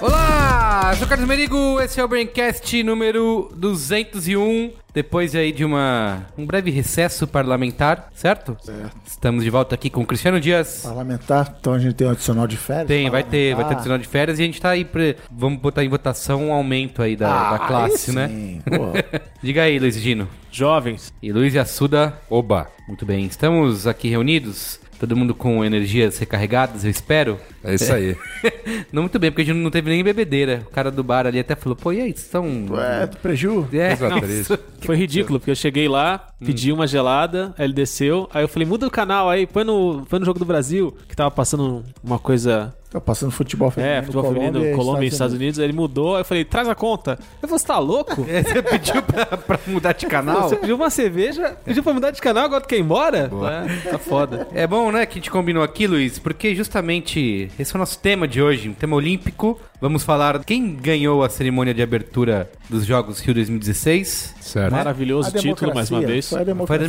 Olá, sou o Carlos Merigo, esse é o Braincast número 201. Depois aí de uma, um breve recesso parlamentar, certo? Certo. Estamos de volta aqui com o Cristiano Dias. Parlamentar, então a gente tem um adicional de férias? Ah, Tem, vai ter, vai ter Parlamentar. adicional de férias e a gente tá aí, pra, vamos botar em votação um aumento aí da, da classe, aí né? Ah, sim, pô. Diga aí, Luiz Gino. Jovens, E Luiz Assuda, oba. Muito bem, estamos aqui reunidos, todo mundo com energias recarregadas, eu espero. É isso aí. Não muito bem, porque a gente não teve nem bebedeira. O cara do bar ali até falou, pô, e aí, vocês estão... Ué, do preju? É, Coisa não, triste. isso- foi ridículo, porque eu cheguei lá, Hum. pedi uma gelada, aí ele desceu, aí eu falei, muda o canal aí, põe no, põe no Jogo do Brasil, que tava passando uma coisa, Tô passando futebol feminino, é, futebol feminino, Colômbia e Estados Unidos, aí ele mudou, aí eu falei, traz a conta. Eu falei, você tá louco? É, Você pediu pra, pra mudar de Pô, canal? Você pediu uma cerveja, pediu pra mudar de canal, agora tu quer ir embora? É, tá foda. É bom, né, que a gente combinou aqui, Luiz, porque justamente esse é o nosso tema de hoje, um tema olímpico. Vamos falar quem ganhou a cerimônia de abertura dos Jogos Rio 2016. Certo. Maravilhoso A título, mais uma democracia, vez. só é Foi a democracia.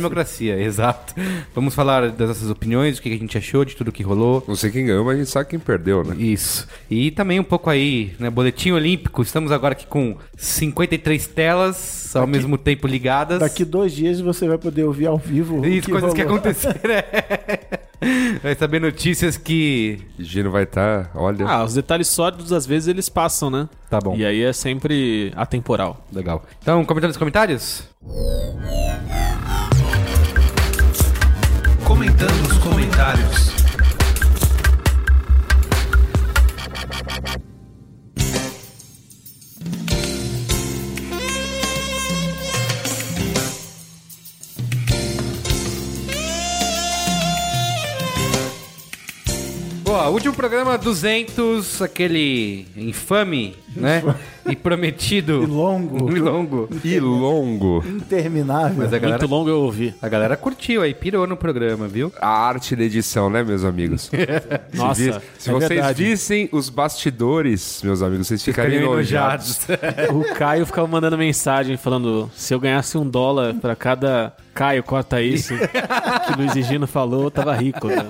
democracia, exato. Vamos falar das nossas opiniões, o que a gente achou, de tudo que rolou. Não sei quem ganhou, mas a gente sabe quem perdeu, né? Isso. E também um pouco aí, né? Boletim Olímpico. Estamos agora aqui com 53 telas ao mesmo tempo ligadas. Daqui dois dias você vai poder ouvir ao vivo. Isso, coisas que rolou. aconteceram. é. Vai saber notícias que. Gino vai estar, olha. Ah, os detalhes sólidos às vezes eles passam, né? Tá bom. E aí é sempre atemporal. Legal. Então, comentando nos comentários? Comentando os comentários. Ó, último programa 200, aquele infame, né? e prometido. E longo. E longo. E longo. Interminável. Mas é a galera, Muito longo eu ouvi. a galera curtiu aí, pirou no programa, viu? A arte da edição, né, meus amigos? Nossa, Se, vi- se é vocês verdade. vissem os bastidores, meus amigos, vocês ficariam Ficariam enojados. O Caio ficava mandando mensagem falando: se eu ganhasse um dólar pra cada Caio, corta isso. que Luiz e Gino falou, eu tava rico. né?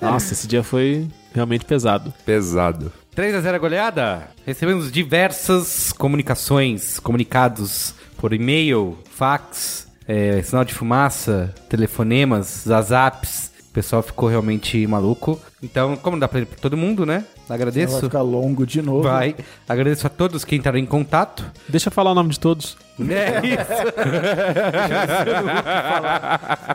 Nossa, esse dia foi realmente pesado. Pesado. 3 a 0 goleada. Recebemos diversas comunicações, comunicados por e-mail, fax, eh, sinal de fumaça, telefonemas, zazaps. O pessoal ficou realmente maluco. Então, como não dá pra ler pra todo mundo, né? Vai Agradeço. ficar longo de novo. Vai. Agradeço a todos que entraram em contato. Deixa eu falar o nome de todos. É isso.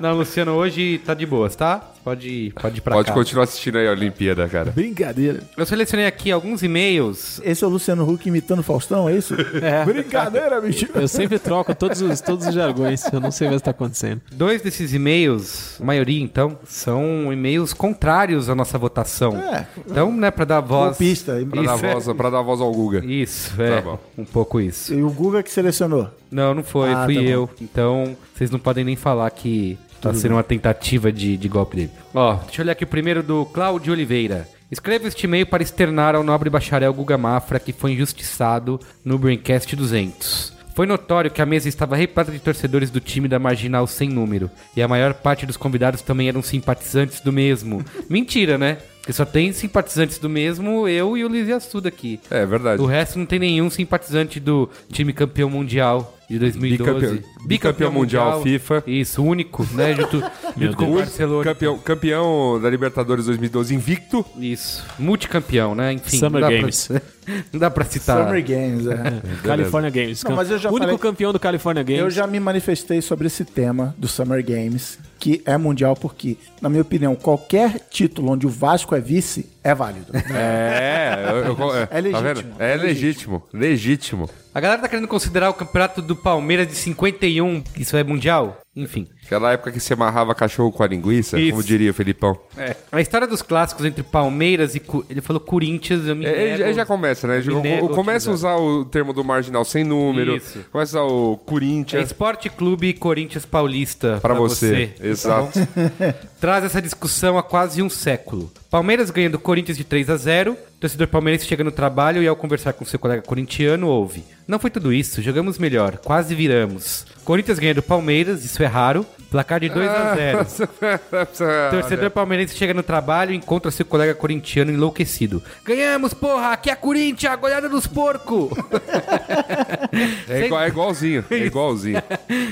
não, Luciano, hoje tá de boas, tá? Pode, pode ir pra Pode cá. continuar assistindo aí a Olimpíada, cara. Brincadeira. Eu selecionei aqui alguns e-mails. Esse é o Luciano Huck imitando o Faustão, é isso? É. Brincadeira, bicho. Eu sempre troco todos os, todos os jargões, eu não sei mais o que tá acontecendo. Dois desses e-mails, a maioria então, são e-mails contrários à nossa votação. É. Então, né, pra dar voz. Golpista, hein? Pra, Isso, dar é. voz, pra dar voz ao Guga. Isso, é. Tá bom. Um pouco isso. E o Guga que selecionou. Não, não foi, Ah, fui tá bom. eu. Então, vocês não podem nem falar que tá sendo uma tentativa de, de golpe dele. Ó, deixa eu olhar aqui o primeiro do Cláudio Oliveira. Escreva este e-mail para externar ao nobre bacharel Guga Mafra que foi injustiçado no Braincast 200. Foi notório que a mesa estava repleta de torcedores do time da Marginal sem número, e a maior parte dos convidados também eram simpatizantes do mesmo. Mentira, né? Porque só tem simpatizantes do mesmo eu e o Luiz Assuda aqui. É verdade. O resto não tem nenhum simpatizante do time campeão mundial de 2012. Bicampeão- bicampeão mundial FIFA. Isso, único, né? Junto, junto com o Ui, Barcelona. campeão, campeão da Libertadores 2012 invicto. Isso. Multicampeão, né? Enfim. Summer não dá Games. Pra, não dá pra citar. Summer Games, é. California Games. Não, mas eu já único falei- campeão do California Games. Eu já me manifestei sobre esse tema do Summer Games, que é mundial porque, na minha opinião, qualquer título onde o Vasco é vice é válido. É, eu- eu- É legítimo, Tá vendo? É é legítimo, legítimo. um, A galera tá querendo considerar o campeonato do Palmeiras de 51. Isso é mundial? Enfim. Aquela época que se amarrava cachorro com a linguiça, Isso. como diria o Felipão. A história dos clássicos entre Palmeiras e. Cu- Ele falou Corinthians, eu me. É, Ele, nego. ele já começa, né? Ele Me já- nego a começa a usar o termo do marginal sem número, Isso. começa a usar o É Corinthians Esporte Clube Corinthians Paulista. pra você. Exato. Traz essa discussão há quase um século. Palmeiras ganha do Corinthians de 3 a 0 o torcedor palmeirense chega no trabalho e ao conversar com seu colega corintiano ouve: Não foi tudo isso, jogamos melhor, quase viramos. Corinthians ganha do Palmeiras, isso é raro, placar de 2 a 0 Então, Torcedor palmeirense chega no trabalho e encontra seu colega corintiano enlouquecido. Ganhamos, porra! Aqui é Corinthians, a goleada dos porcos! É, igual- é igualzinho, é igualzinho.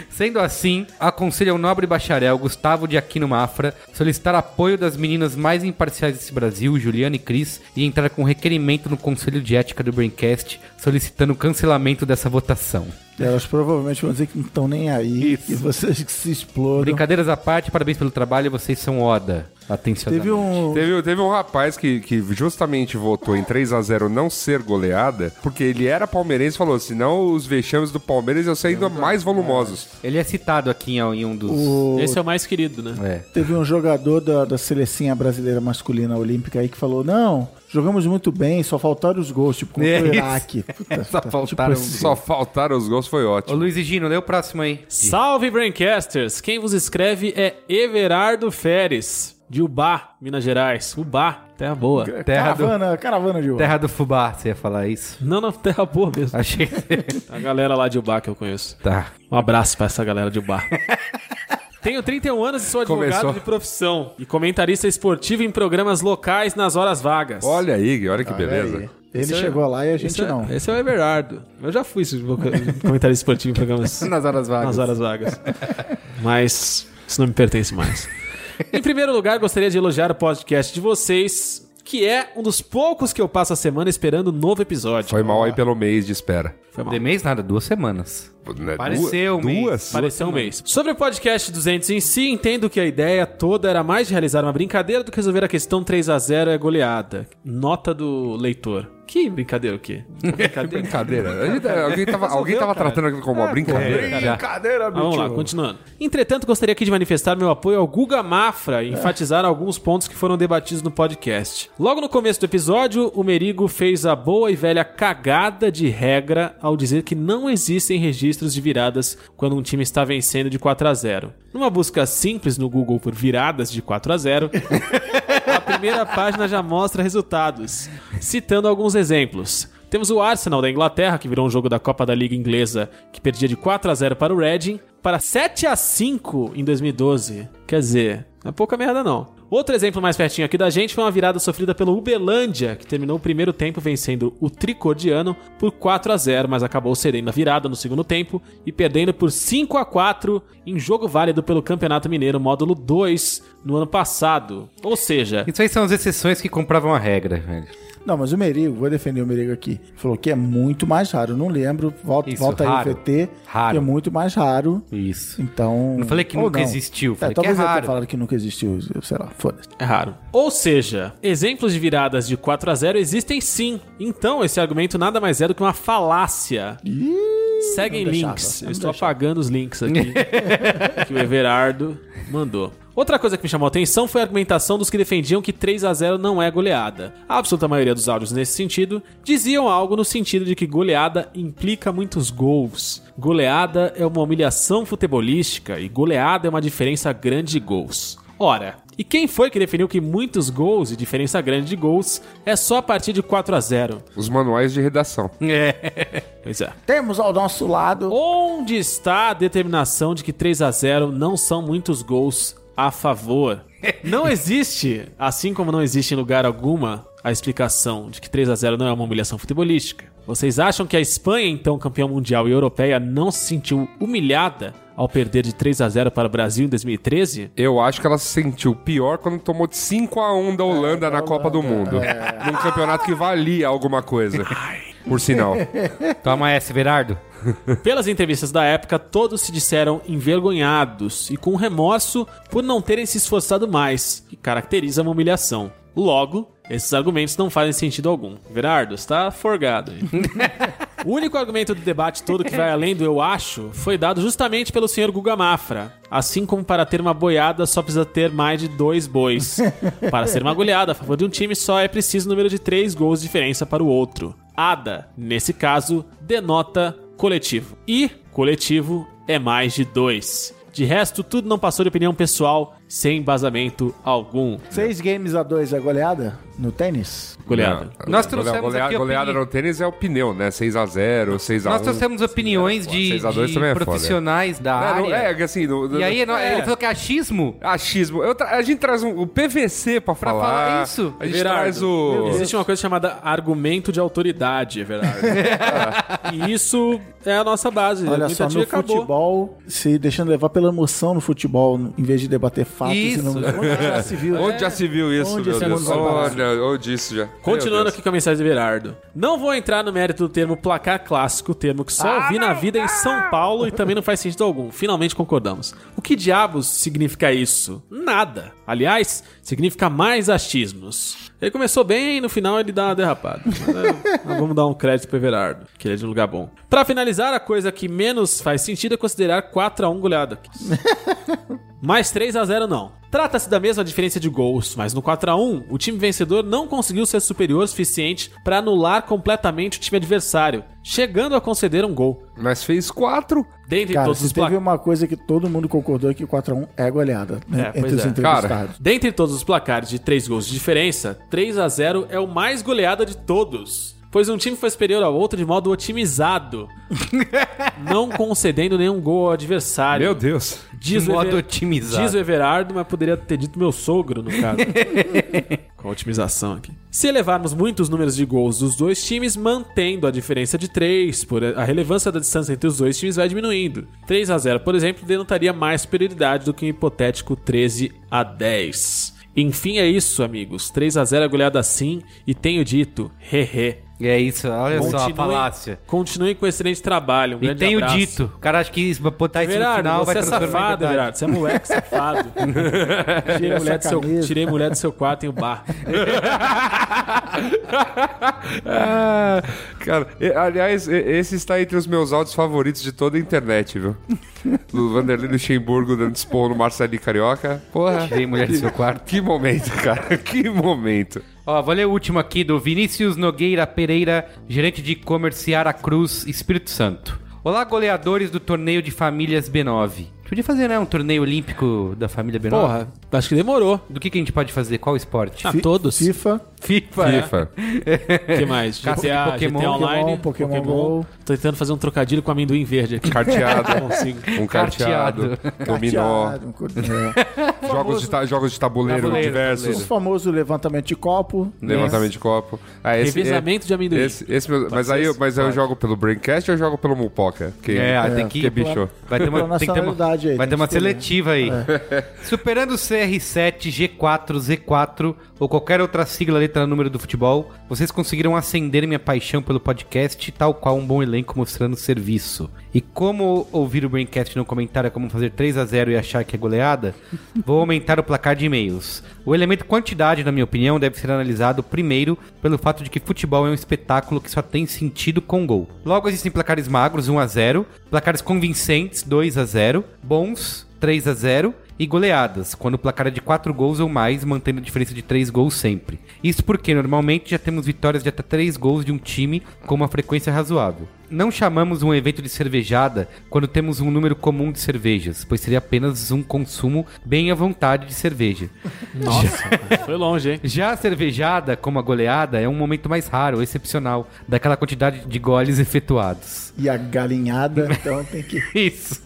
Sendo assim, aconselho ao nobre bacharel Gustavo de Aquino Mafra solicitar apoio das meninas mais imparciais desse Brasil, Juliana e Cris, e entrar com requerimento no Conselho de Ética do Braincast solicitando o cancelamento dessa votação. Elas provavelmente vão dizer que não estão nem aí. E vocês que se explodam. Brincadeiras à parte, parabéns pelo trabalho, vocês são oda. Atenção. Teve um. Teve, teve um rapaz que, que justamente votou em 3 a 0 não ser goleada, porque ele era palmeirense e falou: senão os vexames do Palmeiras iam ser ainda mais volumosos. Ele é citado aqui em em um dos. Esse é o mais querido, né? É. Teve um jogador da, da seleção brasileira masculina olímpica aí que falou: não, jogamos muito bem, só faltaram os gols, tipo, contra É o isso. Iraque. Puta, Só tá, faltaram assim. Só faltaram os gols, foi Ô ótimo. Luiz e Gino, lê o próximo aí. Salve, Braincasters! Quem vos escreve é Everardo Feres, de Ubá, Minas Gerais. Ubá, terra boa. Terra do, Caravana, caravana de ouro. terra do Fubá, você ia falar isso? Não, não, terra boa mesmo. Achei que você... A galera lá de Ubá que eu conheço. Tá. Um abraço pra essa galera de Ubá. Tenho 31 anos e sou advogado Começou. de profissão e comentarista esportivo em programas locais nas horas vagas. Olha aí, olha que beleza. Aí. Ele chegou lá e a gente esse é- não. Esse é o Everardo. Eu já fui esse voca- comentarista esportivo em programas Nas horas vagas. nas horas vagas. Mas isso não me pertence mais. em primeiro lugar, gostaria de elogiar o podcast de vocês, que é um dos poucos que eu passo a semana esperando um novo episódio. Foi mal aí pelo mês de espera. Foi mal. De mês nada, duas semanas. Né, Pareceu du- um mês. duas? Pareceu um mês. Sobre o podcast 200 em si, entendo que a ideia toda era mais de realizar uma brincadeira do que resolver a questão 3 a 0 é goleada. Nota do leitor. Que brincadeira o quê? Brincadeira. Brincadeira. A gente- é, alguém tava, alguém tava cara. tratando aquilo como É, uma brincadeira. Ah, Vamos lá, continuando. Entretanto, gostaria aqui de manifestar meu apoio ao Guga Mafra e enfatizar alguns pontos que foram debatidos no podcast. Logo no começo do episódio, o Merigo fez a boa e velha cagada de regra ao dizer que não existem registros de viradas quando um time está vencendo de 4 a 0. Numa busca simples no Google por viradas de 4 a 0, a primeira página já mostra resultados, citando alguns exemplos. Temos o Arsenal da Inglaterra, que virou um jogo da Copa da Liga Inglesa, que perdia de 4 a 0 para o Reading, para 7 a 5 em 2012. Quer dizer, não é pouca merda não. Outro exemplo mais pertinho aqui da gente foi uma virada sofrida pelo Uberlândia, que terminou o primeiro tempo vencendo o Tricordiano por 4 a 0, mas acabou cedendo a virada no segundo tempo e perdendo por 5 a 4 em jogo válido pelo Campeonato Mineiro Módulo 2 no ano passado. Ou seja, Isso aí são as exceções que compravam a regra, velho. Não, mas o Merigo, vou defender o Merigo aqui. Falou que é muito mais raro. Não lembro. Volta, Isso, volta raro. aí, VT. Raro. Que é muito mais raro. Isso. Então. Não falei que ou nunca existiu, falei que talvez é eu tenha raro. falado que nunca existiu. eu- Sei lá, foda-se. É raro. Ou seja, exemplos de viradas de 4 a 0 existem sim. Então, esse argumento nada mais é do que uma falácia. Seguem não deixava, links. não Eu estou apagando os links aqui que o Everardo mandou. Outra coisa que me chamou a atenção foi a argumentação dos que defendiam que 3 a 0 não é goleada. A absoluta maioria dos áudios nesse sentido diziam algo no sentido de que goleada implica muitos gols. Goleada é uma humilhação futebolística e goleada é uma diferença grande de gols. Ora, e quem foi que definiu que muitos gols e diferença grande de gols é só a partir de 4 a 0? Os manuais de redação. Pois é. Temos ao nosso lado. Onde está a determinação de que 3 a 0 não são muitos gols a favor? Não existe, assim como não existe em lugar alguma a explicação de que 3 a 0 não é uma humilhação futebolística. Vocês acham que a Espanha, então campeã mundial e europeia, não se sentiu humilhada ao perder de 3 a 0 para o Brasil em 2013? Eu acho que ela se sentiu pior quando tomou de 5x1 É, da Holanda É. na Copa do Mundo. Num campeonato que valia alguma coisa. Por sinal. Toma essa, Verardo. Pelas entrevistas da época, todos se disseram envergonhados e com remorso por não terem se esforçado mais, que caracteriza uma humilhação. Logo, esses argumentos não fazem sentido algum. Verardo, está forgado. tá aí. O único argumento do debate todo que vai além do eu acho foi dado justamente pelo senhor Guga Mafra. Assim como para ter uma boiada só precisa ter mais de dois bois. Para ser uma goleada a favor de um time só é preciso o número de três gols de diferença para o outro. Ada, nesse caso, denota coletivo. E coletivo é mais de dois. De resto, tudo não passou de opinião pessoal, sem embasamento algum. Seis games a dois é goleada no tênis? Goleada. Nós Golea- trouxemos golea- aqui a goleada no opini- tênis é o pneu, né? 6x0, 6x1. Nós trouxemos opiniões de, 6 a 2 de também é foda. profissionais da um. É, não- área. é, que assim... no- e no- aí não- é. ele falou que é achismo. Achismo. Eu tra- A gente traz um, o PVC pra, falar. falar isso. A gente Everardo, traz o... Existe uma coisa chamada argumento de autoridade, é verdade. e isso é a nossa base. Olha Muita só, tia no acabou. futebol, se deixando levar pela emoção no futebol, no- em vez de debater fatos e Isso. não... Onde já se viu? Onde já se viu isso, É. Onde meu esse Deus? mundo vai parar? Olha, onde isso já... Continuando Meu Deus. aqui com a mensagem do Everardo. Não vou entrar no mérito do termo placar clássico, termo que só Ah, ouvi na vida em São Paulo e também não faz sentido algum. Finalmente concordamos. O que diabos significa isso? Nada. Aliás, significa mais achismos. Ele começou bem e no final ele dá uma derrapada. Mas, é, mas vamos dar um crédito pro Everardo, que ele é de um lugar bom. Pra finalizar, a coisa que menos faz sentido é considerar 4 a 1 goleada. Mais 3 a 0 não. Trata-se da mesma diferença de gols, mas no 4 a 1 o time vencedor não conseguiu ser superior o suficiente para anular completamente o time adversário, chegando a conceder um gol. Mas fez 4. Dentre Cara, todos se os teve placares. uma coisa que todo mundo concordou é que 4x1 é goleada né, É, pois entre os é. entrevistados. Dentre todos os placares de 3 gols de diferença, 3 a 0 é o mais goleada de todos. Pois um time foi superior ao outro de modo otimizado, não concedendo nenhum gol ao adversário. Meu Deus. Diz De o modo Ever- otimizado. Diz o Everardo, mas poderia ter dito meu sogro, no caso. Com a otimização aqui. Se elevarmos muitos números de gols dos dois times, mantendo a diferença de 3, por a relevância da distância entre os dois times vai diminuindo. 3 a 0 por exemplo, denotaria mais superioridade do que o hipotético 13 a 10. Enfim, é isso, amigos. 3 a 0 é goleada assim, e tenho dito, hehe. E é isso, olha só a falácia. Continuem com o excelente trabalho. Um E grande tenho abraço. dito. O cara acha que isso, botar isso no Everardo, final vai você é transformar em safado, verdade. Everardo. Você é moleque safado. tirei, mulher do seu, Sacanagem. tirei mulher do seu quarto em um bar. Ah, cara, e- aliás, e- esse está entre os meus áudios favoritos de toda a internet, viu? Do Vanderlei Luxemburgo dando esporro no Marcelinho Carioca. Porra. Tirei mulher do seu quarto. Que momento, cara. Que momento. Ó, vou ler o último aqui do Vinícius Nogueira Pereira, gerente de e-commerce Aracruz, Espírito Santo. Olá, goleadores do torneio de famílias B9. Podia fazer, né, um torneio olímpico da família B9? Porra, acho que demorou. Do que, que a gente pode fazer? Qual esporte? Ah, todos. O FIFA, FIFA. É. FIFA. que mais? GTA, Caça de Pokémon, GTA Online, Pokémon, Pokémon Go. Tô tentando fazer um trocadilho com amendoim verde aqui. Carteado. Não consigo. Um carteado. Dominó. carteado, é. Jogos de, ta- jogos de tabuleiro, Tabuleiro, diversos. o famoso levantamento de copo. né? Levantamento de copo. Ah, esse- Revezamento de amendoim. Esse, esse meu- mas aí, eu- mas aí eu jogo pelo Braincast ou eu jogo pelo Mupoca? Que, É, aí tem que que... bicho. Vai ter uma, Pela tem que ter uma, nacionalidade aí, vai tem ter uma que escolher. seletiva aí. Superando o CR7, G4, Z4 ou qualquer outra sigla, letra, número do futebol, vocês conseguiram acender minha paixão pelo podcast, tal qual um bom elenco mostrando serviço. E como ouvir o Braincast no comentário é como fazer 3 a 0 e achar que é goleada, vou aumentar o placar de e-mails. O elemento quantidade, na minha opinião, deve ser analisado primeiro pelo fato de que futebol é um espetáculo que só tem sentido com gol. Logo existem placares magros, 1 a 0, placares convincentes, 2 a 0, bons, 3 a 0 e goleadas, quando o placar é de 4 gols ou mais, mantendo a diferença de 3 gols sempre. Isso porque normalmente já temos vitórias de até 3 gols de um time com uma frequência razoável. Não chamamos um evento de cervejada quando temos um número comum de cervejas, pois seria apenas um consumo bem à vontade de cerveja. Nossa, foi longe, hein? Já a cervejada, como a goleada, é um momento mais raro, excepcional, daquela quantidade de goles efetuados. E a galinhada, então tem que... Isso.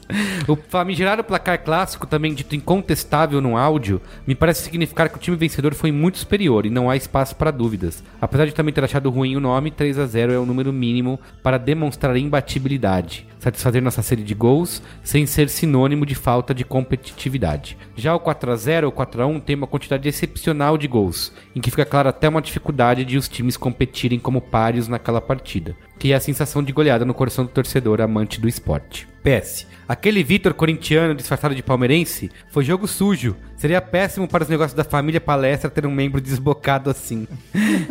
O famigerado placar clássico, também dito incontestável no áudio, me parece significar que o time vencedor foi muito superior e não há espaço para dúvidas. Apesar de também ter achado ruim o nome, 3 a 0 é o número mínimo para demonstrar imbatibilidade, satisfazer nossa série de gols sem ser sinônimo de falta de competitividade. Já o 4 a 0 ou 4 a 1 tem uma quantidade excepcional de gols, em que fica clara até uma dificuldade de os times competirem como páreos naquela partida, que é a sensação de goleada no coração do torcedor amante do esporte. PS. Aquele Vitor corintiano disfarçado de palmeirense foi jogo sujo. Seria péssimo para os negócios da família palestra ter um membro desbocado assim.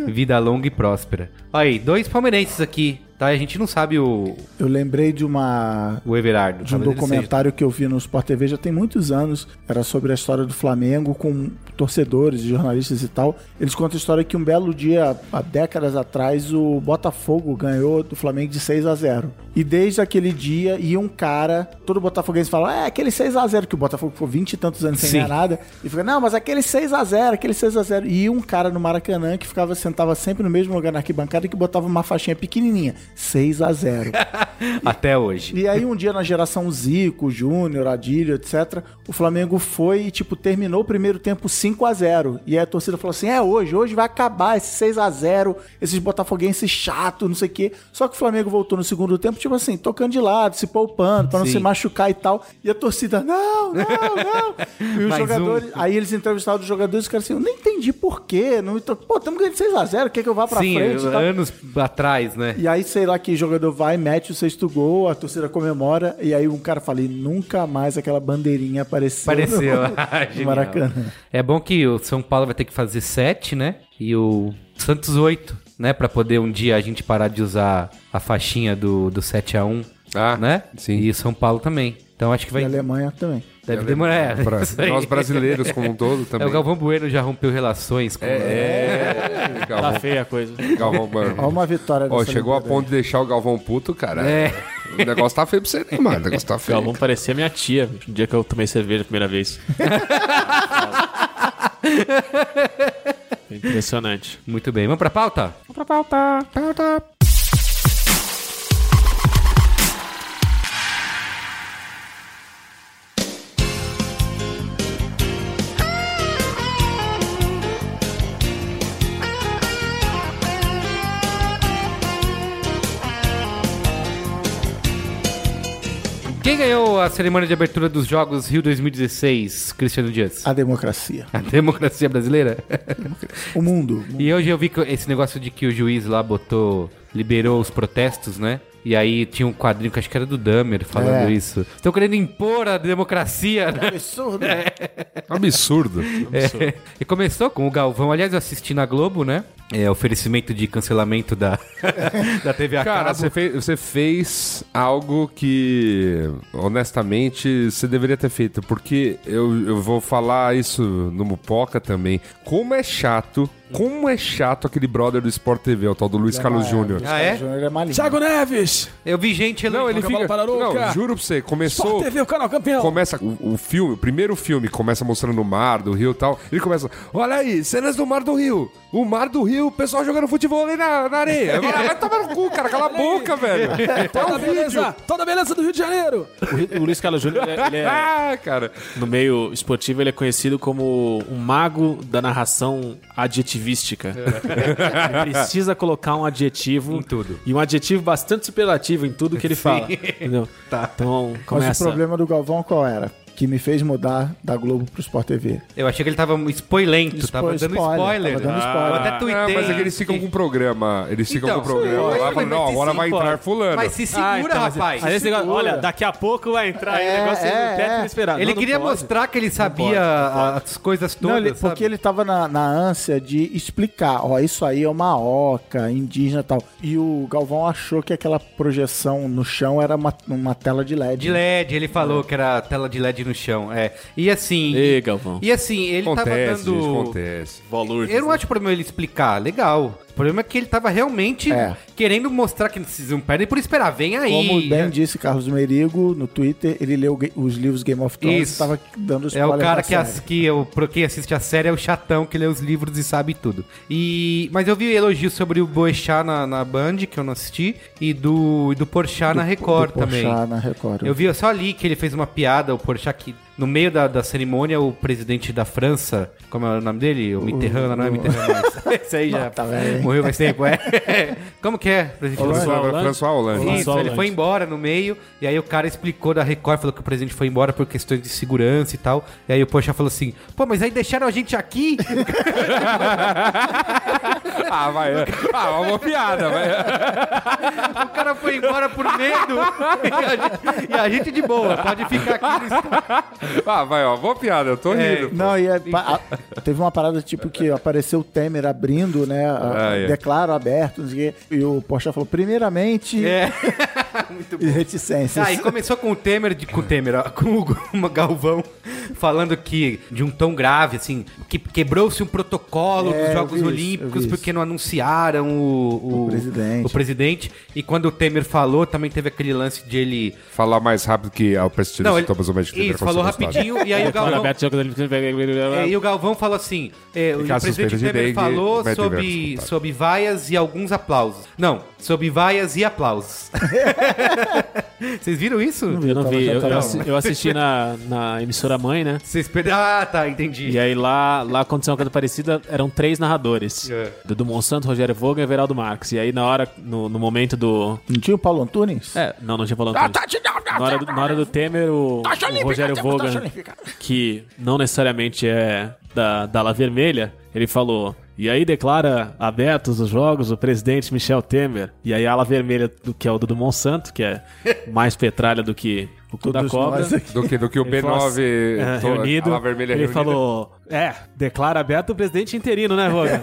Vida longa e próspera. Aí, dois palmeirenses aqui. Tá Tá? E a gente não sabe o, Eu lembrei de uma o Everardo. de um talvez ele seja. documentário que eu vi no Sport TV já tem muitos anos. Era sobre a história do Flamengo com torcedores, jornalistas e tal. Eles contam a história que um belo dia, há décadas atrás, o Botafogo ganhou do Flamengo de 6 a 0 E desde aquele dia ia um cara, todo botafoguense fala, é aquele 6 a 0 que o Botafogo ficou 20 e tantos anos sem Sim. ganhar nada. E fica, não, mas aquele 6 a 0 aquele 6 a 0 E ia um cara no Maracanã que ficava, sentava sempre no mesmo lugar na arquibancada e que botava uma faixinha pequenininha. 6 a 0 Até hoje. e aí um dia na geração Zico, Júnior, Adílio, etc, o Flamengo foi e tipo terminou o primeiro tempo 5 a 0. E aí a torcida falou assim: "É hoje, hoje vai acabar esse 6 a 0, esses botafoguenses chato, não sei o quê". Só que o Flamengo voltou no segundo tempo tipo assim, tocando de lado, se poupando pra não Sim. se machucar e tal. E a torcida: "Não, não, não". E os Mais um. jogadores, aí eles entrevistaram os jogadores e os caras assim: "Eu nem entendi por quê, não, tô- pô, estamos ganhando 6 a 0, quer que eu vá pra Sim, frente?" tá? e tal. anos atrás, né? E aí, sei lá, que jogador vai, mete o sexto gol, a torcida comemora, e aí um cara fala, e nunca mais aquela bandeirinha apareceu. Apareceu. Ah, No Genial. Maracanã. É bom que o São Paulo vai ter que fazer sete, né? E o Santos oito, né? Pra poder um dia a gente parar de usar a faixinha do, do 7x1, Ah, né? sim. E o São Paulo também. Então acho que E vai. a Alemanha também. Deve demorar. É, Pra- isso aí. nós brasileiros como um todo É, também. o Galvão Bueno já rompeu relações com. É, Tá Galvão, feia a coisa. Galvão Bueno. Olha uma vitória Ó, dessa chegou a Olimpíada ponto de deixar o Galvão puto, cara. É. O negócio tá feio pra você, né, mano? O negócio tá feio. Galvão parecia minha tia, bicho, no dia que eu tomei cerveja a primeira vez. Impressionante. Muito bem. Vamos pra pauta? Tá, Quem ganhou a cerimônia de abertura dos Jogos Rio 2016, Cristiano Dias? A democracia. A democracia brasileira? O mundo. E hoje eu vi que esse negócio de que o juiz lá botou, liberou os protestos, né? E aí tinha um quadrinho que acho que era do Dahmer falando É. isso. Estão querendo impor a democracia, né? Absurdo. Absurdo. É. E começou com o Galvão. Aliás, eu assisti na Globo, né? É, oferecimento de cancelamento da, da TV a Cara, cabo. você fez, você fez algo que, honestamente, você deveria ter feito. Porque eu, eu vou falar isso no Mupoca também. Como é chato, como é chato aquele brother do Sport TV, o tal do Luiz Carlos Júnior. Ah, é? Júnior é maligno. Neves! Eu vi gente... Não, ele Cavalo fica... parou, Não, cara. juro pra você, começou... o canal campeão! Começa o, o filme, o primeiro filme começa mostrando o mar do rio e tal. Ele começa, olha aí, cenas do mar do rio. O mar do rio, o pessoal jogando futebol ali na, na areia. Ah, vai tomar no cu, cara, cala a boca, velho. Tá um vídeo. Toda a beleza do Rio de Janeiro! O Ri- O Luiz Carlos Júnior, ele é- ele é, Ah, cara. no meio esportivo, ele é conhecido como um mago da narração adjetivística. Ele precisa colocar um adjetivo. É. Em tudo. E um adjetivo bastante superlativo em tudo que ele fala. Entendeu? Tá. Então, começa. Mas o é problema do Galvão qual era? Que me fez mudar da Globo pro Sport TV. Eu achei que ele tava spoilento, tava Spo- dando spoiler, spoiler. tava dando Eu spoiler. até tuitei. Ah, mas é que eles ficam com o programa. Eles ficam Então, com o programa. sim, lá, mas falando, não, se agora vai importa. entrar fulano. Ah, então, Mas se segura, mas- rapaz. Aí Ah, então, esse negócio, segura. olha, daqui a pouco vai entrar aí, É, o negócio é, é, é, é. esperar. ele Não, não queria pode. mostrar que ele sabia pode, as coisas todas, Não, ele- sabe? porque ele tava na, na ânsia de explicar, ó, isso aí é uma oca, indígena e tal. E o Galvão achou que aquela projeção no chão era uma, uma tela de LED. De LED, ele falou que era tela de LED no chão, é. E assim... Ei, Galvão. E assim, ele acontece, tava gente, dando... acontece. Valor. Eu não acho problema ele explicar, legal. O problema é que ele tava realmente É. querendo mostrar que vocês não perdem por esperar, vem aí. Como bem disse Carlos Merigo no Twitter, ele leu ga- os livros Game of Thrones Isso. e tava dando É o spoiler cara da que, as, série. que eu, pro quem assiste a série é o chatão que lê os livros e sabe tudo. E, mas eu vi elogios sobre o Boechat na, na Band, que eu não assisti, e do, e do Porchat na Record do também. Porchat na Record. né? Eu vi, eu só li que ele fez uma piada, o Porchat, que no meio da, da cerimônia o presidente da França, como é o nome dele? O Mitterrand, não é Mitterrand mais. Esse aí já velho. morreu faz tempo, é. Como que é, presidente da François França? Hollande. François Hollande. Olá, Isso, Solante. ele foi embora no meio, e aí o cara explicou da Record, falou que o presidente foi embora por questões de segurança e tal. E aí o Poxa falou assim: pô, mas aí deixaram a gente aqui? Ah, vai. Ah, é uma piada, vai. O cara foi embora por medo e a gente, e a gente de boa, pode ficar aqui. no estúdio. Ah, vai, ó. Boa piada, eu tô rindo. pô. Não, e é pa- a- teve uma parada tipo que apareceu o Temer abrindo, né? a- Ah, é. Declaro aberto, não sei o quê. E o Porchat falou, primeiramente, É. Muito e bom. reticências. Ah, e começou com o Temer, de, com o Temer, ó, com o Gu- Galvão, falando que, de um tom grave, assim, que quebrou-se um protocolo É, dos eu Jogos vi isso, eu vi Olímpicos isso. porque não anunciaram o, O presidente. o presidente. E quando o Temer falou, também teve aquele lance de ele... Falar mais rápido que a prestígio Não, de ele Thomas Omega. isso, falou rapidinho, e aí o Olha, Galvão... Beto, joga da É, e o Galvão falou assim: é, o Caso presidente suspeita de Temer dengue, falou vai ter verba sobre, disputada. sobre vaias e alguns aplausos. Não, sobre vaias e aplausos. Vocês viram isso? Eu não vi, eu, eu Então, Não. assi- eu assisti na, na emissora mãe, né? Vocês per- Ah, tá, entendi. E aí lá, lá aconteceu uma coisa parecida, eram três narradores. É. Do, do Monsanto, Rogério Vogel e Everaldo Marques. E aí na hora, no, no momento do... Não tinha o Paulo Antunes? tá, É, não, não tinha falado Ah, tanto. Na hora, do- na hora do Temer, o, o Rogério Vogel, que não necessariamente é da, da ala vermelha, ele falou... E aí declara abertos os jogos o presidente Michel Temer. E aí a ala vermelha, do que é o do do Monsanto, que é mais petralha do que o cu da Todos cobra. nós aqui. Do que, do que o Ele falou assim, é, B9 to- reunido. ala vermelha ele reunida. falou: É, declara aberto o presidente interino, né, Roger?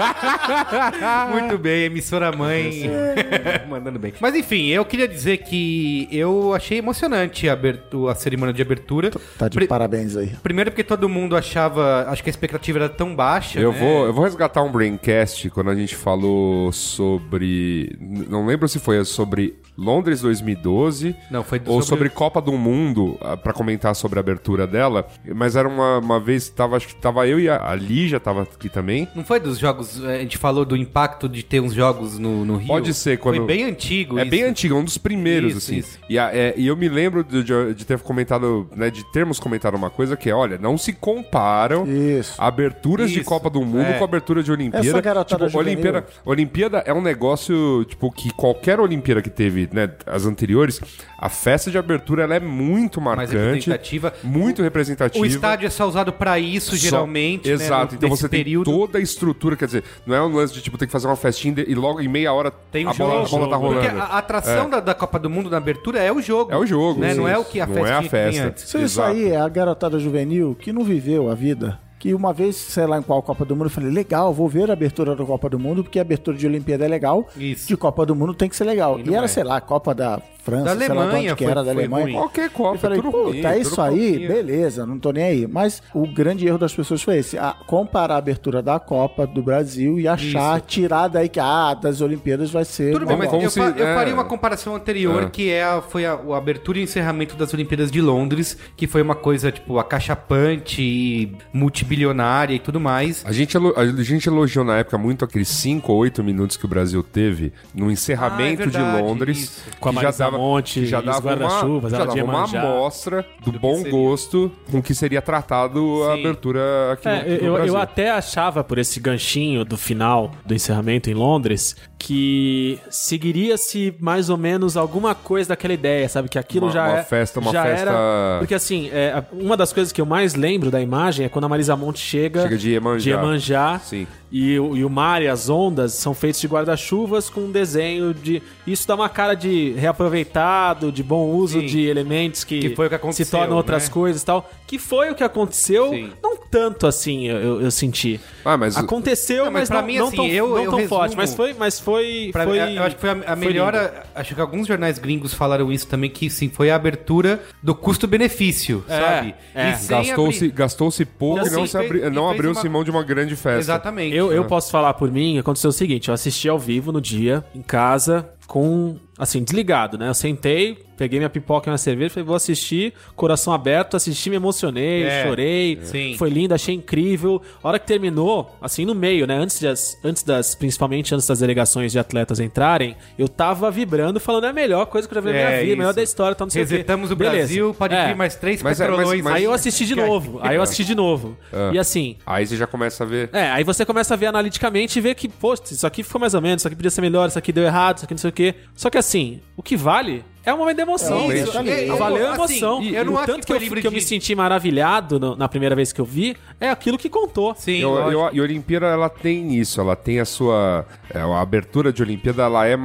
Ah, Muito bem, emissora mãe. Mandando bem. Mas enfim, eu queria dizer que eu achei emocionante a, abertu- a cerimônia de abertura. Tá de Pri- parabéns aí. Primeiro porque todo mundo achava. Acho que a expectativa era tão baixa. Eu né? vou, eu vou resgatar um braincast quando a gente falou sobre. n- Não lembro se foi sobre Londres 2012. Não, foi do- Ou sobre- sobre, Copa do Mundo, ah, pra comentar sobre a abertura dela. Mas era uma, uma vez, tava, acho que tava eu e a, a Lígia tava aqui também. Não foi dos jogos. eh, A gente falou do impacto de ter uns jogos no, no Rio. Pode ser, quando- Foi bem antigo. É isso. bem antigo, é um dos primeiros, Isso, assim. isso. E, a- é, e eu me lembro de, de- de ter comentado, né, de termos comentado uma coisa que é, olha, não se comparam Isso. aberturas de Isso, Copa do Mundo é. com abertura de Olimpíada. Essa garotada tipo, juvenil. Olimpíada, Olimpíada é um negócio, tipo, que qualquer Olimpíada que teve, né, as anteriores, a festa de abertura, ela é muito Mais marcante. representativa. Muito representativa. O estádio é só usado pra isso, Só- geralmente. né, Exato. no- então nesse você período. tem toda a estrutura, quer dizer, não é um lance de tipo ter que fazer uma festinha e logo em meia hora Tem um a, bola, a jogo. bola tá rolando. Porque a, a atração da, da Copa do Mundo na abertura é o jogo. É o jogo. Né? sim. Não é o que a Não festa é a que tem festa. antes. Isso, isso Exato. aí é a garotada juvenil que não viveu a vida. Que uma vez, sei lá em qual Copa do Mundo, eu falei, legal, vou ver a abertura da Copa do Mundo, porque a abertura de Olimpíada é legal, Isso. de Copa do Mundo tem que ser legal. E, não era, é. sei lá, Copa da França, Da sei lá de Alemanha onde que foi- era, da foi Alemanha. ruim. Qualquer Eu Copa, falei, é tudo pô, ruim, tá é isso tudo aí, copinha. beleza, não tô nem aí. Mas o grande erro das pessoas foi esse, a- comparar a abertura da Copa do Brasil e achar, tirar daí que, ah, das Olimpíadas vai ser... Tudo bem, Como- mas como eu, se- fa- eu é. faria uma comparação anterior, É. que é a- foi a, o abertura e encerramento das Olimpíadas de Londres, que foi uma coisa, tipo, acachapante e multibilionária e tudo mais. A gente, elo- a gente elogiou na época muito aqueles 5 ou 8 minutos que o Brasil teve no encerramento Ah, é verdade, de Londres. isso. Com a que Marisa Monte que já e os dava uma, guarda-chuvas, já ela dava tinha uma manjado. amostra do, que bom seria. gosto com que seria tratado a Sim. abertura aqui no, É, no eu, eu Brasil. até achava por esse ganchinho do final do encerramento em Londres que seguiria-se mais ou menos alguma coisa daquela ideia, sabe? Que aquilo Uma- já uma é- festa, uma já festa- Era, porque assim, é, a- uma das coisas que eu mais lembro da imagem é quando a Marisa Monte chega, Chega de Iemanjá. Iemanjá, Sim. E, o- e o mar e as ondas são feitos de guarda-chuvas com um desenho de. Isso dá uma cara de reaproveitado, de bom uso Sim. de elementos que, Que foi o que aconteceu, se tornam outras né? coisas e tal. Que foi o que aconteceu, Sim. não tanto assim, eu- eu, eu senti. Ah, mas Aconteceu, Não, mas mas, pra não, mim, não assim, tão, eu- não eu tão resumo- forte. Mas foi. Mas foi, Pra- é, foi eu acho que foi a, a foi melhor. lindo. a- acho que alguns jornais gringos falaram isso também, que sim, foi a abertura do custo-benefício, É, sabe? é. E sem gastou-se abrir- gastou pouco Então, e não, assim, se abri- fez- não fez abriu-se uma- mão de uma grande festa. Exatamente. Eu, eu posso falar por mim, aconteceu o seguinte, eu assisti ao vivo no dia, em casa, com, assim, desligado, né? Eu sentei, peguei minha pipoca e minha cerveja, falei, vou assistir, coração aberto, assisti, me emocionei, É, chorei, é. Sim. foi lindo, achei incrível. A hora que terminou, assim, no meio, né? Antes das, antes das principalmente antes das delegações de atletas entrarem, eu tava vibrando, falando, é a melhor coisa que eu já vi na É, minha vida, isso. melhor da história, tá, não sei Resetamos o o quê. Beleza. Brasil, pode É. vir mais três Mas é- mas- petrolões. mas- Ah. Aí eu assisti de novo, aí eu assisti de novo. E assim, Aí você já começa a ver. é, aí você começa a ver analiticamente e ver que, poxa, isso aqui ficou mais ou menos, isso aqui podia ser melhor, isso aqui deu errado, isso aqui não sei o quê. Só que assim, o que vale É um momento de emoção. Realmente. isso. Exatamente. É, Valeu a Assim, emoção. e E eu não o acho tanto que que foi eu, livre que eu me de- senti maravilhado no- na primeira vez que eu vi, é aquilo que contou. Sim, Eu- lógico. eu- e a Olimpíada, ela tem isso, ela tem a sua... é, A abertura de Olimpíada, ela é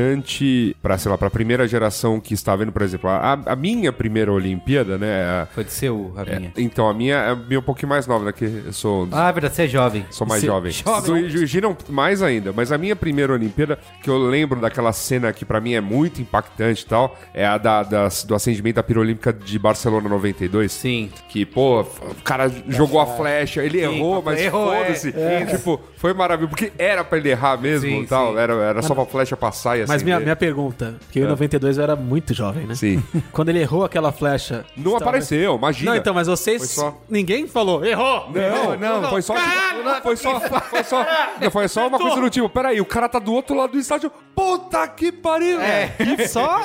marcante pra, sei lá, pra primeira geração que está vendo, por exemplo, a, a minha primeira Olimpíada, né? a- Foi de seu, Rabinha. então, a minha é meio um pouquinho mais nova, né? Que eu sou... Ah, é verdade, você é jovem. Sou mais Você- jovem. Jovem. Do Jiu-Jitsu não, mais ainda. Mas a minha primeira Olimpíada, que eu lembro daquela cena que pra mim é muito impactante e tal, é a da, das- do acendimento da Pira Olímpica de Barcelona 92. Sim. Que, pô, o cara jogou a flecha, ele errou, mas errou, é. foda-se. Tipo, foi maravilhoso. Porque era pra ele errar mesmo Sim, e tal. sim. Era, era só pra flecha passar e assim. Mas minha, é. minha pergunta, que eu em 92 eu era muito jovem, né? Sim. Quando ele errou aquela flecha. Não estava- apareceu, imagina. Não, então, mas Foi vocês. só. Ninguém falou, errou! Não, não, foi só. foi só. Foi só. Não, foi só uma coisa do tipo: peraí, o cara tá do outro lado do estádio. Puta que pariu! É, Só.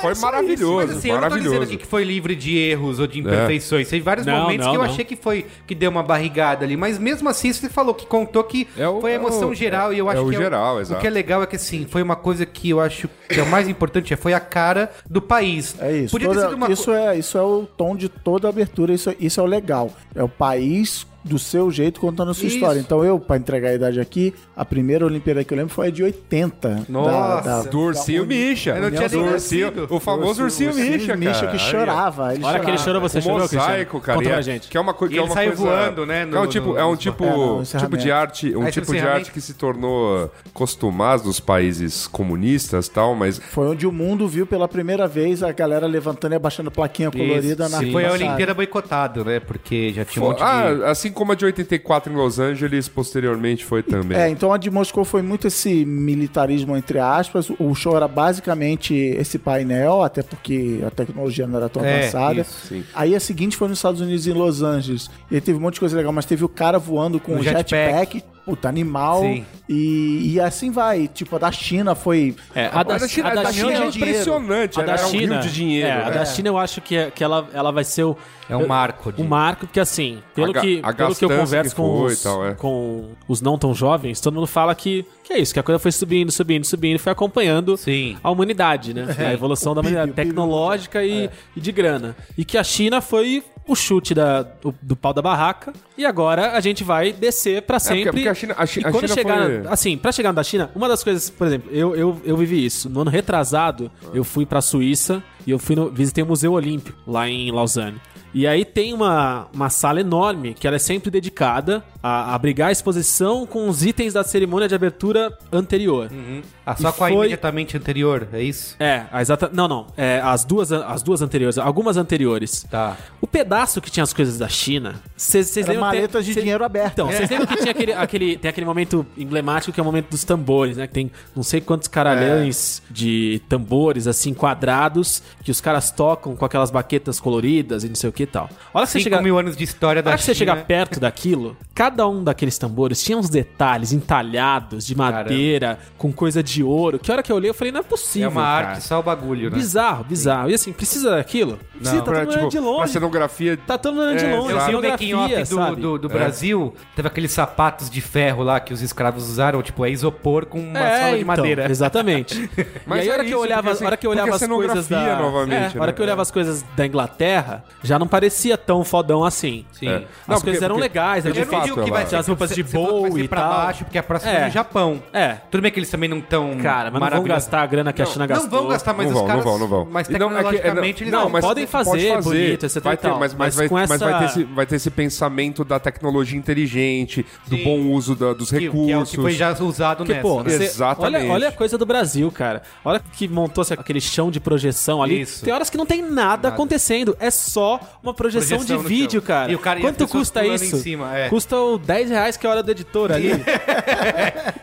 foi maravilhoso. Mas assim, eu não tô dizendo maravilhoso. É. aqui que foi livre de erros ou de imperfeições. Tem vários Não, momentos não, que eu não. achei que foi que deu uma barrigada ali, mas mesmo assim você falou que contou que É o- foi a emoção é o- geral e eu é acho o que geral, o, exato. o que é legal é que assim, foi uma coisa que eu acho que é o mais importante, é, foi a cara do país. É isso. Podia ter toda- sido uma isso, é, isso é o tom de toda a abertura, isso, é- isso é o legal. É o país do seu jeito contando a sua Isso. história. Então eu, pra entregar a idade aqui, a primeira Olimpíada que eu lembro foi a de 80. Nossa, Do ursinho Misha. Eu não tinha do nem ursinho, nascido. o famoso ursinho, Misha, cara. que chorava. Ele A hora que chorava. ele chorou, você O chorou, Cristiano? mosaico, cara. Conta e pra é- gente. Que é uma, co E que é ele uma saiu coisa. voando, né, é um no- tipo, no- é um no- tipo, É, no um tipo de encerramento. arte, um tipo Aí, tipo, de encerramento. arte que se tornou costumaz dos países comunistas, e tal, mas Foi onde o mundo viu pela primeira vez a galera levantando e abaixando plaquinha colorida é na Sim, foi a arquibancada. Olimpíada boicotada, né? Porque já tinha um monte de Ah, assim como a de 84 em Los Angeles, posteriormente foi também. É, então a de Moscou foi muito esse militarismo, entre aspas. O show era basicamente esse painel, até porque a tecnologia não era tão É, avançada. isso, sim. aí a seguinte foi nos Estados Unidos, em Los Angeles. E aí teve um monte de coisa legal, mas teve o cara voando com Um um jetpack. Puta, animal. Sim. E, e assim vai. Tipo, a da China foi. É, a da, Mas a da China China é impressionante, A era da era um China, rio de dinheiro. é, a da né? China eu acho que, é- que ela, ela vai ser o, É um marco de- um marco, porque assim, pelo, ga- que, a pelo que eu gastança converso que com, foi os, e tal, é. com os não tão jovens, todo mundo fala que, que é isso, que a coisa foi subindo, subindo, subindo, foi acompanhando Sim. a humanidade, né? É. A evolução da humanidade tecnológica e, e de grana. E que a China foi o chute da, do, do pau da barraca e agora a gente vai descer pra É, porque- sempre. porque a China- a Chi- E a quando China chegar, foi- assim, pra chegar na China, uma das coisas, por exemplo, eu, eu, eu vivi isso. No ano retrasado, eu fui pra Suíça e eu fui no- visitei o Museu Olímpico, lá em Lausanne. E aí tem uma, uma sala enorme que ela é sempre dedicada a abrigar a exposição com os itens da cerimônia de abertura anterior. Uhum. Ah, só E com a foi- imediatamente anterior, é isso? É, a exata. Não, não. É, as, duas, as duas anteriores, algumas anteriores. Tá. O pedaço que tinha as coisas da China, vocês Era lembram. maletas de cê- dinheiro aberto. É. Então, vocês lembram que tinha aquele, aquele, tem aquele momento emblemático que é o momento dos tambores, né? Que tem não sei quantos caralhões É. de tambores, assim, quadrados, que os caras tocam com aquelas baquetas coloridas e não sei o que e tal. Olha que você 5 chega. mil anos de história da Na hora que você China. chegar perto daquilo, cada um daqueles tambores tinha uns detalhes entalhados de madeira, com coisa de ouro. Que hora que eu olhei, eu falei, não é possível. É uma cara. arte, só o bagulho, né? tipo, Bizarro, bizarro. E assim, precisa daquilo? Precisa, tá Pra, tipo, todo mundo olhando de pra longe. cenografia. Tá todo mundo olhando de É, longe. exato. Eu vi o making cenografia, off do, sabe? É. do, do Brasil, teve aqueles sapatos de ferro lá que os escravos usaram, tipo, é isopor com uma É, sola de então, madeira. Exatamente. Mas e aí, a é hora que eu isso, olhava, porque assim, a hora que eu porque a olhava as coisas cenografia, da... novamente, é, a hora né? que eu olhava as coisas da Inglaterra, já não parecia tão fodão assim. Sim. É. As Não, as porque- coisas eram porque- legais, eram porque de diferentes. fato, ela- Tinha as roupas de Você falou que bowl vai e ser pra tal. baixo, porque a próxima é É. no Japão. É. Tudo bem que eles também não estão Cara, mas não vão gastar a grana que a China Não gastou. vão gastar, mas não os vão, caras... não vão, não vão. Mas E não, é que- é, tecnologicamente eles não, não... mas podem pode fazer, fazer. bonito, etc e vai ter, tal. mas, mas, Mas vai, com mas vai ter essa- esse, vai ter esse pensamento da tecnologia inteligente, do Sim. bom uso da- dos que, que é o recursos. que foi já usado Porque, nessa. pô, né? você- Exatamente. Olha, olha a coisa do Brasil, cara. Olha que montou-se aquele chão de projeção ali. Isso. Tem horas que não tem nada, acontecendo. É só uma projeção, Projeção de no vídeo, chão. cara. E o cara- e as Quanto pessoas custa pulando isso? em cima, é. Custa o 10 reais que é a hora do editor ali.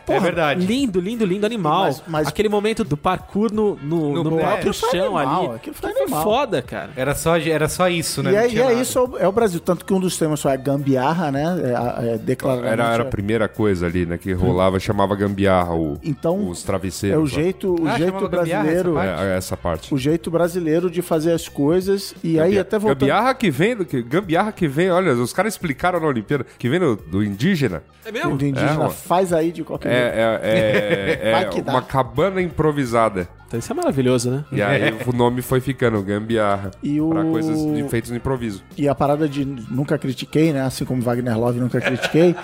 Porra, É verdade. Lindo, lindo, lindo animal. Mas- mas- Aquele momento do parkour no, no, No no pé. próprio Aquilo foi chão animal, ali. aquilo foi Aquilo animal. foda, cara. Era só, era só isso, né? E Não é, e tinha é nada. isso, é o, é o Brasil. Tanto que um dos temas só é gambiarra, né? É, é declarar. Era, era a primeira coisa ali, né? Que rolava, chamava gambiarra o, Então, os É travesseiros. o lá. jeito, o Ah, jeito chamava gambiarra essa brasileiro. parte? É, essa parte. o jeito brasileiro de fazer as coisas. E aí, Gambi- até voltando. Gambiarra que vem, do que, gambiarra que vem, olha, os caras explicaram na Olimpíada, que vem do, do indígena. É do indígena, É, ó. faz aí de qualquer jeito. É, é, é, é Vai que dá. uma cabana improvisada. Então, Isso é maravilhoso, né? E aí o nome foi ficando, gambiarra. E o- Pra coisas de- feitas no improviso. E a parada de nunca critiquei, né? Assim como Wagner Love nunca critiquei.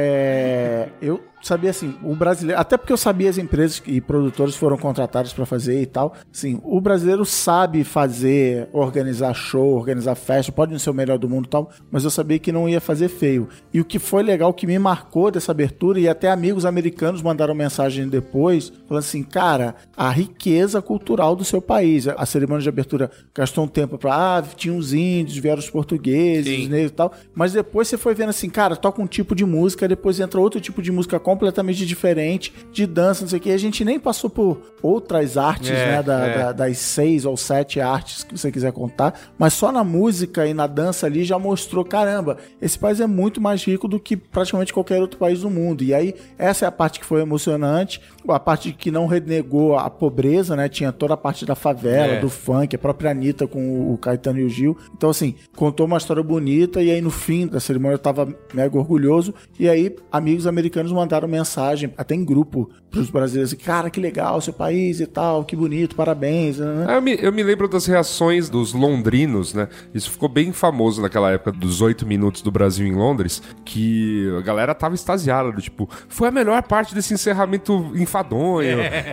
é, eu sabia assim, o brasileiro, até porque eu sabia as empresas e produtores foram contratados pra fazer e tal. Sim, o brasileiro sabe fazer, organizar show, organizar festa, pode não ser o melhor do mundo e tal, mas eu sabia que não ia fazer feio. E o que foi legal que me marcou dessa abertura e até amigos americanos mandaram mensagem depois, falando assim, cara, a riqueza cultural do seu país. A cerimônia de abertura gastou um tempo pra, ah, tinha os índios, vieram os portugueses, os negros e tal, mas depois você foi vendo assim, cara, toca um tipo de música, depois entra outro tipo de música completamente diferente, de dança, não sei o que, e a gente nem passou por outras artes, É, né, da- é. da- das seis ou sete artes que você quiser contar, mas só na música e na dança ali já mostrou, caramba, esse país é muito mais rico do que praticamente qualquer outro país do mundo. E aí, essa é a parte que foi emocionante, a parte que não renegou a pobreza, né? Tinha toda a parte da favela, É. do funk, a própria Anitta com o Caetano e o Gil. Então, assim, contou uma história bonita e aí no fim da cerimônia eu tava mega orgulhoso. E aí, amigos americanos mandaram mensagem, até em grupo, pros brasileiros, assim, cara, que legal, seu país e tal, que bonito, parabéns, né? Ah, eu, me, eu me lembro das reações dos londrinos, né? Isso ficou bem famoso naquela época dos oito minutos do Brasil em Londres, que a galera tava extasiada, do tipo, foi a melhor parte desse encerramento enfadonho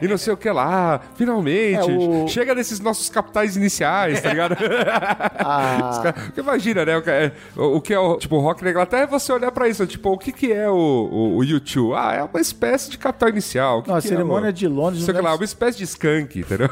e não sei o que lá, finalmente. É, o- Chega desses nossos capitais iniciais, tá ligado? Os Ah, cara- Porque imagina, né? O, cara- o- o que é o tipo, o rock na Inglaterra é você olhar pra isso. Tipo, o que, que é o, o, o U2? Ah, é uma espécie de capital inicial. O que não, a que cerimônia é, o- de Londres, Sei não lá, deve- uma espécie de skunk, entendeu?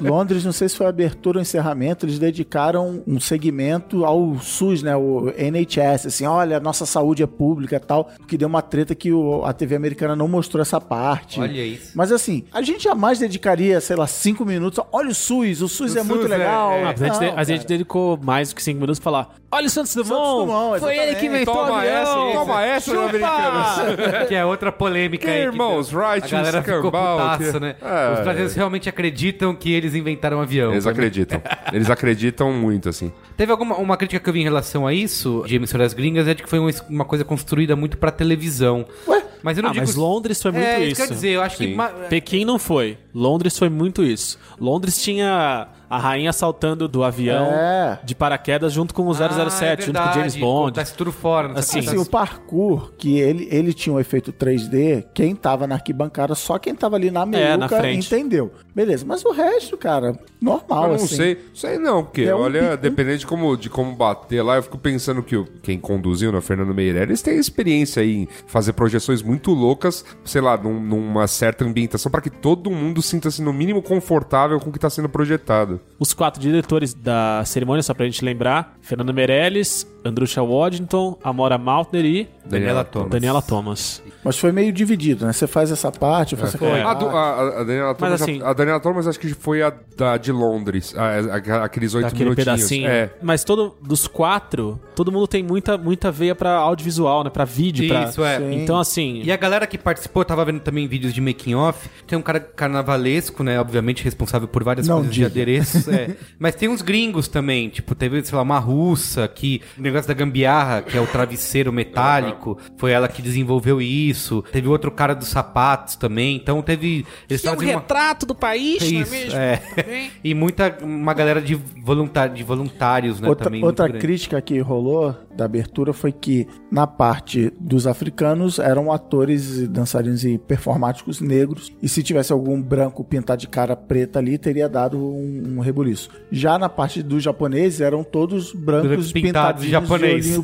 Londres, não sei se foi abertura ou encerramento, eles dedicaram um segmento ao SUS, né, o NHS, assim, olha, nossa saúde é pública e tal, porque deu uma treta que o- a TV americana não mostrou essa parte. Olha isso. Mas assim, a gente jamais dedicaria, sei lá, cinco minutos, a, olha o SUS, o SUS é muito SUS, é, legal. é. Ah, mas a, gente, Não, de- a cara. gente dedicou mais do que cinco minutos pra falar. Olha o Santos Dumont! Dumont, foi ele exatamente. que inventou o toma essa, avião! toma essa, meus americanos. né? que é outra polêmica Que aí. irmãos, que, right, A galera ficou escambau, putaça, que- né? É. Os brasileiros realmente acreditam que eles inventaram um Então, avião. Eles acreditam. Eles acreditam muito, assim. Teve alguma uma crítica que eu vi em relação a isso, de emissoras gringas, é de que foi um es- uma coisa construída muito pra televisão. Ué? Mas eu não Ah, digo... mas Londres foi muito é, isso. quer dizer, eu acho que... Sim. ma- Pequim não foi. Londres foi muito isso. Londres tinha a rainha saltando do avião É. de paraquedas junto com o 007, Ah, é junto com o James verdade, Bond. Tá tudo fora. não sei o que, Assim, o parkour, que ele, ele tinha um efeito 3D, quem tava na arquibancada, só quem tava ali na É, meiuca na frente. entendeu. Beleza, mas o resto, cara, normal, eu não assim. sei, sei não, porque É um olha, pico. dependendo de como, de como bater lá, eu fico pensando que o- quem conduziu, né, o Fernando Meirelles, tem experiência aí em fazer projeções muito loucas, sei lá, num- numa certa ambientação, para que todo mundo sinta-se no mínimo confortável com o que está sendo projetado. Os quatro diretores da cerimônia, só pra gente lembrar: Fernando Meirelles, Andrusha Waddington, Amora Maltner e Daniela Thomas. Daniela Thomas. Mas foi meio dividido, né? Você faz essa É, parte, eu faço aquela A, parte. do- a- a Daniela Thomas, É. assim- a Daniela Thomas acho que foi a da de Londres, a- a- aqueles oito Daquele minutinhos. pedacinho. É. Mas todo, dos quatro, todo mundo tem muita, muita veia pra audiovisual, né? Pra vídeo. pra- Isso, é. Sim. Então, assim. E a galera que participou, eu tava vendo também vídeos de making off. Tem um cara carnavalesco, né? Obviamente responsável por várias Não coisas diga. de adereços. é. Mas tem uns gringos também. Tipo, teve, sei lá, uma russa que. O negócio da gambiarra, que é o travesseiro metálico. Foi ela que desenvolveu isso. Teve outro cara dos sapatos também. Então teve. Eles Que é um fazem uma- retrato do país, não é Isso, mesmo? é. Também. E muita. Uma galera de, voluntar... de voluntários, né? Outra, também muito outra grande. crítica que rolou da abertura foi que, na parte dos africanos, eram atores, e dançarinos e performáticos negros. E se tivesse algum branco pintar de cara preta ali, teria dado um, um rebuliço. Já na parte dos japoneses, eram todos brancos Brancos pintados pintados de de japonês. É. olhinho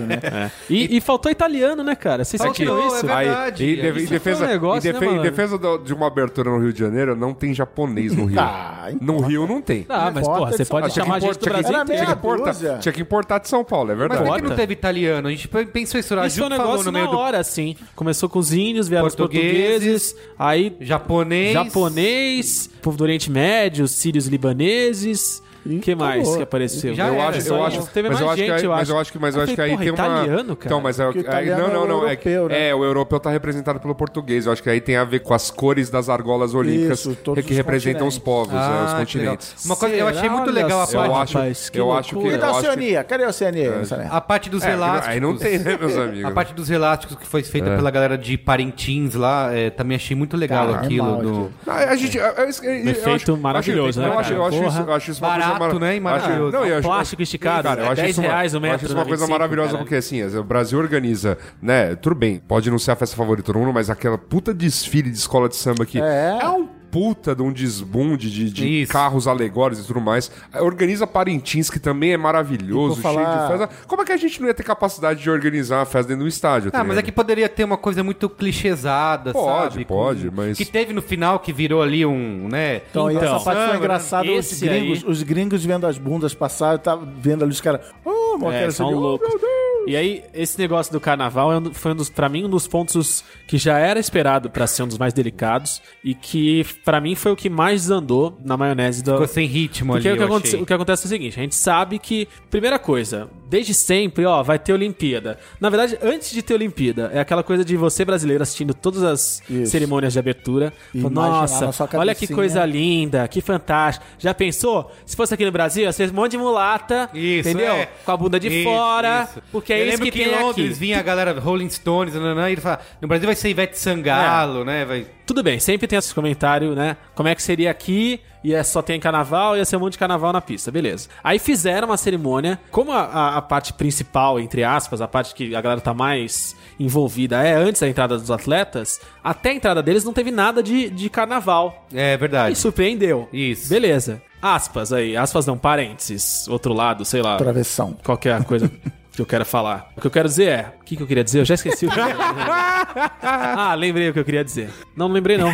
né? E, e faltou italiano, né, cara? Vocês Faltou, sentiram isso? é verdade. Aí, em, def- Isso em defesa, foi um negócio, em defe- né, em mano? defesa do- de uma abertura no Rio de Janeiro, não tem japonês no Rio. Tá. Ah, então. no Rio não tem. Ah, mas Importa porra, você de pode tinha, É que chamar gente import- do tinha, que, Brasil tinha, Era que inteiro. mesmo. importar, dúzia. tinha que importar de São Paulo, é Mas verdade. por que Bota. não teve italiano? A gente pensou isso, a Isso foi um Ju falou negócio no meio na do hora, assim. Começou com os índios, vieram os Portugueses, portugueses, aí japonês. japonês, povo do Oriente Médio, sírios libaneses, E que mais acabou. que apareceu? Já Eu era, acho, só eu isso. acho, Teve mas mais eu acho gente, que aí, eu mas acho. eu acho que mas eu Eu acho que falei, aí porra, tem uma italiano, cara? Então, mas é, Porque o aí, italiano não, é o não, não, é, que- europeu, né? é, o europeu tá representado pelo português. Eu acho que aí tem a ver com as cores das argolas olímpicas Isso, todos que os representam os continentes. povos, né, os Ah, que legal. continentes. Uma coisa, eu achei muito legal a só, parte, acho- eu acho que- E da eu acho Oceania? Cadê a Oceania? aí nessa merda? a parte dos É, elásticos. aí não tem, né, É. meus amigos? A parte dos elásticos que foi feita pela galera de Parintins lá, é, também achei muito Tá, legal Cara, é aquilo. mal do- aquilo. Ah, a gente, eu- eu- eu- eu Efeito acho- maravilhoso, eu né, acho- Eu cara? acho, eu acho isso, Porra. eu acho isso uma Barato, coisa né, e maravilhoso. Acho, não, eu acho, Plástico esticado, Cara, eu é acho 10 isso uma, reais o eu metro, acho isso uma né, coisa 25, maravilhosa, caralho. porque assim, as- o Brasil organiza, né? Tudo bem, pode não ser a festa favorita do mundo, mas aquela puta desfile de escola de samba aqui. É. um puta de um desbunde de, de Isso. carros alegóricos e tudo mais. Organiza Parintins, que também é maravilhoso, E por falar- cheio de festa. Como é que a gente não ia ter capacidade de organizar uma festa dentro do estádio? tá Ah, mas é ligado? que poderia ter uma coisa muito clichêsada, Pode, sabe? pode, mas- Que teve no final, que virou ali um, né? Então, e Então, essa parte foi samba, engraçada, os esse gringos, os gringos vendo as bundas passar, eu tava vendo ali os caras. Oh, mó É, cara são subiu, oh, loucos. meu Deus." E aí, esse negócio do carnaval é um do- foi, um dos, pra mim, um dos pontos que já era esperado pra ser um dos mais delicados e que, pra mim, foi o que mais desandou na maionese do, Ficou sem ritmo Porque ali, o que, eu aconte- achei. o que acontece é o seguinte, a gente sabe que, primeira coisa, desde sempre, ó, vai ter Olimpíada. Na verdade, antes de ter Olimpíada, é aquela coisa de você brasileiro assistindo todas as Isso. cerimônias de abertura. E Fala, imaginar Nossa, na sua olha que cabecinha. coisa linda, que fantástico. Já pensou? Se fosse aqui no Brasil, ia ser um monte de mulata, Isso, entendeu? é. Com a bunda de Isso, fora, isso. porque é Eu isso lembro que, em tem Londres aqui. vinha a galera Rolling Stones, nananã, e ele fala, no Brasil vai ser Ivete Sangalo, É. né? Vai... Tudo bem, sempre tem esses comentários, né? Como é que seria aqui? E é, só tem carnaval, ia ser um monte de carnaval na pista, beleza. Aí fizeram uma cerimônia, como a, a- a parte principal, entre aspas, a parte que a galera tá mais envolvida é antes da entrada dos atletas, até a entrada deles não teve nada de, de carnaval. É verdade. E surpreendeu. Isso. Beleza. Aspas aí, aspas não, parênteses, outro lado, sei lá Travessão. qualquer coisa que eu quero falar. O que eu quero dizer é. O que, que eu queria dizer? Eu já esqueci o que eu queria dizer. Ah, lembrei o que eu queria dizer. Não, não lembrei não.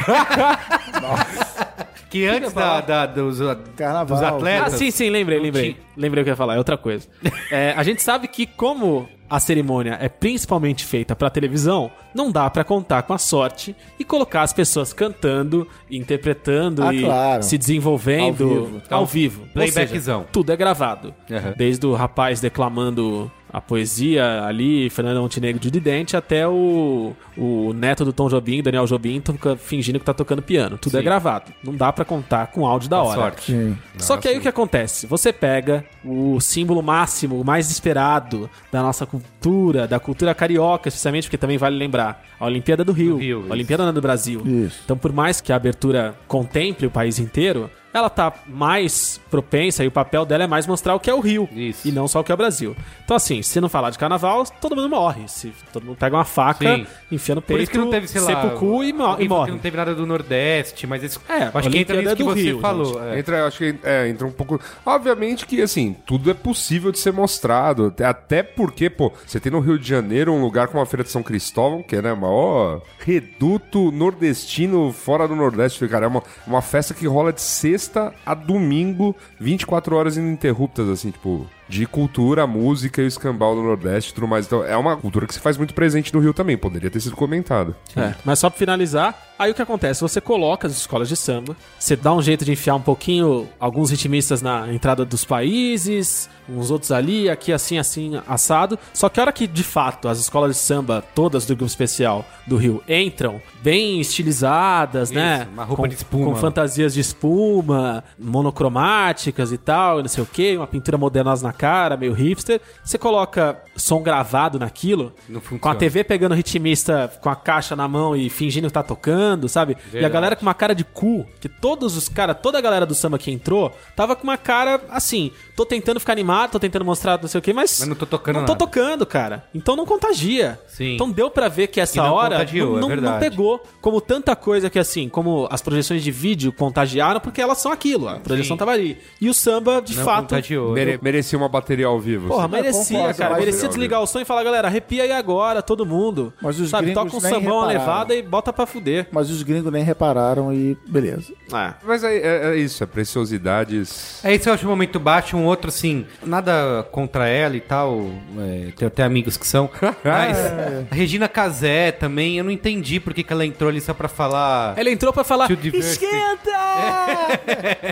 Que antes da, da- dos, Carnaval. dos Ah, atletas... sim, sim, lembrei, lembrei. Lembrei o que eu ia falar, é outra coisa. É, a gente sabe que como a cerimônia é principalmente feita pra televisão, não dá pra contar com a sorte e colocar as pessoas cantando, interpretando Ah, e claro. se desenvolvendo Ao vivo. ao vivo. Ou Playbackzão. seja, Tudo é gravado. Desde o rapaz declamando a poesia ali, Fernando Montenegro de Didente, até o, o neto do Tom Jobim, Daniel Jobim, toca- fingindo que tá tocando piano. Tudo é gravado. Não dá pra contar com áudio da hora. Sorte. Sim. Só que aí assim- o que acontece? Você pega o símbolo máximo, o mais esperado da nossa cultura, da cultura carioca, especialmente, porque também vale lembrar, a Olimpíada do Rio, Rio, isso. a Olimpíada não é do Brasil. Isso. Então, por mais que a abertura contemple o país inteiro, ela tá mais propensa e o papel dela é mais mostrar o que é o Rio Isso. e não só o que é o Brasil. Então, assim, se não falar de carnaval, todo mundo morre. Se todo mundo pega uma faca, Sim. enfia no peito, Por isso que não teve, sei lá... cepa o cu e, mo- alguém falou e morre. que Não teve nada do Nordeste, mas isso... É, eu acho que entra Olimpíada nisso que do você Rio, falou. é. Entra, eu acho que é, entra um pouco. Obviamente que, assim, tudo é possível de ser mostrado. até- Até porque, pô, você tem no Rio de Janeiro um lugar como a Feira de São Cristóvão, que é, né, maior reduto nordestino fora do Nordeste, cara. É uma, uma festa que rola de sexta a domingo, 24 horas ininterruptas, assim, tipo. De cultura, música e o escambau do Nordeste e tudo mais. Então, é uma cultura que se faz muito presente no Rio também. Poderia ter sido comentada. É, mas só pra finalizar, aí o que acontece? Você coloca as escolas de samba, você dá um jeito de enfiar um pouquinho alguns ritmistas na entrada dos países, uns outros ali, aqui assim, assim, assado. Só que a hora que, de fato, as escolas de samba, todas do grupo especial do Rio, entram bem estilizadas, né? uma roupa Com- de espuma. Com fantasias de espuma, monocromáticas e tal, e não sei o que, uma pintura modernosa na cara, meio hipster. Você coloca som gravado naquilo, Não com a funciona. TV pegando o ritmista com a caixa na mão e fingindo que tá tocando, sabe? E a galera com uma cara de cu, que todos os caras, toda a galera do samba que entrou, tava com uma cara assim, tô tentando ficar animado, tô tentando mostrar não sei o que, mas. Mas não tô tocando Não tô nada. tocando, cara. Então não contagia. Sim. Então deu pra ver que essa E não hora contagiou, não, é não- não verdade. pegou. Como tanta coisa que assim, como as projeções de vídeo contagiaram, porque elas são aquilo, a projeção Sim. tava ali. E o samba, de Não tá fato. contagiou. Mere- merecia uma bateria ao vivo. Porra, assim. merecia, concordo, cara. mas- Merecia desligar o som e falar, galera, arrepia aí agora, todo mundo. Mas os Sabe, gringos toca um nem sambão à repararam. levada e bota pra fuder. Mas os gringos nem repararam e beleza. É. Mas é, é- é isso, é preciosidades. É isso, eu acho um momento baixo, um outro assim, nada contra ela e tal, é, tenho até amigos que são, mas É. a Regina Casé também, eu não entendi por que, que ela entrou ali só pra falar... Ela entrou pra falar, Too diverse. esquenta!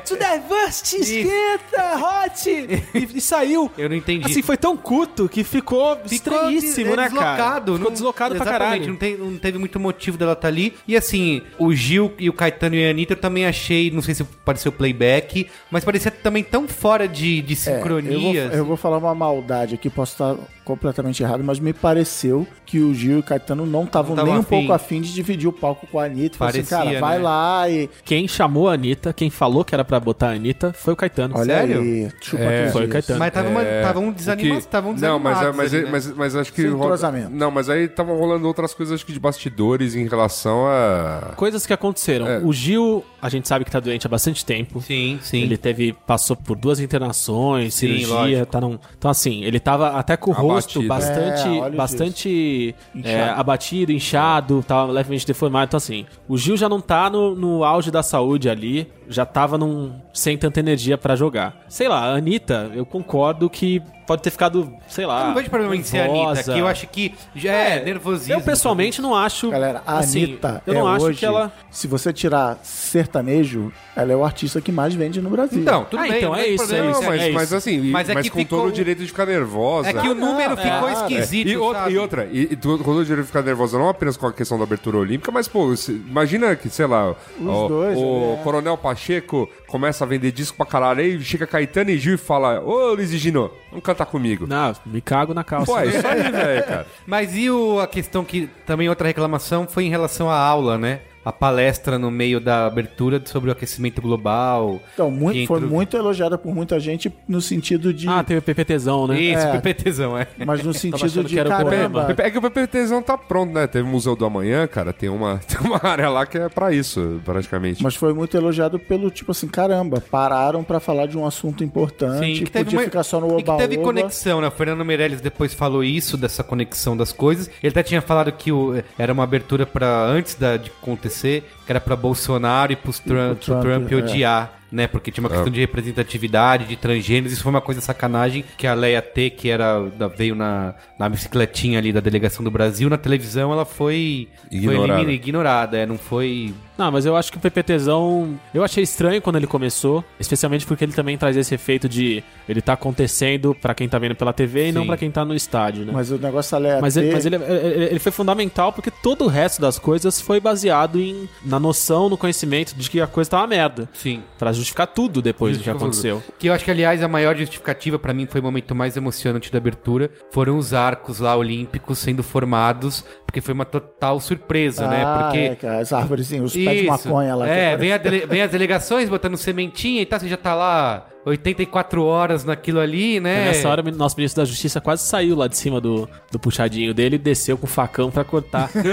To the worst, esquenta, hot! E, e saiu. Eu não entendi. Assim, foi tão culto que ficou, estranhíssimo, de- é né, cara? deslocado, Ficou não- deslocado pra exatamente, caralho. Não, tem- não teve muito motivo dela estar ali. E assim, o Gil e o Caetano e a Anitta eu também achei, não sei se pareceu playback, mas parecia também tão fora de, É, de É, Eu vou, sincronia. eu vou falar uma maldade aqui, posso estar completamente errado, mas me pareceu que o Gil e o Caetano não estavam Não nem um tavam afim. pouco afim de dividir o palco com a Anitta. Falou assim, Parecia, cara, vai né? lá e. Quem chamou a Anitta, quem falou que era pra botar a Anitta, foi o Caetano. Olha Sério? aí, chupa É. aqui, Foi o Gil. Caetano. assim. Mas estavam tavam O que- desanimados, estavam Não, mas, é- desanimados. mas, mas, ali, um né? mas, acho que. Sem rola- entrosamento. Não, mas aí estavam rolando outras coisas acho que de bastidores em relação a. Coisas que aconteceram. É. O Gil, a gente sabe que tá doente há bastante tempo. Sim, sim. Ele teve, passou por duas internações, cirurgia, lógico. tá num, então assim, ele tava até com o rosto Abatido. É, bastante, olha bastante Inchado. é, abatido, inchado, tava levemente deformado, então assim, o Gil já não tá no, no auge da saúde ali, já tava num, sem tanta energia pra jogar. Sei lá, a Anitta, eu concordo que pode ter ficado, sei lá, Eu tá não vejo problema em ser a Anitta, nervosa. que eu acho que já é, nervosismo. Eu pessoalmente não acho, Galera, a assim, Anitta eu não é acho hoje, que ela se você tirar sertanejo, ela é o artista que mais vende no Brasil. Então, tudo Ah, bem. então não é tem isso, problema. é Não, isso. mas, mas isso. assim, e- Mas mas, é que com ficou- todo o direito de ficar nervosa. É que o número ficou esquisito, E, outra- sabe? e outra, e, e tu- quando o direito ficar nervoso, não apenas com a questão da abertura olímpica, mas, pô, se- imagina que, sei lá, o, dois, o né? Coronel Pacheco começa a vender disco pra caralho, aí chega Caetano e Gil e fala: Ô Luiz e Gino, vamos cantar comigo. não, me cago na calça. Pô, é isso aí, velho, cara. Mas e o- a questão que também outra reclamação foi em relação à aula, né? A palestra no meio da abertura sobre o aquecimento global. Então, mu- que foi entrou- muito elogiada por muita gente no sentido de. Ah, teve o PPTzão, né? Isso, É. PPTzão, é. Mas no sentido achando de que era o caramba. Pepe- É que o PPTzão tá pronto, né? Teve o Museu do Amanhã, cara. Tem uma, tem uma área lá que é pra isso, praticamente. Mas foi muito elogiado pelo tipo assim, caramba, pararam pra falar de um assunto importante, Sim, que teve, podia uma- ficar só no e que oba, teve conexão, né? O Fernando Meirelles depois falou isso, dessa conexão das coisas. Ele até tinha falado que o- eh, era uma abertura para antes da, de acontecer, que era para Bolsonaro e pros Trump, pro Trump, Trump é. odiar. Né, porque tinha uma questão de representatividade, de transgêneros, isso foi uma coisa sacanagem que a Leia T, que era, da- veio na, na bicicletinha ali da delegação do Brasil, na televisão ela foi Ignorada. foi elimina- ignorada é, não foi Não, mas eu acho que o PPTzão. Eu achei estranho quando ele começou, especialmente porque ele também traz esse efeito de ele tá acontecendo pra quem tá vendo pela TV e não pra quem tá no estádio, né? Mas... Mas o negócio é aleatório. ele, mas ele- ele- ele foi fundamental porque todo o resto das coisas foi baseado em, na noção, no conhecimento de que a coisa tá uma merda. sim Pra justificar tudo depois do que aconteceu. Que eu acho que, aliás, a maior justificativa pra mim foi o momento mais emocionante da abertura. Foram os arcos lá olímpicos sendo formados, porque foi uma total surpresa, né? Ah, Porque. é, cara, as árvorezinhas, os pés de Isso. maconha lá. que É, aparecem. vem, a dele- vem as delegações botando sementinha e tal, você já tá lá 84 horas naquilo ali, né? Nessa hora, o nosso ministro da Justiça quase saiu lá de cima do, do puxadinho dele e desceu com o facão pra cortar. Ele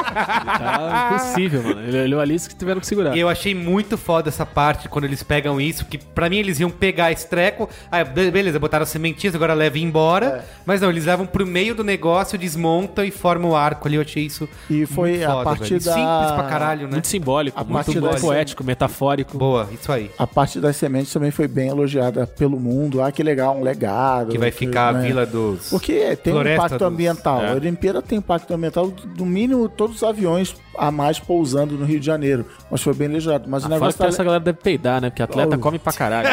tá impossível, mano. Ele olhou ali e disse que tiveram que segurar. E eu achei muito foda essa parte quando eles pegam isso, que pra mim eles iam pegar esse treco, aí be- beleza, botaram as sementinhas, agora leva embora. É. Mas não, eles levam pro meio do negócio, desmontam e formam o arco ali. Eu achei isso. E foi muito a foda, partir velho. da- Simples pra caralho, né? Muito simbólico, A muito parte bom, da- poético, metafórico. Boa, isso aí. A parte das sementes também foi bem elogiada pelo mundo. Ah, que legal, um legado. Que vai ficar a né? vila dos. Porque tem um Floresta impacto dos- ambiental. É. A Olimpíada tem impacto ambiental, no mínimo todos os aviões a mais pousando no Rio de Janeiro. Mas foi bem elogiado. Ah, Mas o Fora que negócio tá... essa galera deve peidar, né? Porque atleta Oh. come pra caralho.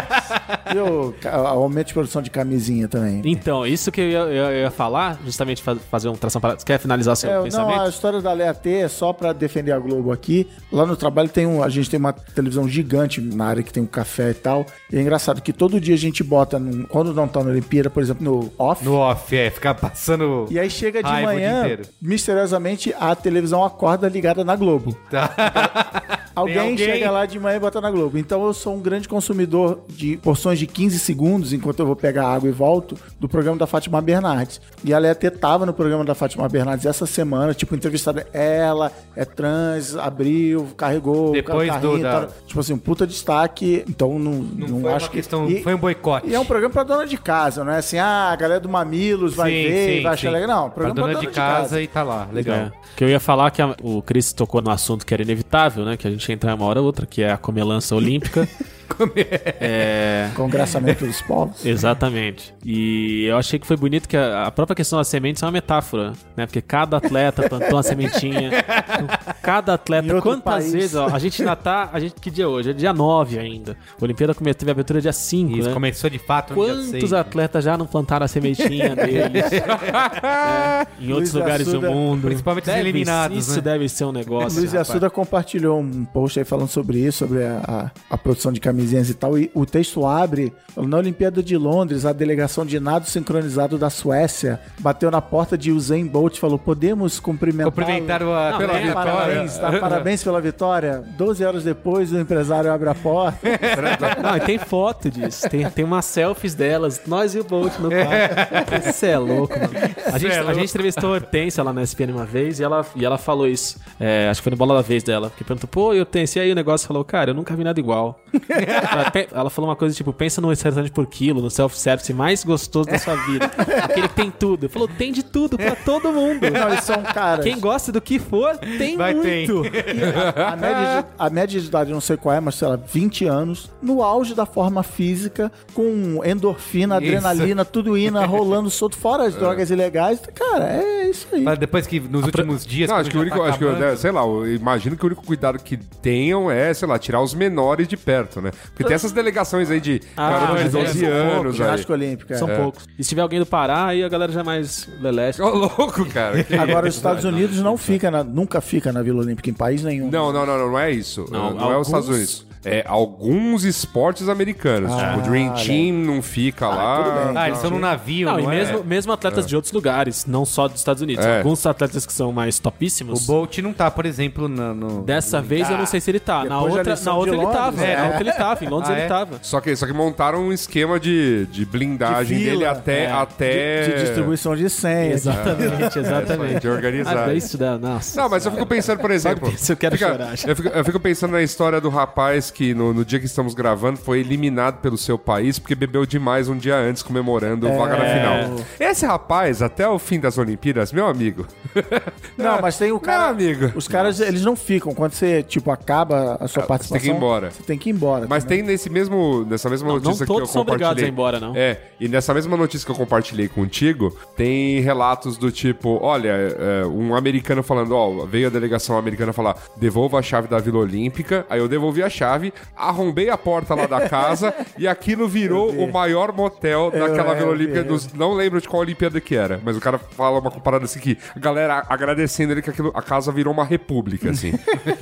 E o ca- aumento de produção de camisinha também. Então, isso que eu ia, eu ia falar, justamente fa- fazer um tração para. Você quer finalizar seu É, pensamento? não, a história da Leia T é só pra defender a Globo aqui. Lá no trabalho tem um, a gente tem uma televisão gigante na área que tem um café e tal. E é engraçado que todo dia a gente bota, num- quando não tá na Olimpíada, por exemplo, no off. No off, é, ficar passando. E aí chega de raiva o dia manhã, inteiro. misteriosamente, a televisão acorda ligada na Globo. Tá. Alguém, Tem alguém. chega lá de manhã e bota na Globo. Então eu sou um grande consumidor de porções de 15 segundos, enquanto eu vou pegar água e volto, do programa da Fátima Bernardes. E ela até tava no programa da Fátima Bernardes essa semana, tipo, entrevistada ela, é trans, abriu, carregou, Depois car- do carrinho, da- tal. Tipo assim, um puta destaque. Então não, não, Não foi acho uma que- questão. E- Foi um boicote. e é um programa pra dona de casa, não é assim, ah, a galera do Mamilos vai Sim, ver sim, e vai achar sim. legal. Não, pra programa é dona de casa e tá lá. Legal. É, que eu ia falar que a- o Chris tocou no assunto que era inevitável, né? Que a gente ia entrar uma hora ou outra, que é a comelança olímpica. É, Congressamento dos povos. Exatamente. E eu achei que foi bonito que a, a própria questão das sementes é uma metáfora, né? Porque cada atleta plantou uma sementinha. cada Em atleta, outro quantas país. vezes, ó, a gente ainda tá, a gente, que dia é hoje? É dia 9 ainda. A Olimpíada come- teve abertura dia 5, Isso né? começou de fato no dia seis, Quantos né? atletas já não plantaram a semeitinha deles? né? Em Luiz outros lugares Assuda- do mundo. Principalmente os Deve- eliminados, Isso né? deve ser um negócio. Luiz rapaz. Assuda compartilhou um post aí falando sobre isso, sobre a, a, a produção de camisinhas e tal. E o texto abre. Na Olimpíada de Londres, a delegação de nado sincronizado da Suécia bateu na porta de Usain Bolt e falou: podemos cumprimentar. Cumprimentar a, pela é, vitória. Parabéns, tá? Parabéns pela vitória. Doze horas depois, o empresário abre a porta. Não, e tem foto disso. Tem, tem umas selfies delas, nós e o Bolt no palco. Você é louco, mano. A gente, é a gente entrevistou a Hortência lá na SPN uma vez e ela, e ela falou isso. É, acho que foi no Bola da Vez dela. Que perguntou, pô, e Hortência? E aí o negócio falou, cara, eu nunca vi nada igual. ela, pe- ela falou uma coisa tipo, pensa no restaurante por quilo, no self-service mais gostoso da sua vida. Aquele que tem tudo. Falou, tem de tudo pra todo mundo. Não, Então, eles são caras. Quem gosta do que for, tem Vai, tem. muito. A média, de, a média de idade, não sei qual é, mas sei lá, 20 anos, no auge da forma física, com endorfina, Isso. adrenalina, tudo indo, rolando solto, fora É. as drogas ilegais. Cara, é isso aí. Mas depois que nos últimos dias. Não, acho que o quando já único, tá acho que, acabando- né, sei lá, eu imagino que o único cuidado que tenham é, sei lá, tirar os menores de perto, né? Porque tem essas delegações aí de Ah, garoto de mas é, 12 são anos aí. Ginástica olímpica. São poucos. E se tiver alguém do Pará, aí a galera já é mais leleste. Ô, louco, cara. que- é. Agora, os Estados Unidos não fica na- nunca fica na Vila Olímpica em país nenhum. Não, não, não, não, não é isso. Não, Não, é os alguns- Estados Unidos. É alguns esportes americanos. tipo, o Dream Team não fica lá. Ah, tudo bem. Ah, eles estão num navio, Não, não, e é? mesmo, mesmo atletas de outros lugares, não só dos Estados Unidos. É. Alguns atletas que são mais O topíssimos. Bolt não tá, por exemplo, na- no. Dessa vez eu não sei se ele tá. Na Depois da outra, lição na outra de ele Londres, tava. né? Na outra ele tava. Em Londres Ah, ele é? tava. Só que, só que montaram um esquema de, de blindagem De fila, dele até. é. até... De distribuição de senha. Exatamente, É, De organizar. Ah, isso da. Nossa. Não, mas eu fico pensando, por exemplo. disso eu quero fica- chorar, já. Eu fico, eu fico pensando na história do rapaz que, no, no dia que estamos gravando, foi eliminado pelo seu país porque bebeu demais um dia antes, comemorando É. vaga na final. Esse rapaz, até o fim das Olimpíadas, meu amigo. Não, mas tem o cara. Meu amigo. Ah, Os caras, eles não ficam. Quando você, tipo, acaba a sua participação. tem que ir embora. Você tem que ir embora. Mas também. tem nesse mesmo, nessa mesma não notícia que eu todos são compartilhei. obrigados a ir embora, não. É, e nessa mesma notícia que eu compartilhei contigo, tem relatos do tipo, olha, é, um americano falando, ó, veio a delegação americana falar, devolva a chave da Vila Olímpica, aí eu devolvi a chave, arrombei a porta lá da casa e aquilo virou o maior motel daquela Vila eu vi, Olímpica, eu dos- não lembro de qual Olimpíada que era, mas o cara fala uma comparada assim que a galera agradecendo ele que aquilo, a casa virou uma república, assim.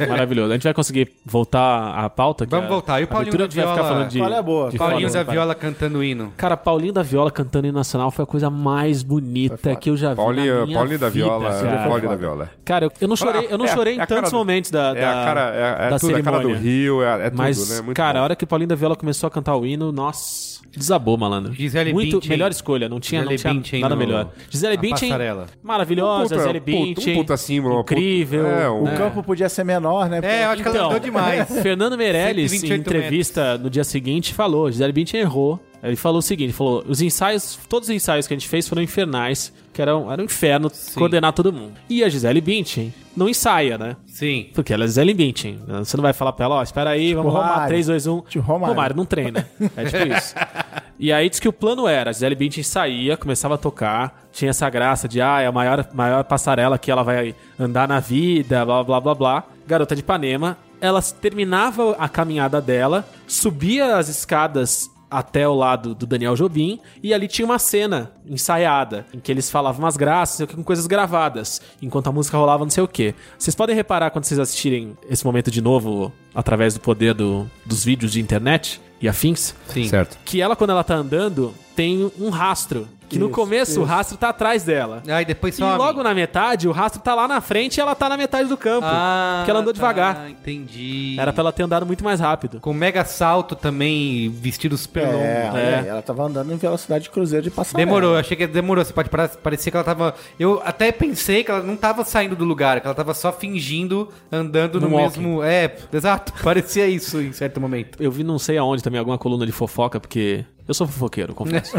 Maravilhoso. A gente vai conseguir voltar à pauta? que Vamos é- voltar. E o a Paulinho abertura da que vai Viola? ficar falando de. Qual é a boa? Paulinho de Fórmula da um, vai. Viola cantando o hino. Cara, Paulinho da Viola cantando em nacional foi a coisa mais bonita que eu já vi. na Paulinho, minha Paulinho da vida, Viola, cara. Paulinho da Viola. Cara, eu, eu não chorei, eu não É a- chorei é a em tantos cara do- momentos da, É a da- cara, é, é da tudo, é a cara do cerimônia. Rio, é, é tudo, Mas, né? cara, bom. a hora que Paulinho da Viola começou a cantar o hino, nossa, desabou, malandro. Gisele Muito Bündchen. melhor escolha, não tinha, não Gisele tinha Bündchen nada no- melhor. Gisele na Bündchen, passarela. maravilhosa, Um puta- Gisele puta- um Bündchen. puta símbolo, uma puta- Incrível. É, um- O campo podia ser menor, né? É, eu acho que Então. ela andou demais. Fernando Meirelles, em 128 entrevista no dia seguinte, falou: Gisele Bündchen errou. Ele falou o seguinte: falou, os ensaios, todos os ensaios que a gente fez foram infernais, que era um, era um inferno coordenar todo mundo. E a Gisele Bündchen não ensaia, né? Sim. Porque ela é Gisele Bündchen. né? Você não vai falar pra ela, ó, espera aí, vamos lá, Tipo Romário. 3, 2, 1. Tipo Romário. não treina. É tipo isso. E aí diz que o plano era, a Gisele Bündchen saía, começava a tocar, tinha essa graça de, ah, é a maior, maior passarela que ela vai andar na vida, blá, blá, blá, blá. Garota de Ipanema, ela terminava a caminhada dela, subia as escadas até o lado do Daniel Jobim, e ali tinha uma cena ensaiada, em que eles falavam umas graças, não sei o quê, com coisas gravadas, enquanto a música rolava não sei o quê. Vocês podem reparar quando vocês assistirem esse momento de novo, através do poder do- dos vídeos de internet e afins, Sim. Certo. que ela, quando ela tá andando, tem um rastro. Que no começo o rastro tá atrás dela. Aí depois E só. logo na metade, o rastro tá lá na frente e ela tá na metade do campo. Ah, porque ela andou tá, devagar. Entendi. Era pra ela ter andado muito mais rápido. Com mega salto também, vestidos É, pelão. olha aí, ela tava andando em velocidade de cruzeiro de passarela. Demorou, eu achei que demorou. Você pode parar- parecia que ela tava. Eu até pensei que ela não tava saindo do lugar, que ela tava só fingindo andando no, No walking. mesmo. É, exato. Parecia isso em certo momento. Eu vi não sei aonde também alguma coluna de fofoca, porque Eu sou fofoqueiro, confesso.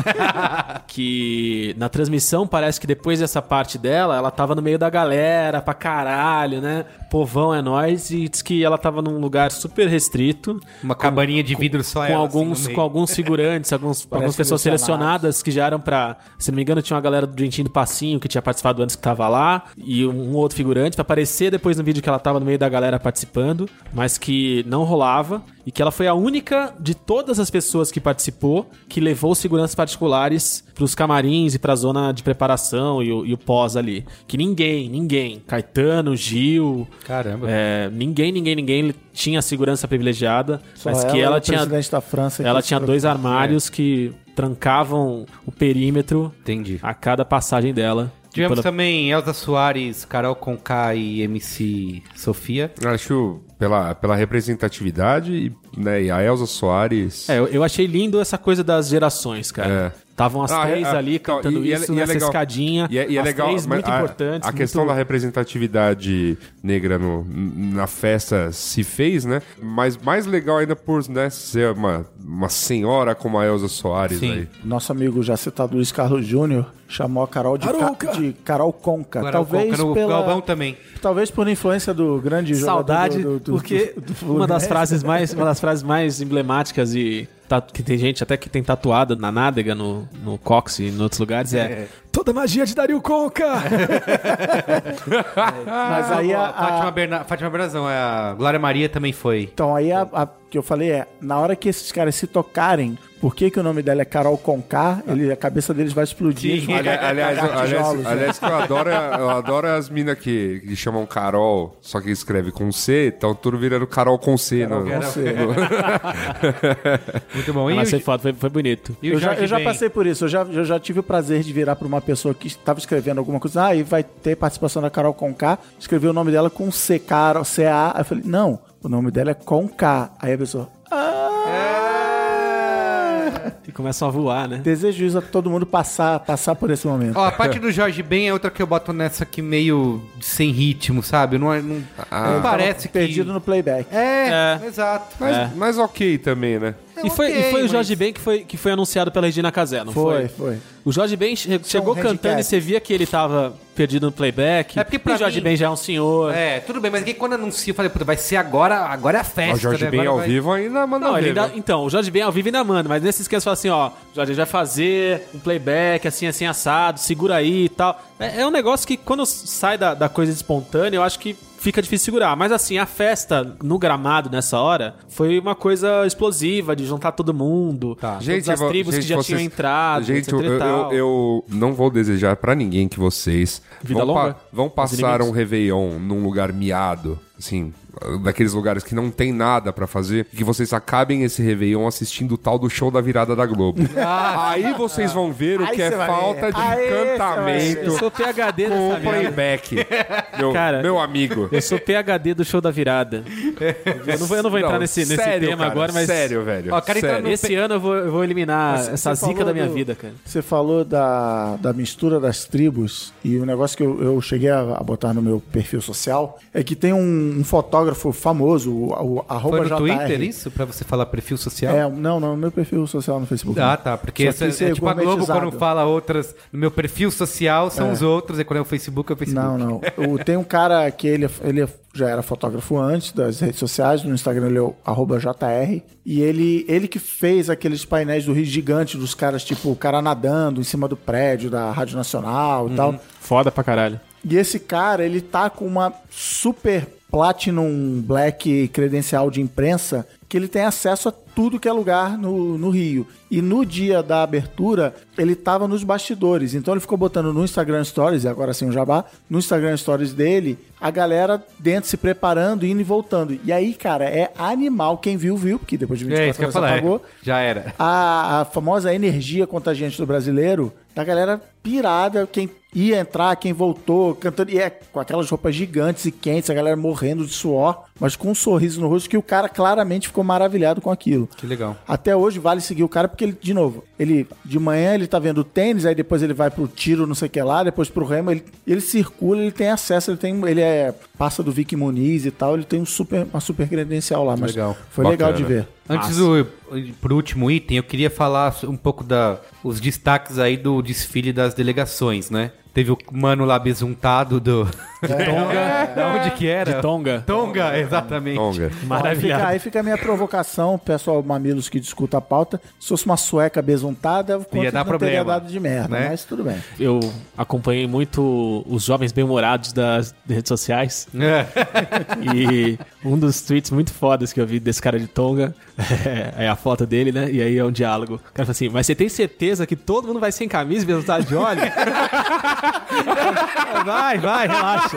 que na transmissão parece que depois dessa parte dela, ela tava no meio da galera pra caralho, né? Povão é nóis. E diz que ela tava num lugar super restrito. Uma cabaninha de vidro só com ela, assim, alguns, no meio. com alguns figurantes, alguns, algumas pessoas selecionadas que já eram pra. Se não me engano, tinha uma galera do Dream Team do Passinho que tinha participado antes que tava lá, e um outro figurante pra aparecer depois no vídeo que ela tava no meio da galera participando, mas que não rolava, e que ela foi a única de todas as pessoas que participou que levou seguranças particulares pros camarins e pra zona de preparação e o, e o pós ali. Que ninguém, ninguém, Caetano, Gil, Caramba. é, ninguém, ninguém, ninguém tinha segurança privilegiada, Só mas que ela o tinha presidente da França. então, que ela se tinha dois preocupa. armários que trancavam o perímetro Entendi. a cada passagem dela. Tivemos Pela- também Elza Soares, Carol Conká e MC Sofia. Acho pela, pela representatividade e, né, e a Elza Soares. É, eu, eu achei lindo essa coisa das gerações, cara. Estavam as Ah, três é, ali então, cantando e- e é- isso e é nessa legal. escadinha. E é, e é as legal, três mas muito a, importantes. A muito- questão da representatividade negra no- na festa se fez, né? Mas mais legal ainda por né, ser uma, uma senhora como a Elza Soares Sim. aí. Nosso amigo já citado Luiz Carlos Júnior chamou a Carol de, Arouca! Ca- de Carol Conca. Carol talvez Conká no pela... Galvão também. Talvez por influência do grande jogador tá- Saudade, do- do- do- porque do- do uma Fluminense. das frases mais uma das frases mais emblemáticas e ta- que tem gente até que tem tatuada na nádega, no, no cox e em outros lugares é, Toda a magia de Dario Conca! Mas Ah, aí a, a- Fátima, Berna... Fátima Bernazão, é a Glória Maria também foi. Então aí a, a- que eu falei é, na hora que esses caras se tocarem, por que, que o nome dela é Carol Conká? Ele, a cabeça deles vai explodir. eles vão Ali- aliás, cagar é tijolos, aliás, né? aliás que eu adoro, é, eu adoro as minas que, que chamam Carol, só que escreve com C, então tudo virando Carol com C. né? no- Não sei. Muito Ah, bom. E o- Ah, mas foi foda, foi, foi bonito. e o Eu já, Jorge eu já Ben? passei por isso, eu já, eu já tive o prazer de virar pra uma pessoa que estava escrevendo alguma coisa, ah, e vai ter participação da Carol Conká, escreveu o nome dela com C, Carol, C-A, aí eu falei, não, o nome dela é Conká. Aí a pessoa, E começam a voar, né? desejo isso a todo mundo passar, passar por esse momento. Ó, a parte do Jorge Ben é outra que eu boto nessa aqui meio sem ritmo, sabe? Não, é- não, não parece que... Ah, Perdido no playback. É, exato. Mas, É. mas ok também, né? E foi, ok, e foi o mas- Jorge Ben que foi, que foi anunciado pela Regina Casé, não foi? Foi, foi. O Jorge Ben che- chegou handicap. cantando e você via que ele tava perdido no playback. um É porque pra e o Jorge mim- Ben já é um senhor. É, tudo bem, mas que quando anuncia, eu falei, puta, vai ser agora, agora é a festa. O Jorge né? Ben Agora ao vai- vivo ainda manda Não, ele ver, ainda, né? então, o Jorge Ben ao vivo ainda manda, mas nesse esquema fala assim, ó, Jorge, a gente vai fazer um playback assim, assim, assado, segura aí e tal. É, é um negócio que quando sai da, da coisa espontânea, eu acho que fica difícil segurar. Mas assim, a festa no gramado nessa hora foi uma coisa explosiva, de juntar todo mundo, Tá. Ah, todas as vo- tribos que já vocês- tinham entrado, Gente, etc eu, e eu- tal. eu não vou desejar pra ninguém que vocês Vida vão, pa- longa? vão passar inimigos? um Réveillon num lugar miado, assim, daqueles lugares que não tem nada pra fazer, que vocês acabem esse Réveillon assistindo o tal do show da virada da Globo. Ah. Aí vocês vão ver o Aí que é cê vai ver. falta de Aí cê vai encantamento Eu sou PHD com dessa o merda. playback. meu, Cara, meu amigo. Eu sou PHD do show da virada. Eu não vou, eu não vou entrar É. Não, nesse, nesse sério, tema cara, agora, mas. Sério, velho. Ó, cara, então sério. não- Esse ano eu vou, eu vou eliminar essa Você zica falou da minha do- vida, cara. Você falou da, da mistura das tribos e o negócio que eu, eu cheguei a, a botar no meu perfil social é que tem um, um fotógrafo famoso, o, o arroba Foi no JR. Twitter isso? Pra você falar perfil social? É, não, não, meu perfil social no Facebook. né? Ah, tá. Porque Só essa, que isso é tipo a Globo gourmetizado. quando fala outras. No meu perfil social são É. os outros, e quando é o Facebook é o Facebook. Não, não. O- tem um cara que ele, ele já era fotógrafo antes das redes sociais, no Instagram ele é o arroba JR, e ele, ele que fez aqueles painéis do Rio Gigante dos caras, tipo, o cara nadando em cima do prédio da Rádio Nacional e Uhum. tal. Foda pra caralho. E esse cara, ele tá com uma super Platinum Black credencial de imprensa que ele tem acesso a tudo que é lugar no, no Rio. E no dia da abertura, ele tava nos bastidores. Então ele ficou botando no Instagram Stories, e agora sim o Jabá, no Instagram Stories dele, a galera dentro se preparando, indo e voltando. E aí, cara, é animal. Quem viu, viu, porque depois de É isso 24 que eu horas falei. apagou Já era. a, a famosa energia contagiante do brasileiro, da galera pirada, quem ia entrar, quem voltou, cantando, e é com aquelas roupas gigantes e quentes, a galera morrendo de suor, mas com um sorriso no rosto que o cara claramente ficou maravilhado com aquilo. Que legal. Até hoje vale seguir o cara porque ele, de novo, ele de manhã ele tá vendo tênis, aí depois ele vai pro tiro, não sei o que lá, depois pro remo, ele, ele circula, ele tem acesso, ele tem ele é é passa do Vic Muniz e tal, ele tem um super, uma super credencial lá. Mas Legal. Foi legal de Bacana. ver. Antes do pro último item, eu queria falar um pouco da os destaques aí do desfile das delegações, né? Teve o mano lá besuntado do de Tonga, da onde que era? De Tonga. Tonga, exatamente. Tonga. Fica- Maravilhado. aí fica a minha provocação, pessoal mamilos que discuta a pauta. Se fosse uma sueca besuntada, o dar não teria problema, dado de merda, né? mas tudo bem. Eu acompanhei muito os jovens bem-humorados das redes sociais. É. E um dos tweets muito fodas que eu vi desse cara de Tonga é, é a foto dele, né? E aí é um diálogo. O cara fala assim: Mas você tem certeza que todo mundo vai sem camisa e tá de óleo? vai, vai, relaxa.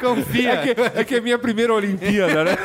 Confia. É que, é que é minha primeira Olimpíada, né?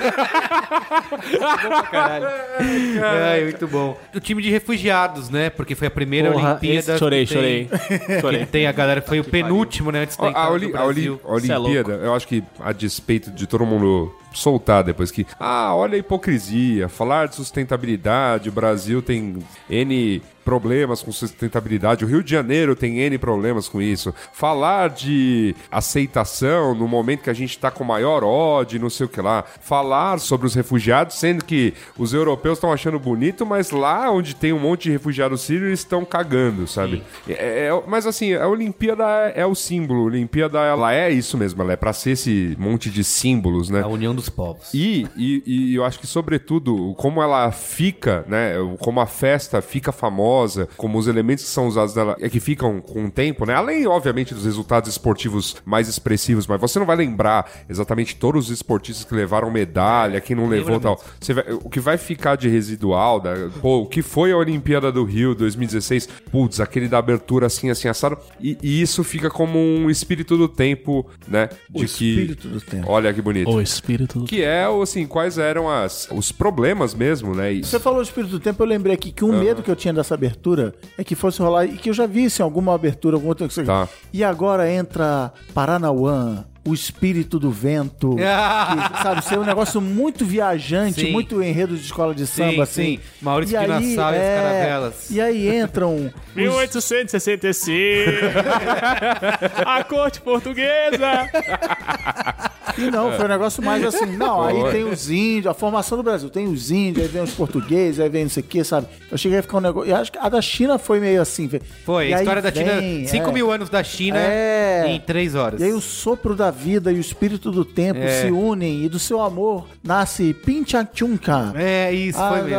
É, muito bom. O time de refugiados, né? Porque foi a primeira Porra, Olimpíada. esse- chorei, que tem- chorei. Que chorei. tem a galera que foi o penúltimo, né? Antes da A, entrada a do Oli- a Oli- Brasil. a Isso é Olimpíada, eu acho que a despeito de todo mundo soltar depois que. Ah, olha a hipocrisia. Falar de sustentabilidade, o Brasil tem N problemas com sustentabilidade, o Rio de Janeiro tem N problemas com isso. Falar de aceitação no momento que a gente tá com maior ódio, e não sei o que lá. Falar sobre os refugiados, sendo que os europeus estão achando bonito, mas lá onde tem um monte de refugiado sírio, eles estão cagando, sabe? É- é- mas assim, a Olimpíada é, é o símbolo. A Olimpíada, ela é isso mesmo, ela é pra ser esse monte de símbolos, né? A união dos povos. E, e, e eu acho que, sobretudo, como ela fica, né? Como a festa fica famosa, como os elementos que são usados dela é que ficam com o tempo, né? Além, obviamente, dos resultados esportivos mais expressivos, mas você não vai lembrar exatamente todos os esportistas que levaram medalha, quem não levou e tal. Você vai- o que vai ficar de residual, da, pô, o que foi a Olimpíada do Rio 2016, putz, aquele da abertura assim, assim, assado. E, e isso fica como um espírito do tempo, né? De O que. espírito do tempo. Olha que bonito. O espírito. Que é, o, assim, quais eram as, os problemas mesmo, né? E- Você falou do Espírito do Tempo, eu lembrei aqui que um medo que eu tinha dessa abertura é que fosse rolar, e que eu já vi isso em alguma abertura, alguma outra coisa. Tá. E agora entra Paranauã, o Espírito do Vento, que, sabe, ser um negócio muito viajante, Sim. muito enredo de escola de Sim, samba, assim. sim. Maurício E de aí, Nassau e as é, caravelas. E aí entram... os- 1865! a corte portuguesa! E não, foi um negócio É. mais assim. Não, aí Foi. tem os índios, a formação do Brasil. Tem os índios, aí vem os portugueses, aí vem não sei o quê, sabe? Eu cheguei a ficar um negócio. Eu acho que a da China foi meio assim. velho. Foi, E a aí história da vem, China. 5 é. mil anos da China É. em 3 horas. E aí o sopro da vida e o espírito do tempo É. se unem e do seu amor nasce Pinchachunka. É, isso, Ah, foi mesmo.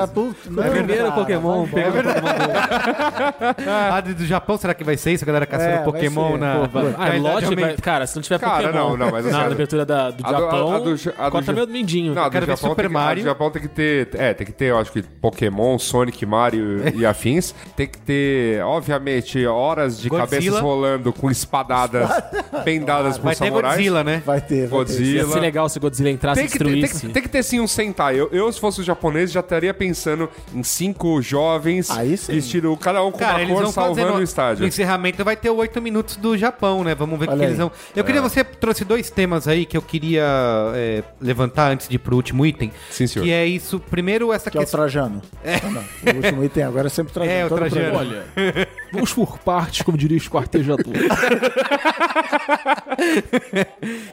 É O primeiro Pokémon, pegou o Pokémon Go. Ah, do do Japão, será que vai ser isso? A galera caçando É, vai Pokémon ser. na. Pô, na Ah, é Idade lote, Aumenta. vai- cara, se não tiver Cara, Pokémon não, não, mas assim, na a- abertura da, do a do- a- Japão, a do Ja- a do corta Ja- meio do mindinho. Não, do quero ver Japão, Super tem que, Mario. a do Japão tem que ter. É, tem que ter, eu acho que Pokémon, Sonic, Mario e afins. Tem que ter, obviamente, horas de Godzilla. cabeças rolando com espadadas bendadas por Vai ter samurais. Godzilla, né? Vai ter. vai ter. Ia ser Godzilla. legal se o Godzilla entrasse e Tem que, ter, tem, destruísse. que, tem que ter sim um Sentai. Eu, eu, se fosse o japonês, já estaria pensando em cinco jovens Aí sim. vestidos, cada um com uma cor, salvando no- o No estádio. encerramento vai ter o 8 minutos do Japão, né? Vamos ver o que Olha que eles aí. vão. Eu É. queria. Você trouxe dois temas aí que eu queria é, levantar antes de ir pro último item. Sim, senhor. Que é isso. Primeiro, essa Que é o questão. Trajano. É. Não, não. O último item agora é sempre Trajano. É, o todo Trajano. programa. Olha, um vamos por partes, como diria o esquartejador.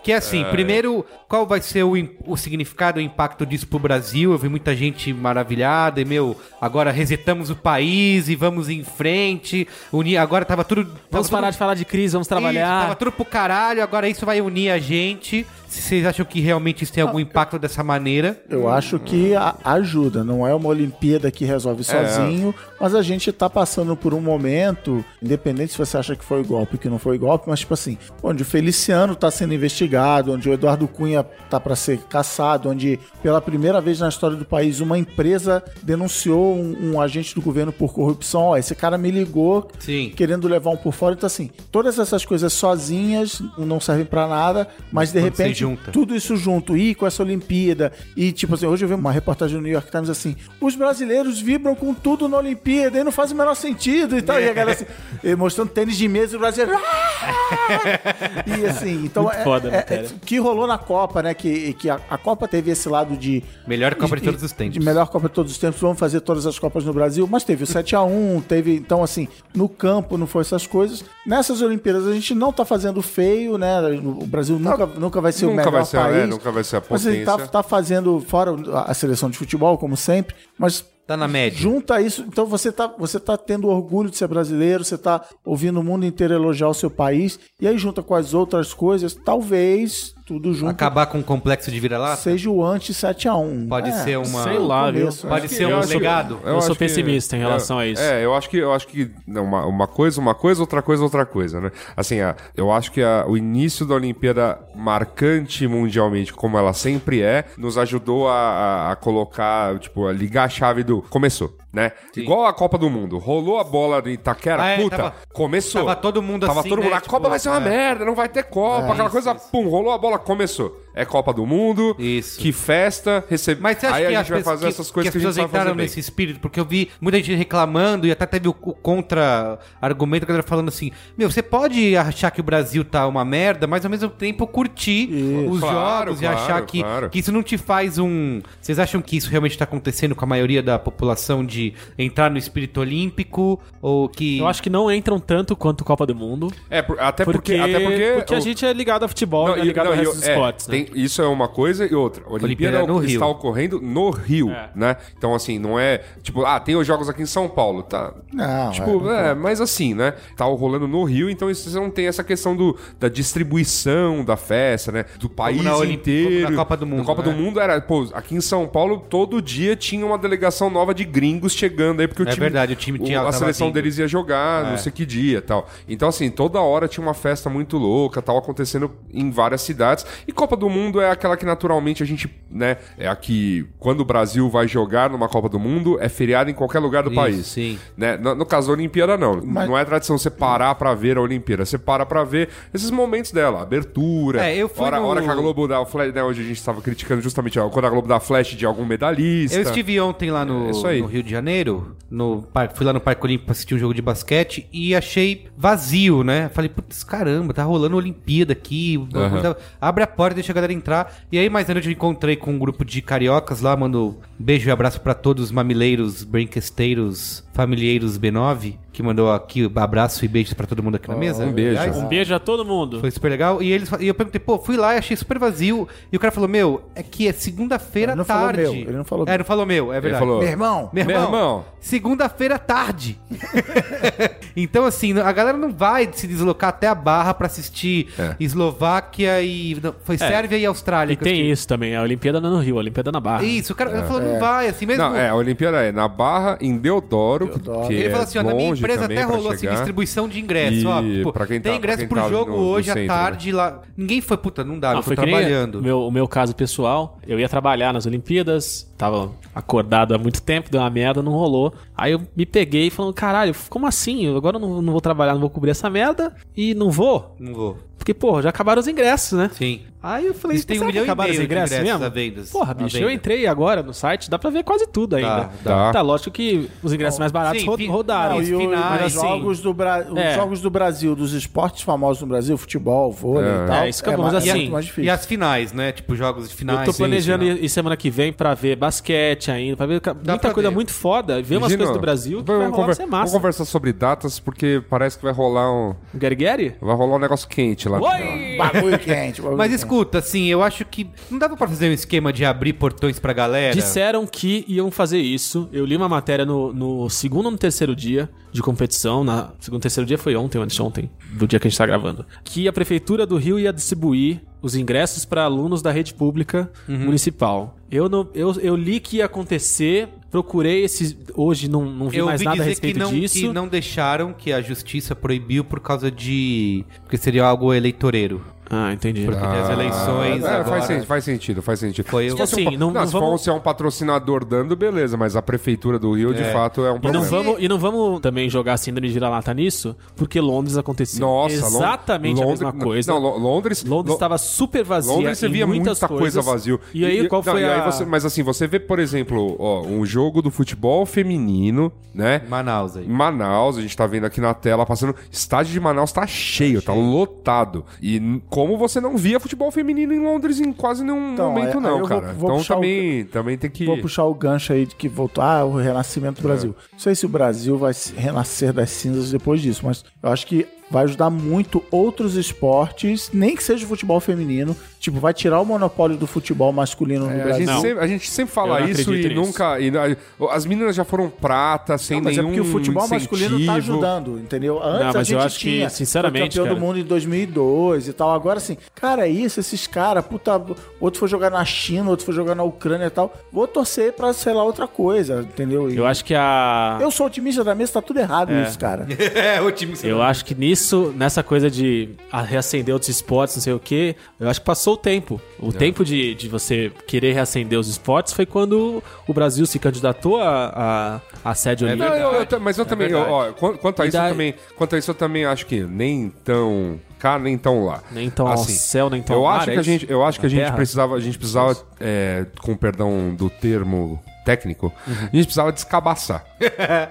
Que é assim, primeiro, qual vai ser o, im- o significado, o impacto disso pro Brasil? Eu vi muita gente maravilhada e, meu, agora resetamos o país e vamos em frente. Unir, agora tava tudo. Tava Vamos tudo- parar de falar de crise, vamos Isso, trabalhar. tava tudo pro caralho, agora isso vai unir a gente. Se vocês acham que realmente isso tem algum impacto dessa maneira. Eu acho que a- ajuda, não é uma Olimpíada que resolve sozinho, mas a gente tá passando por um momento, independente se você acha que foi golpe ou que não foi golpe, mas tipo assim, onde o Feliciano tá sendo investigado, onde o Eduardo Cunha tá para ser caçado, onde pela primeira vez na história do país uma empresa denunciou um, um agente do governo por corrupção, ó, esse cara me ligou Sim. querendo levar um por fora, então assim, todas essas coisas sozinhas não servem pra nada, mas de Quando se repente junta. tudo isso junto, e com essa Olimpíada, e tipo assim, hoje eu vi uma reportagem no New York Times assim, os brasileiros vibram com tudo na Olimpíada, e não faz o menor sentido e tal, e a cara assim, eh, mostrando tênis de mesa e o brasileiro. "Ah!" e assim, então. Muito foda a matéria. o que rolou na Copa, né? Que, que a, a Copa teve esse lado de. Melhor Copa de e- todos os tempos. De melhor Copa de todos os tempos, vamos fazer todas as Copas no Brasil, mas teve o 7x1, teve. Então, assim, no campo não foi essas coisas. Nessas Olimpíadas a gente não tá fazendo feio, né? O Brasil nunca, nunca vai ser o Tá, nunca melhor vai ser, país. é, nunca vai ser a Mas ele tá, potência. tá fazendo, fora a seleção de futebol, como sempre, mas Tá na média. junta isso, então você tá, você tá tendo orgulho de ser brasileiro, você tá ouvindo o mundo inteiro elogiar o seu país, e aí junta com as outras coisas, talvez tudo junto Acabar com o complexo de vira-lata? seja o anti 7 a 1 Pode ser uma- Sei lá, viu? começo, Pode né? ser Eu um acho- legado? Eu acho sou que- pessimista em relação a isso. É, eu acho que eu acho que não, uma, uma coisa, uma coisa, outra coisa, outra coisa, né? Assim, a- eu acho que a- o início da Olimpíada marcante mundialmente, como ela sempre é, nos ajudou a, a- a colocar, tipo, a ligar a chave do começou, né? Igual a Copa do Mundo, rolou a bola de Itaquera, Ah, é, puta, tava- começou. tava todo mundo tava assim, todo mundo, né? a Copa Tipo, vai ser uma é. merda, não vai ter Copa, aquela isso, coisa, isso. pum, rolou a bola, começou. É Copa do Mundo, Isso. que festa, recebe. Mas você acha Aí que, a as gente vai pessoas- fazer que- essas coisas que, que as a pessoas gente vai fazer entraram bem. nesse espírito? Porque eu vi muita gente reclamando e até teve o, o contra-argumento que era falando assim: Meu, você pode achar que o Brasil tá uma merda, mas ao mesmo tempo curtir os Claro, jogos claro, e achar que, claro. que isso não te faz um. Vocês acham que isso realmente tá acontecendo com a maioria da população de entrar no espírito olímpico? Ou que. Eu acho que não entram tanto quanto Copa do Mundo. É, por- até porque, até porque, a o- gente é ligado a futebol, Não, não, é e- ligado não, ao e resto eu- dos é, esportes. né? tem- isso é uma coisa e outra. A Olimpíada, é Olimpíada é no está Rio. ocorrendo no Rio, É. né? Então, assim, não é... Tipo, ah, tem os jogos aqui em São Paulo, tá? Não, Tipo, é, mas assim, né? Tá rolando no Rio, então isso- você não tem essa questão do, da distribuição da festa, né? Do país na Olim- inteiro. como na Copa do Mundo, Na Copa né? do Mundo era, pô, aqui em São Paulo, todo dia tinha uma delegação nova de gringos chegando aí, porque o É time... verdade, o time tinha- A tava seleção vindo. deles eles iam jogar, É. não sei que dia tal. Então, assim, toda hora tinha uma festa muito louca, tal, acontecendo em várias cidades. E Copa do Mundo é aquela que naturalmente a gente, né, é a que quando o Brasil vai jogar numa Copa do Mundo, é feriado em qualquer lugar do Isso, país. sim. Né? No, no caso da Olimpíada, não. Não é tradição você parar pra ver a Olimpíada. Você para pra ver esses momentos dela, abertura. É, eu fui hora, no- hora que a Globo dá o flash, né, onde a gente tava criticando justamente ó, quando a Globo dá flash de algum medalhista. Eu estive ontem lá É no, isso aí. no Rio de Janeiro, no parque, fui lá no Parque Olímpico pra assistir um jogo de basquete e achei vazio, né? Falei, putz, caramba, tá rolando Olimpíada aqui. o bagulho Aham. tá- Abre a porta, deixa a galera entrar. E aí, mais à noite, eu encontrei com um grupo de cariocas lá, mando um beijo e abraço pra todos os mamileiros, brinquesteiros, familieiros B9, que mandou aqui abraço e beijo pra todo mundo aqui na mesa. Um beijo. Um beijo a todo mundo. Foi super legal. E, eles, fa- e eu perguntei, pô, fui lá e achei super vazio. E o cara falou, meu, é que é segunda-feira Ele não falou tarde. meu, ele não falou É, meu. não falou meu, é verdade. falou, Meu irmão, Meu Meu irmão, irmão. segunda-feira à tarde. então, assim, a galera não vai se deslocar até a Barra pra assistir É. Eslováquia e. não, foi Sérvia e Austrália. É. E que eu tem assisti. isso também. A Olimpíada não é no Rio, a Olimpíada é na Barra. Isso, o cara ele falou, não vai, assim mesmo. Não, é, a Olimpíada é na Barra, em Deodoro. Que Ele é falou assim, ó, na minha longe empresa também até pra rolou assim, chegar. distribuição de ingresso, E ó. Tipo, pra quem tá- tem pra ingresso quem pro tá jogo no- no hoje centro, à tarde lá. Ninguém foi, puta, não dá, Ah, eu tô foi que nem trabalhando. Meu, o meu caso pessoal, eu ia trabalhar nas Olimpíadas, tava acordado há muito tempo, deu uma merda, não rolou. Aí eu me peguei falando, caralho, como assim? Eu Agora eu não, não vou trabalhar, não vou cobrir essa merda e não vou. Não vou. Porque, porra, já acabaram os ingressos, né? Sim. Aí eu falei, Isso tem um será que milhão e acabaram os meio de ingressos ingressos mesmo? à venda. Porra, À bicho, venda. eu entrei agora no site, dá pra ver quase tudo ainda. dá. Tá, lógico que os ingressos mais baratos Sim, ro- fi- rodaram. não, e o- finais, os, assim. jogos do Bra- os É. jogos do Brasil, dos esportes famosos no Brasil, futebol, vôlei É. e tal, É, isso que eu- mas mais- E, assim, muito mais e difícil. as finais, né? Tipo, jogos de finais. Eu tô sim, planejando final. ir ir semana que vem pra ver basquete ainda, pra ver ca- muita pra coisa ver. muito foda, ver umas Gino, coisas do Brasil que vai rolar, vai conver- ser vamos massa. conversar sobre datas, porque parece que vai rolar um. Guergueri? Vai rolar um negócio quente lá. É, no final. Oi! Bagulho quente, bagulho Mas quente. escuta, assim, eu acho que não dava pra fazer um esquema de abrir portões pra galera. Disseram que iam fazer isso. Eu li uma matéria no, no segundo ou no terceiro dia de competição. Na segundo terceiro dia foi ontem, ou antes de ontem, do dia que a gente tá gravando. Que a prefeitura do Rio ia distribuir os ingressos para alunos da rede pública Uhum. municipal. Eu, não, eu, eu li que ia acontecer, procurei esses. Hoje não, não vi eu mais ouvi nada a dizer que respeito não, disso. que não deixaram, que a justiça proibiu por causa de. Porque seria algo eleitoreiro. Ah, entendi. Porque as eleições É, agora... faz, sen- faz sentido, faz sentido. Foi se o- fosse um Assim, pa- não- não, não se vamos- for um- se é um patrocinador dando, beleza, mas a prefeitura do Rio, de fato, é um E não, problema. vamos, e não vamos também jogar síndrome de vira-lata nisso, porque Londres aconteceu Nossa, Lon- exatamente Londres, a mesma coisa. Não, Lo- Londres... Londres Lo- estava super vazia Londres você em via muitas muita coisa coisas. vazio. E aí, qual não, foi e aí a... você- mas assim, você vê, por exemplo, ó, um jogo do futebol feminino, né? Manaus aí. Manaus, a gente tá vendo aqui na tela passando. Estádio de Manaus tá cheio, tá lotado. E n- como você não via futebol feminino em Londres em quase nenhum Então, momento, aí- aí não, eu vou- cara. vou então puxar o- também, também tem que. Vou puxar o gancho aí de que voltou. Ah, o renascimento É. do Brasil. Não sei se o Brasil vai se- renascer das cinzas depois disso, mas eu acho que vai ajudar muito outros esportes, nem que seja o futebol feminino. Tipo, vai tirar o monopólio do futebol masculino É, no A Brasil. gente, Não. sempre, a gente sempre fala Eu não isso e acredito nisso. nunca. e na- as meninas já foram prata, sem Não, mas é nenhum. porque o futebol masculino tá incentivo. ajudando, entendeu? Antes Não, mas a eu gente acho que, tinha sinceramente, foi campeão cara- do mundo em 2002 e tal. Agora assim, cara, isso, esses caras, puta, outro foi jogar na China, outro foi jogar na Ucrânia e tal. Vou torcer pra, sei lá, outra coisa, entendeu? E- Eu acho que a... Eu sou otimista da mesa, tá tudo errado isso, cara. É, o time que Eu acho que nisso, nessa coisa de a- reacender outros esportes, não sei o quê, eu acho que passou o tempo. O É. tempo de, de você querer reacender os esportes foi quando o Brasil se candidatou à a, a, É sede É, Não, olímpica. eu- eu ta- mas eu também, eu- verdade. ó, quan- quanto a E isso, daí- eu também, quanto a isso, eu também acho que nem tão cá, nem tão lá. Assim, Nem tão ao céu, nem tão eu ao mar, acho é que a isso? gente, eu acho que a Na gente terra? precisava, a gente precisava, é, com perdão do termo técnico, Uhum. a gente precisava descabaçar.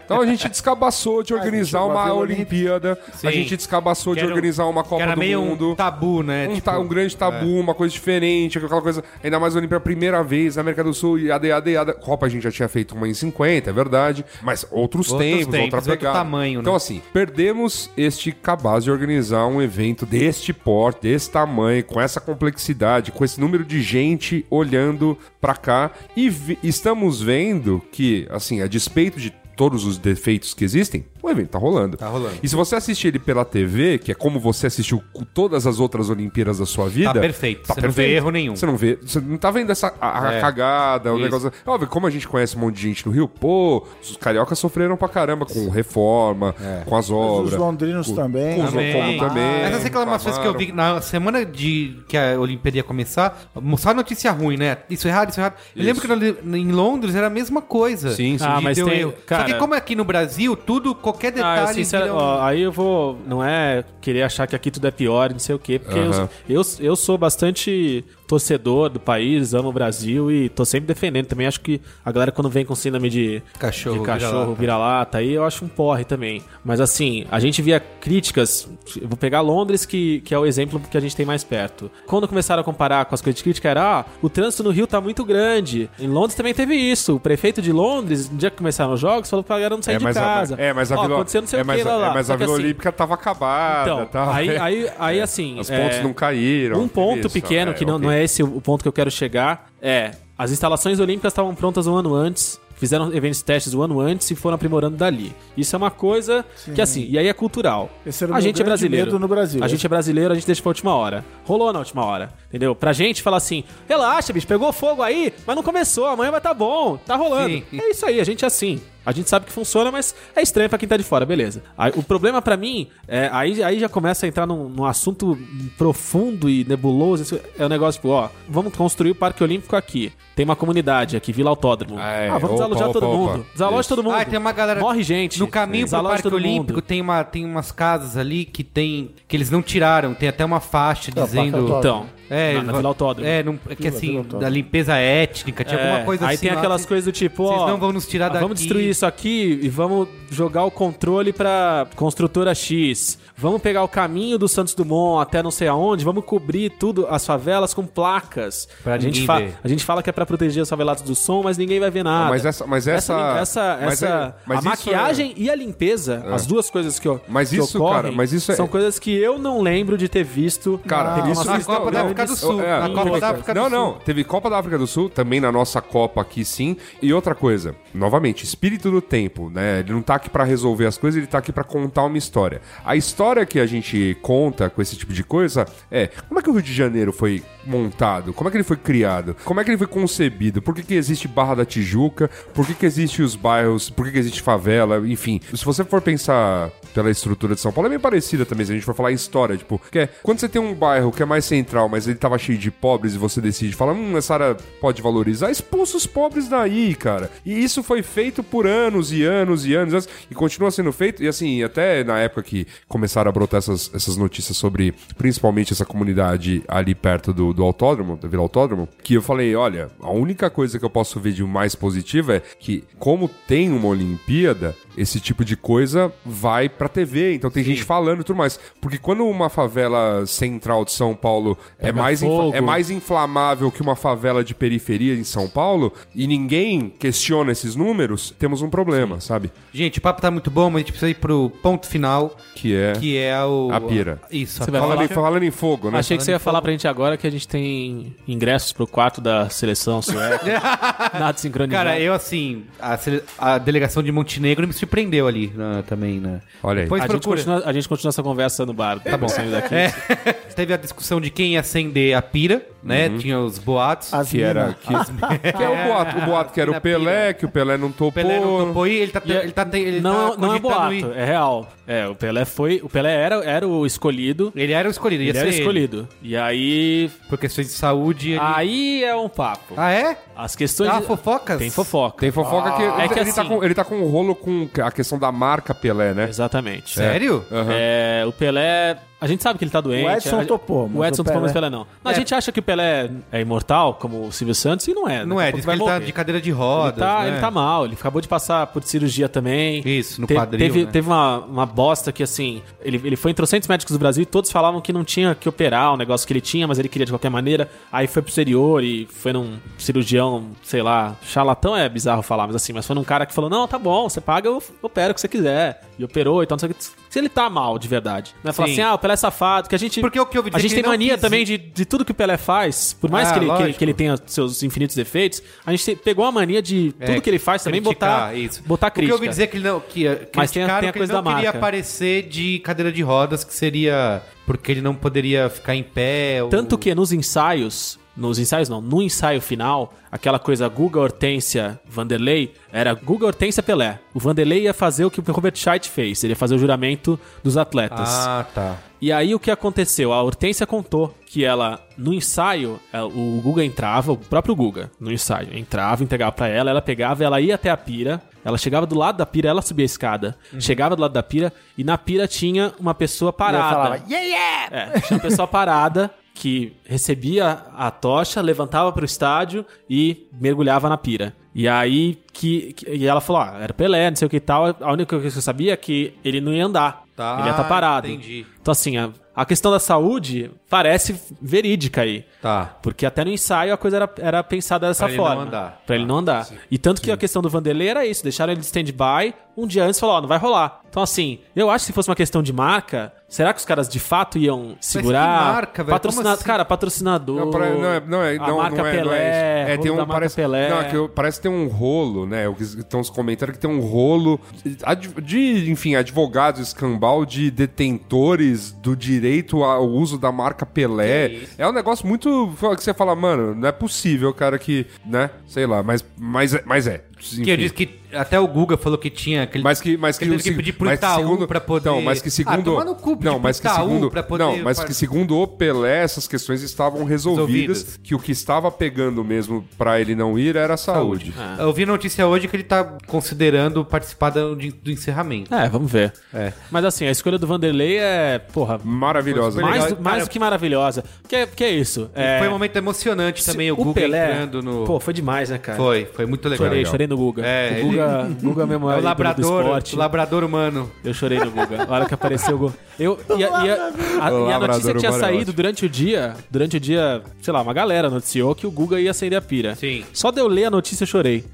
Então a gente descabaçou de organizar chegou a uma Vila Olimpíada, a Sim. gente descabaçou de Quero- organizar uma Copa era do meio Mundo. um tabu, né? um, Tipo, ta- um grande tabu, uma coisa diferente, aquela coisa. Ainda mais a Olimpíada, primeira vez, na América do Sul, e AD, AD, AD. Copa a gente já tinha feito uma em 50, é verdade. Mas outros, Outros tempos, tempos, outra outro pegada. tamanho, né? Então, assim, perdemos este cabaz de organizar um evento deste porte, desse tamanho, com essa complexidade, com esse número de gente olhando pra cá. E vi- estamos vendo que, assim, a despeito de todos os defeitos que existem, o evento tá rolando. Tá rolando. E se você assistir ele pela TV, que é como você assistiu cu- todas as outras Olimpíadas da sua vida. Tá tá perfeito. Você não vê erro nenhum. Você não vê. Você não tá vendo essa a, a É. cagada, o Isso. negócio. É Óbvio, como a gente conhece um monte de gente no Rio, pô, os cariocas sofreram pra caramba com reforma, É. com as obras. Os londrinos com- também. com os Também. como também. Essas reclamações que eu vi na semana de que a Olimpíada ia começar, só notícia ruim, né? Isso errado, isso errado. Eu lembro que na Oli- em Londres era a mesma coisa. Sim, sim. Ah, E mas deu tem- erro. cara- Só que como é aqui no Brasil, tudo, qualquer Ah, eu detalhe... sincero- vira um- ó, aí eu vou. Não é querer achar que aqui tudo é pior, não sei o quê, porque Aham. eu, eu, eu sou bastante torcedor do país, amo o Brasil e tô sempre defendendo. Também acho que a galera, quando vem com síndrome de Cachorro, de cachorro vira-lata, aí eu acho um porre também. Mas assim, a gente via críticas. eu Vou pegar Londres, que, que é o exemplo que a gente tem mais perto. Quando começaram a comparar com as coisas de crítica, era ah, o trânsito no Rio tá muito grande. Em Londres também teve isso. O prefeito de Londres, no dia que começaram os jogos, falou pra galera não sair É, Tá de mas casa. a, é, mas a Ó, Vila, aconteceu não sei é, o mas que, a, lá, lá. é, mas Só a que, Vila assim, Olímpica tava acabada. então, tava- aí, aí, aí assim. Os é, pontos não caíram. Um ponto isso, pequeno, que não, ok. não é esse o ponto que eu quero chegar, é. As instalações olímpicas estavam prontas um ano antes, fizeram eventos testes um ano antes e foram aprimorando dali. Isso é uma coisa que, assim, e aí é cultural. Esse era o a meu gente é grande brasileiro. medo no Brasil. A gente é brasileiro, a gente deixa pra última hora. Rolou na última hora, entendeu? Pra gente falar assim, relaxa, bicho, pegou fogo aí, mas não começou, amanhã vai tá bom, tá rolando. Sim. É isso aí, a gente é assim. A gente sabe que funciona, mas é estranho pra quem tá de fora, beleza. Aí, o problema pra mim, é, aí, aí já começa a entrar num, num assunto profundo e nebuloso. isso é o negócio, tipo, ó, vamos construir o Parque Olímpico aqui. Tem uma comunidade aqui, Vila Autódromo. Ah, é. Ah, vamos Opa, desalojar opa, todo opa. mundo. Desaloja Isso. todo mundo. Ah, tem uma galera- Morre gente. No caminho pro Desaloja Parque todo mundo. Olímpico tem, uma, tem umas casas ali que tem que eles não tiraram, tem até uma faixa Não, Parque dizendo Autódromo. Então, é, na, na Vila Autódromo. É, não, é que assim, Vila Autódromo. da limpeza étnica, tinha É, alguma coisa aí assim. tem lá, aquelas que- coisas do tipo, Vocês ó, não vão nos tirar daqui. Vamos destruir isso aqui e vamos jogar o controle pra construtora X. Vamos pegar o caminho do Santos Dumont até não sei aonde, vamos cobrir tudo, as favelas com placas. Pra a, gente ninguém fa- ver. a gente fala que é pra proteger os favelados do som, mas ninguém vai ver nada. Mas essa- mas essa- essa, mas essa- é- mas a isso É. maquiagem e a limpeza, as duas coisas que, o- Mas que isso, ocorrem, cara, mas isso é- são coisas que eu não lembro de ter visto. Cara, Teve isso uma Ah, na Copa da África do Sul. É, Na Copa teve- da África do não, Sul. não. Teve Copa da África do Sul, também na nossa Copa aqui sim. E outra coisa, novamente, espírito do tempo, né? Ele não tá aqui pra resolver as coisas, ele tá aqui pra contar uma história. A história que a gente conta com esse tipo de coisa é como é que o Rio de Janeiro foi montado? Como é que ele foi criado? Como é que ele foi concebido? Por que, que existe Barra da Tijuca? Por que, que existe os bairros? Por que, que existe favela? Enfim, se você for pensar pela estrutura de São Paulo é bem parecida também, se a gente for falar em história, tipo, que é, quando você tem um bairro que é mais central, mas ele tava cheio de pobres e você decide, fala, hum, essa área pode valorizar, expulsa os pobres daí, cara. E isso foi feito por anos e anos e anos, e anos, e continua sendo feito, e assim, até na época que começaram a brotar essas, essas notícias sobre, principalmente essa comunidade ali perto do, do autódromo, da Vila Autódromo, que eu falei, olha, a única coisa que eu posso ver de mais positiva é que, como tem uma Olimpíada, esse tipo de coisa vai pra TV, então tem gente falando e tudo mais. Porque quando uma favela central de São Paulo é mais, infa- fogo. é mais inflamável que uma favela de periferia em São Paulo, e ninguém questiona esses números, temos um problema, sabe? Gente, o papo tá muito bom, mas a gente precisa ir pro ponto final, Que é... que é o... A pira. Isso, Você a vai pira. Falando, em, falando em fogo, né? Achei que você ia falar pra gente agora que a gente tem ingressos pro quarto da seleção sueca. Nada sincronizado. Cara, eu assim, a, sele- a delegação de Montenegro me surpreendeu ali na- também, né? Olha aí. Depois a, gente procura. continua, a gente continua essa conversa no bar. Tá bom. Saindo daqui. É. Teve a discussão de quem ia acender a pira, né? Uhum. Tinha os boatos. As Que era... mina. Que, que é o boato, o boato que era o Na pira. Pelé, que o Pelé não topou. O Pelé não topou e ele tá, E- ele tá, ele não, tá não cogitando é boato, ir. é real. É, o Pelé foi. O Pelé era, era o escolhido. Ele era o escolhido, ia Ele era ser escolhido. E aí. ele. Por questões de saúde. ele- Aí é um papo. Ah, é? As questões. Ah, de- fofocas? Tem fofoca. Tem fofoca que, É que ele, tá assim- com, ele tá com um rolo com a questão da marca Pelé, né? Exatamente. Sério? Aham. É, o Pelé. A gente sabe que ele tá doente. O Edson a- topou, mas O Edson o topou, mas o Pelé- Pelé não. A gente acha que o Pelé é imortal, como o Silvio Santos, e não é. Não Daqui é, a pouco diz que vai ele tá morrer. de cadeira de rodas. Ele tá, né? ele tá mal, ele acabou de passar por cirurgia também. Isso, no Te- quadril, Teve, né? teve uma, uma bosta que, assim, ele, ele foi em trocentos médicos do Brasil e todos falavam que não tinha que operar o negócio que ele tinha, mas ele queria de qualquer maneira. Aí foi pro exterior e foi num cirurgião, sei lá, charlatão é bizarro falar, mas assim, mas foi num cara que falou: não, tá bom, você paga, eu opero o que você quiser. E operou e tal, não sei o que. Se ele tá mal de verdade. Não é falar Sim. assim, ah, o Pelé é safado, que a gente. Porque o que eu ouvi A dizer gente que tem ele não mania quis também de, de tudo que o Pelé faz, por mais Ah, que, ele, que, ele, lógico. que ele tenha seus infinitos defeitos, a gente te- pegou a mania de tudo É, que ele faz também botar, criticar, isso. botar crítica. O que eu ouvi dizer que ele não. Que, que Mas tem a- criticaram tem a que coisa ele não da queria marca. aparecer de cadeira de rodas, que seria. Porque ele não poderia ficar em pé. ou- Tanto que nos ensaios, nos ensaios não, no ensaio final, aquela coisa Guga, Hortência, Vanderlei, era Guga, Hortência, Pelé. O Vanderlei ia fazer o que o Robert Scheidt fez, ele ia fazer o juramento dos atletas. Ah, tá. E aí o que aconteceu? A Hortência contou que ela, no ensaio, ela- o Guga entrava, o próprio Guga, no ensaio, entrava, entregava pra ela, ela pegava, ela ia até a pira, ela chegava do lado da pira, ela subia a escada, chegava do lado da pira e na pira tinha uma pessoa parada. falava, É, tinha uma pessoa parada que recebia a tocha, levantava pro estádio e mergulhava na pira. E aí que, que- e ela falou, ah, era Pelé, não sei o que e tal. A única coisa que eu sabia é que ele não ia andar. Tá, ele ia estar parado. entendi. Então assim, a, a questão da saúde parece verídica aí. Tá. Porque até no ensaio a coisa era, era pensada dessa Pra ele forma. não andar. Pra ele Ah, não andar. E tanto que a questão do Vanderlei era isso, deixaram ele de stand-by, um dia antes falou, ó, não vai rolar. Então assim, eu acho que se fosse uma questão de marca, será que os caras de fato iam segurar? que marca, velho? Patrocina- Como assim? Cara, patrocinador. Não, pra- não é, não é, a não, marca não é, Pelé. não é isso. É, rolo tem da um, marca parece, Pelé. Não, é que eu- parece que tem um rolo, né? O que estão os comentando que tem um rolo de, de, enfim, advogados, escambau de detentores do direito ao uso da marca Pelé. É um negócio muito que você fala, mano, não é possível, cara, que, né? Sei lá, mas, mas, é- mas é. Que eu Enfim. disse que até o Guga falou que tinha aquele. Mas que, mas que, ele o teve que seg- pedir pro mas Itaú segundo, pra poder. Não, mas que Ah, segundo. toma no cu, pedir não, pro mas que Itaú segundo. pra poder não, mas que segundo o Pelé, essas questões estavam resolvidas. Resolvidas. Que o que estava pegando mesmo pra ele não ir era a saúde. Ah. Eu vi notícia hoje que ele tá considerando participar do, do encerramento. É, vamos ver. Mas assim, a escolha do Vanderlei é, porra, Maravilhosa. mais, legal. do, mais Cara, do que maravilhosa. Que é, que é isso. É, Foi um momento emocionante se- também, o, Guga entrando no. Pô, foi demais, né, cara? foi, foi muito legal. Chorei, Legal. chorei no Guga. É, o Guga, Guga É mesmo o ídolo do labrador, esporte. o labrador humano. Eu chorei no Guga. A hora que apareceu o Guga. Eu, e, a, e a- a- O e a labrador notícia que tinha humano é saído ótimo. durante o dia, durante o dia, sei lá, uma galera noticiou que o Guga ia acender a pira. Sim. Só de eu ler a notícia eu chorei.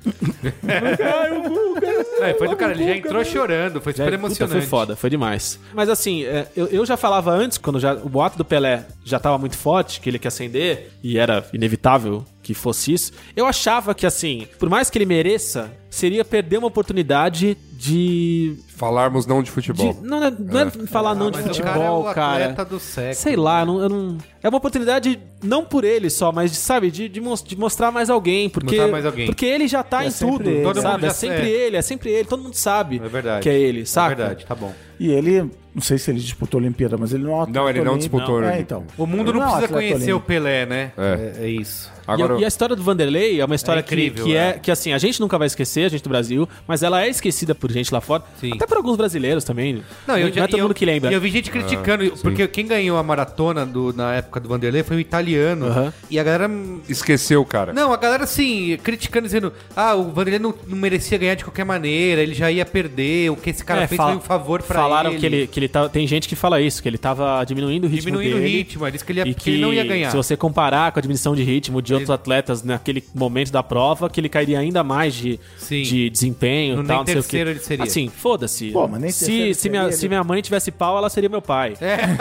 É, foi do cara, ele já entrou chorando, foi Já- é, super puta, emocionante. foi foda, foi demais. Mas assim, é, eu, eu já falava antes, quando já, o boato do Pelé já tava muito forte, que ele quer acender, e era inevitável que fosse isso, eu achava que assim, por mais que ele mereça, seria perder uma oportunidade de... Falarmos não de futebol. de- não é, não é Ah, falar não de Mas futebol, o cara é o cara. atleta do século. Sei lá, eu não, eu não- É uma oportunidade, não por ele só, mas, de, sabe, de, de mos- de mostrar mais alguém. Porque, Mostrar mais alguém. Porque ele já tá em é sempre tudo, ele. Todo sabe? mundo já- é sempre é. ele, é sempre ele. Todo mundo sabe É verdade. que é ele, É saca? verdade, tá bom. E ele, não sei se ele disputou a Olimpíada, mas ele não é um atleta Não, ele não olímpico. disputou a É, Olimpíada. então. O mundo Ele não é um precisa atleta conhecer o olímpico. Pelé, né? É. É, é isso. Agora, E, a, e a história do Vanderlei é uma história É incrível, que, que é, é. que assim, a gente nunca vai esquecer, a gente do Brasil, mas ela é esquecida por gente lá fora, Sim. até por alguns brasileiros também. Não, eu não já- é todo e mundo eu- que lembra. E eu vi gente criticando, porque quem ganhou a maratona do- na época do Vanderlei foi um italiano. Aham. E a galera. esqueceu, cara. Não, a galera assim, criticando, dizendo: ah, o Vanderlei não, não merecia ganhar de qualquer maneira, ele já ia perder, o que esse cara É, fez fala- foi um favor pra falaram ele. que ele, que ele tá, tem gente que fala isso, que ele tava diminuindo o ritmo Diminuindo o dele. ritmo, ele disse que ele, ia, E que ele não ia ganhar. se você comparar com a diminuição de ritmo de outros atletas naquele momento da prova, que ele cairia ainda mais de, Sim. de desempenho No e tal, nem não sei o quê. terceiro ele seria. Assim, foda-se. Pô, mas nem se, terceiro se, minha, seria, se ele- minha mãe tivesse pau, ela seria meu pai. É.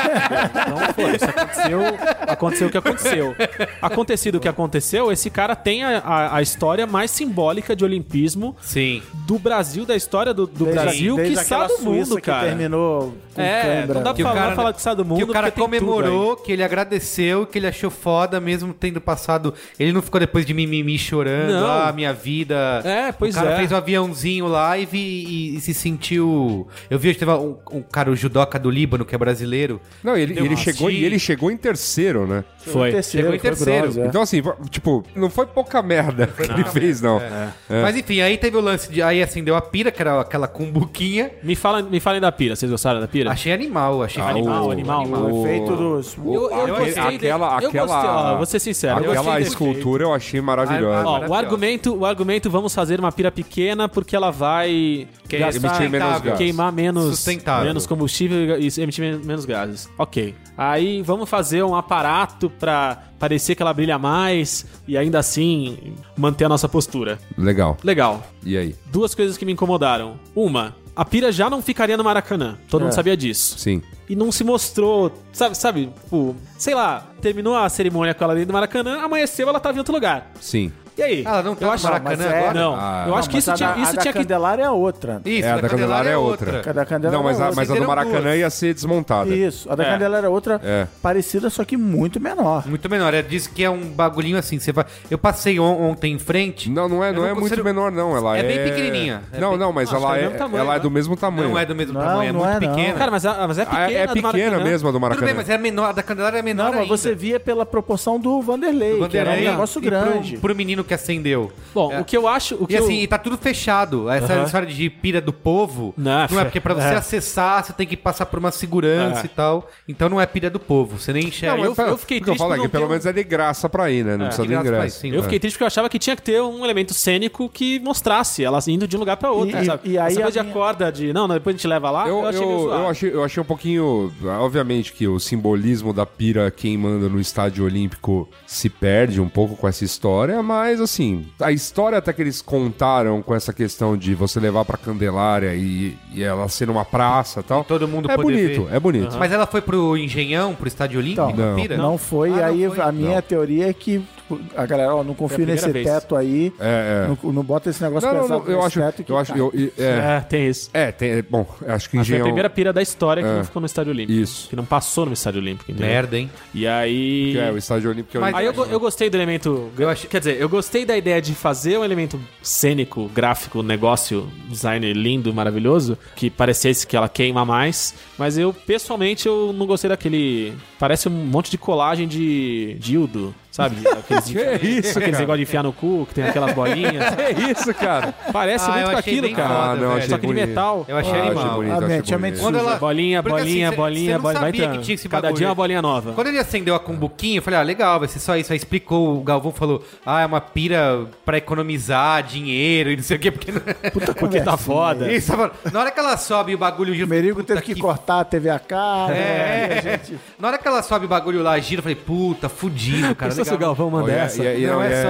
Então, foda-se. Aconteceu, aconteceu o que aconteceu. Acontecido o que aconteceu, esse cara tem a, a- a história mais simbólica de olimpismo Sim. do Brasil, da história do, do Desde- Brasil, desde que aquela sabe do Suíça mundo, que cara. terminou com É, cãibra. não dá pra Que o falar, cara- falar que sabe do mundo. que o cara porque tem tudo aí. comemorou, que ele agradeceu, que ele achou foda, mesmo tendo passado. Ele não ficou depois de mimimi chorando, Não. ah, minha vida. É, pois O cara é. fez um aviãozinho live e, e se sentiu. Eu vi hoje teve um, um cara, o judoca do Líbano, que é brasileiro. Não, ele, Deu ele um chegou raci- e ele chegou em terceiro, né? Foi. Terceiro, Chegou em foi terceiro. bronze, é. Então, assim, tipo, não foi pouca merda que ele fez, não. É, É. Mas enfim, aí teve o lance de. Aí acendeu a pira, que era aquela cumbuquinha. Me, fala, me falem da pira. Vocês gostaram da pira? Achei animal, achei Ah, animal, o- animal. O efeito dos... Eu, eu Eu gostei aquele- dele. aquela- eu aquela- gostei, ó, vou ser sincero. eu Aquela gostei dele. escultura eu achei maravilhosa. Ó, o Maravilhosa. argumento, o argumento, vamos fazer uma pira pequena porque ela vai Que- gastar- emitir menos gás. queimar menos, Sustentável. menos combustível e emitir men- menos gases. Ok. Aí vamos fazer um aparato pra parecer que ela brilha mais e ainda assim manter a nossa postura. Ah, Legal. Legal. E aí? Duas coisas que me incomodaram. Uma, a pira já não ficaria no Maracanã. Todo mundo sabia disso. Sim. e não se mostrou, sabe, sabe, tipo, sei lá, terminou a cerimônia com ela dentro do Maracanã, amanheceu, ela tava em outro lugar. Sim. E aí? Ela não tá eu no acho, Maracanã mas é- agora? Não, Ah. eu Não, acho que mas isso a tinha, da- isso a da tinha que... Candelária é outra. Isso, É, a da Candelária é outra. A da Candelária não, mas é a, outra. mas a do Vocês eram Maracanã duas. ia ser desmontada. Isso, a da É. Candelária é outra É. parecida, só que muito menor. Muito menor. Ela diz que é um bagulhinho assim. Você vai... Eu passei on- ontem em frente. Não, não é, Eu não não é muito considero- menor, não. Ela é, É bem pequenininha. É não, bem- não, mas Acho ela, que é é, do mesmo tamanho, ela é né? do mesmo tamanho. Não é do mesmo Não, tamanho, é não muito é, não. pequena. Cara, mas, a- mas é Ah, pequena é, é do pequena Maracanã. mesmo a do Tudo Maracanã. bem, mas é menor, a da Candelária é menor Não, mas ainda. você via pela proporção do Vanderlei, Do que era um Vanderlei negócio e pro- grande. Pro, menino que acendeu. Bom, É. o que eu acho... O que E assim, eu... e tá tudo fechado. Essa Aham. história de pira do povo Não, não, é porque pra você acessar, você tem que passar por uma segurança É. e tal. Então não é pira do povo. Você nem enxerga. Não, eu- Pera, fiquei o que eu triste falo por é que não pelo ter um- menos é de graça pra ir, né? Não precisa É. de de graça pra ir, ingresso. sim. Eu fiquei triste porque eu achava que tinha que ter um elemento cênico que mostrasse elas indo de um lugar pra outro, E- sabe? e aí Essa a coisa de minha- acorda de... Não, não, depois a gente leva lá, Ah, eu, Eu, achei meio eu, zoado. eu achei, eu achei um pouquinho. Obviamente que o simbolismo da pira queimando no estádio olímpico se perde um pouco com essa história, mas assim, a história até que eles contaram com essa questão de você levar pra Candelária e, e ela ser uma praça e tal. todo mundo é poder bonito, ver. é bonito. Mas ela foi pro Engenhão, pro Estádio Olímpico? Então, Não. pira? Não, foi, Ah, não aí foi. a minha teoria é que tipo, a galera, ó, não confio primeira nesse vez. teto aí, É, é. Não, não bota esse negócio Não, não, pesado não, eu nesse acho. teto que tá. Eu acho cai. eu, é, É, tem isso. é, tem- bom, acho que Mas foi a engenhão. primeira pira da história que É. não ficou no Estádio Olímpico. Isso. Que não passou no Estádio Olímpico, entendeu? Merda, hein? E aí... que é, o estádio olímpico. é Mas- o- Aí eu, go- eu gostei do elemento. gra- Quer dizer, eu gostei da ideia de fazer um elemento cênico, gráfico, negócio, design lindo, maravilhoso, que parecesse que ela queima mais. Mas eu, pessoalmente, eu não gostei daquele. Parece um monte de colagem de dildo, sabe? Aqueles, que é isso, aqueles negócio de enfiar no cu, que tem aquelas bolinhas. É isso, cara. Parece Ah, muito eu com achei aquilo, bem cara. Ah, foda, não, velho. achei Só que de bonito. metal. Eu achei Ah, animal. achei bonito, A achei mente- a mente bonito. Quando ela- Bolinha, Porque, assim, bolinha, cê- bolinha, cê não bolinha. Vai sabia que entrando. tinha esse Cada bagulho. dia é uma bolinha nova. Ah. Quando ele acendeu a cumbuquinha, eu falei, ah, legal, vai ser só isso. Aí explicou, o Galvão falou, ah, é uma pira pra economizar dinheiro e não sei o quê, porque... Puta Porque tá conversinha. foda. Isso, eu falo, na hora que ela sobe o bagulho... gira, O Merigo puta teve que, cortar a TV a né? cara. É. a gente- Na hora que ela sobe o bagulho lá, gira, eu falei, puta, fudido, cara. Pensou se o legal. Galvão manda Olha, essa? e- e- não, é- é- é- é-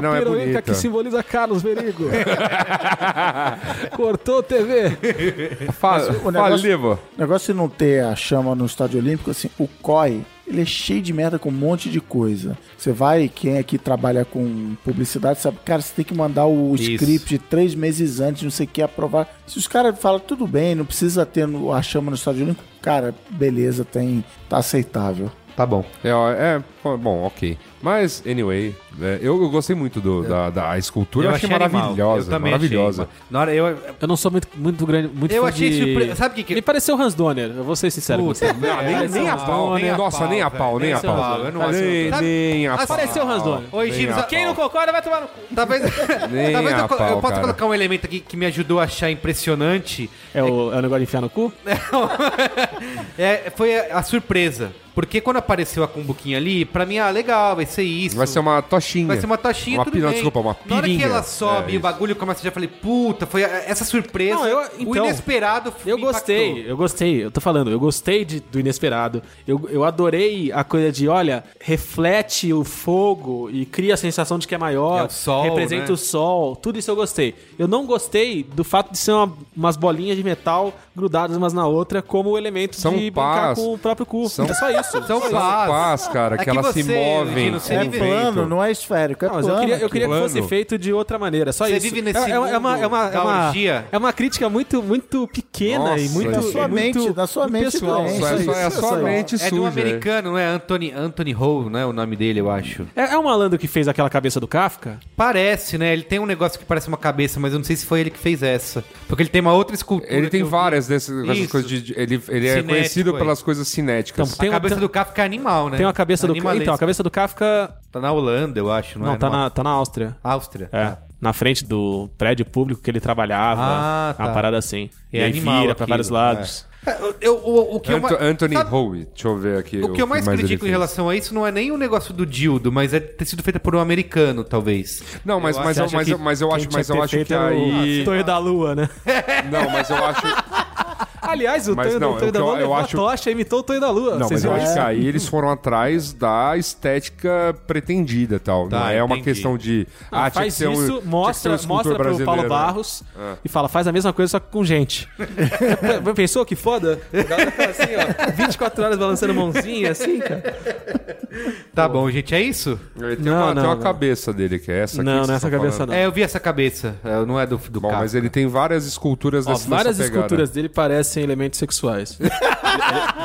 não, é bonito. simboliza Carlos Verigo. Cortou TV. Fa- o negócio- Falei, vô. O negócio de não ter a chama no estádio olímpico, assim, o COI, ele é cheio de merda com um monte de coisa. Você vai, quem aqui trabalha com publicidade, sabe, cara, você tem que mandar o Isso. script três meses antes, não sei o que, aprovar. Se os caras falam, tudo bem, não precisa ter no- a chama no estádio olímpico, cara, beleza, tem, tá aceitável. Tá bom. É, ó, é, Bom, ok. Mas, anyway, é, eu, eu gostei muito do, da, da escultura. Eu achei, animal. maravilhosa. Eu também maravilhosa. achei. Na hora, eu, Eu não sou muito, muito grande, muito Eu fã achei de... surpre- sabe o que que- Me pareceu Hans Donner, eu vou ser sincero Puta, com você. Não, É, nem, nem a pau, nem a Nossa, nem a pau, nem a Nem a pau. pau, eu não acho. Nem, Sabe- nem a Ah, pau. Pareceu Hans Donner. Oi, Gino, a quem pau. não concorda vai tomar no cu. Talvez, Nem talvez eu, a co- eu pau, possa cara. colocar um elemento aqui que me ajudou a achar impressionante. É o, é o negócio de enfiar no cu? É, foi a, a surpresa. Porque quando apareceu a cumbuquinha ali, pra mim, ah, legal, vai ser isso. Vai ser uma tochinha. Vai ser uma taxinha, Uma tudo pi- não, bem. desculpa, uma Na hora que pirinha. ela sobe É, e isso. o bagulho começa, eu já falei, puta, foi a- essa surpresa, Não, eu- o então, inesperado Eu me gostei, impactou. eu gostei, eu tô falando, eu gostei de- do inesperado. Eu, eu adorei a coisa de, olha, reflete o fogo e cria a sensação de que é maior, É o sol, representa né? o sol, tudo isso eu gostei. Eu não gostei do fato de ser uma- umas bolinhas de metal grudadas umas na outra como elemento São de brincar pás. com o próprio cu. São- É só isso. São São pás. pás, cara, É que, que elas se você, movem. Gino, você com o É vive- plano, vento. não é esférico, é um Não, mas plano. eu queria, eu queria que plano. fosse feito de outra maneira, só Você isso. vive nesse é, é, é uma, é uma, mundo é da uma, orgia? é uma crítica muito, muito pequena Nossa, e muito. na sua muito- mente- na sua muito mente pessoal. doente. Só é, Isso, só, é isso, só isso. mente É suja. de um é. americano, né? Anthony, Anthony Ho, né? O nome dele, eu acho. É, é um malandro que fez aquela cabeça do Kafka? Parece, né? Ele tem um negócio que parece uma cabeça, mas eu não sei se foi ele que fez essa. Porque ele tem uma outra escultura. Ele tem que eu vi. várias dessas dessas Isso. coisas de. de- Ele, ele é Cinético, conhecido é. pelas coisas cinéticas. Então, A Tem uma- cabeça tem- do Kafka é animal, né? Tem uma cabeça do Kafka. Animalesco. Então, a cabeça do Kafka. Tá na Holanda, eu acho, não, Não, é? tá, Numa- na, tá na Áustria. Ah, Áustria. É. tá. Na frente do prédio público que ele trabalhava. Ah, tá. Uma parada assim. E É aí animal vira pra aquilo, vários lados. É, eu- eu- o, o que eu Anto- ma- Anthony sabe- Howe, deixa eu ver aqui. O que eu mais ele critico em fez. relação a isso não é nem o negócio do dildo, mas é ter sido feita por um americano, talvez. Não, mas, mas, eu, mas, eu, mas eu acho, mas eu acho que aí. Torre da Lua, né? Não, mas eu acho. Aliás, o Mas Tonho não, do- é o Tonho da que eu- Lua eu levou acho- a tocha e imitou o Tonho da Lua. Não, mas Vocês eu viram? acho que aí eles foram atrás da estética pretendida e tal. não é uma entendi. questão de. Não, ah, tinha que faz ser um, tinha isso, que ser um mostra, escultor mostra pro brasileiro, Paulo né? Barros e fala, faz a mesma coisa só que com gente. P- Pensou que foda? O cara fica assim, ó, 24 horas balançando mãozinha, assim, cara. Tá bom, gente, é isso? Tem, uma, Não, tem não, uma não. cabeça dele, que é essa aqui. que Não, não é vocês essa estão cabeça falando. Não. É, eu vi essa cabeça, é, não é do, do Bom, Kafka. mas ele tem várias esculturas Ó, dessa várias dessa pegada. esculturas dele parecem elementos sexuais. Ele-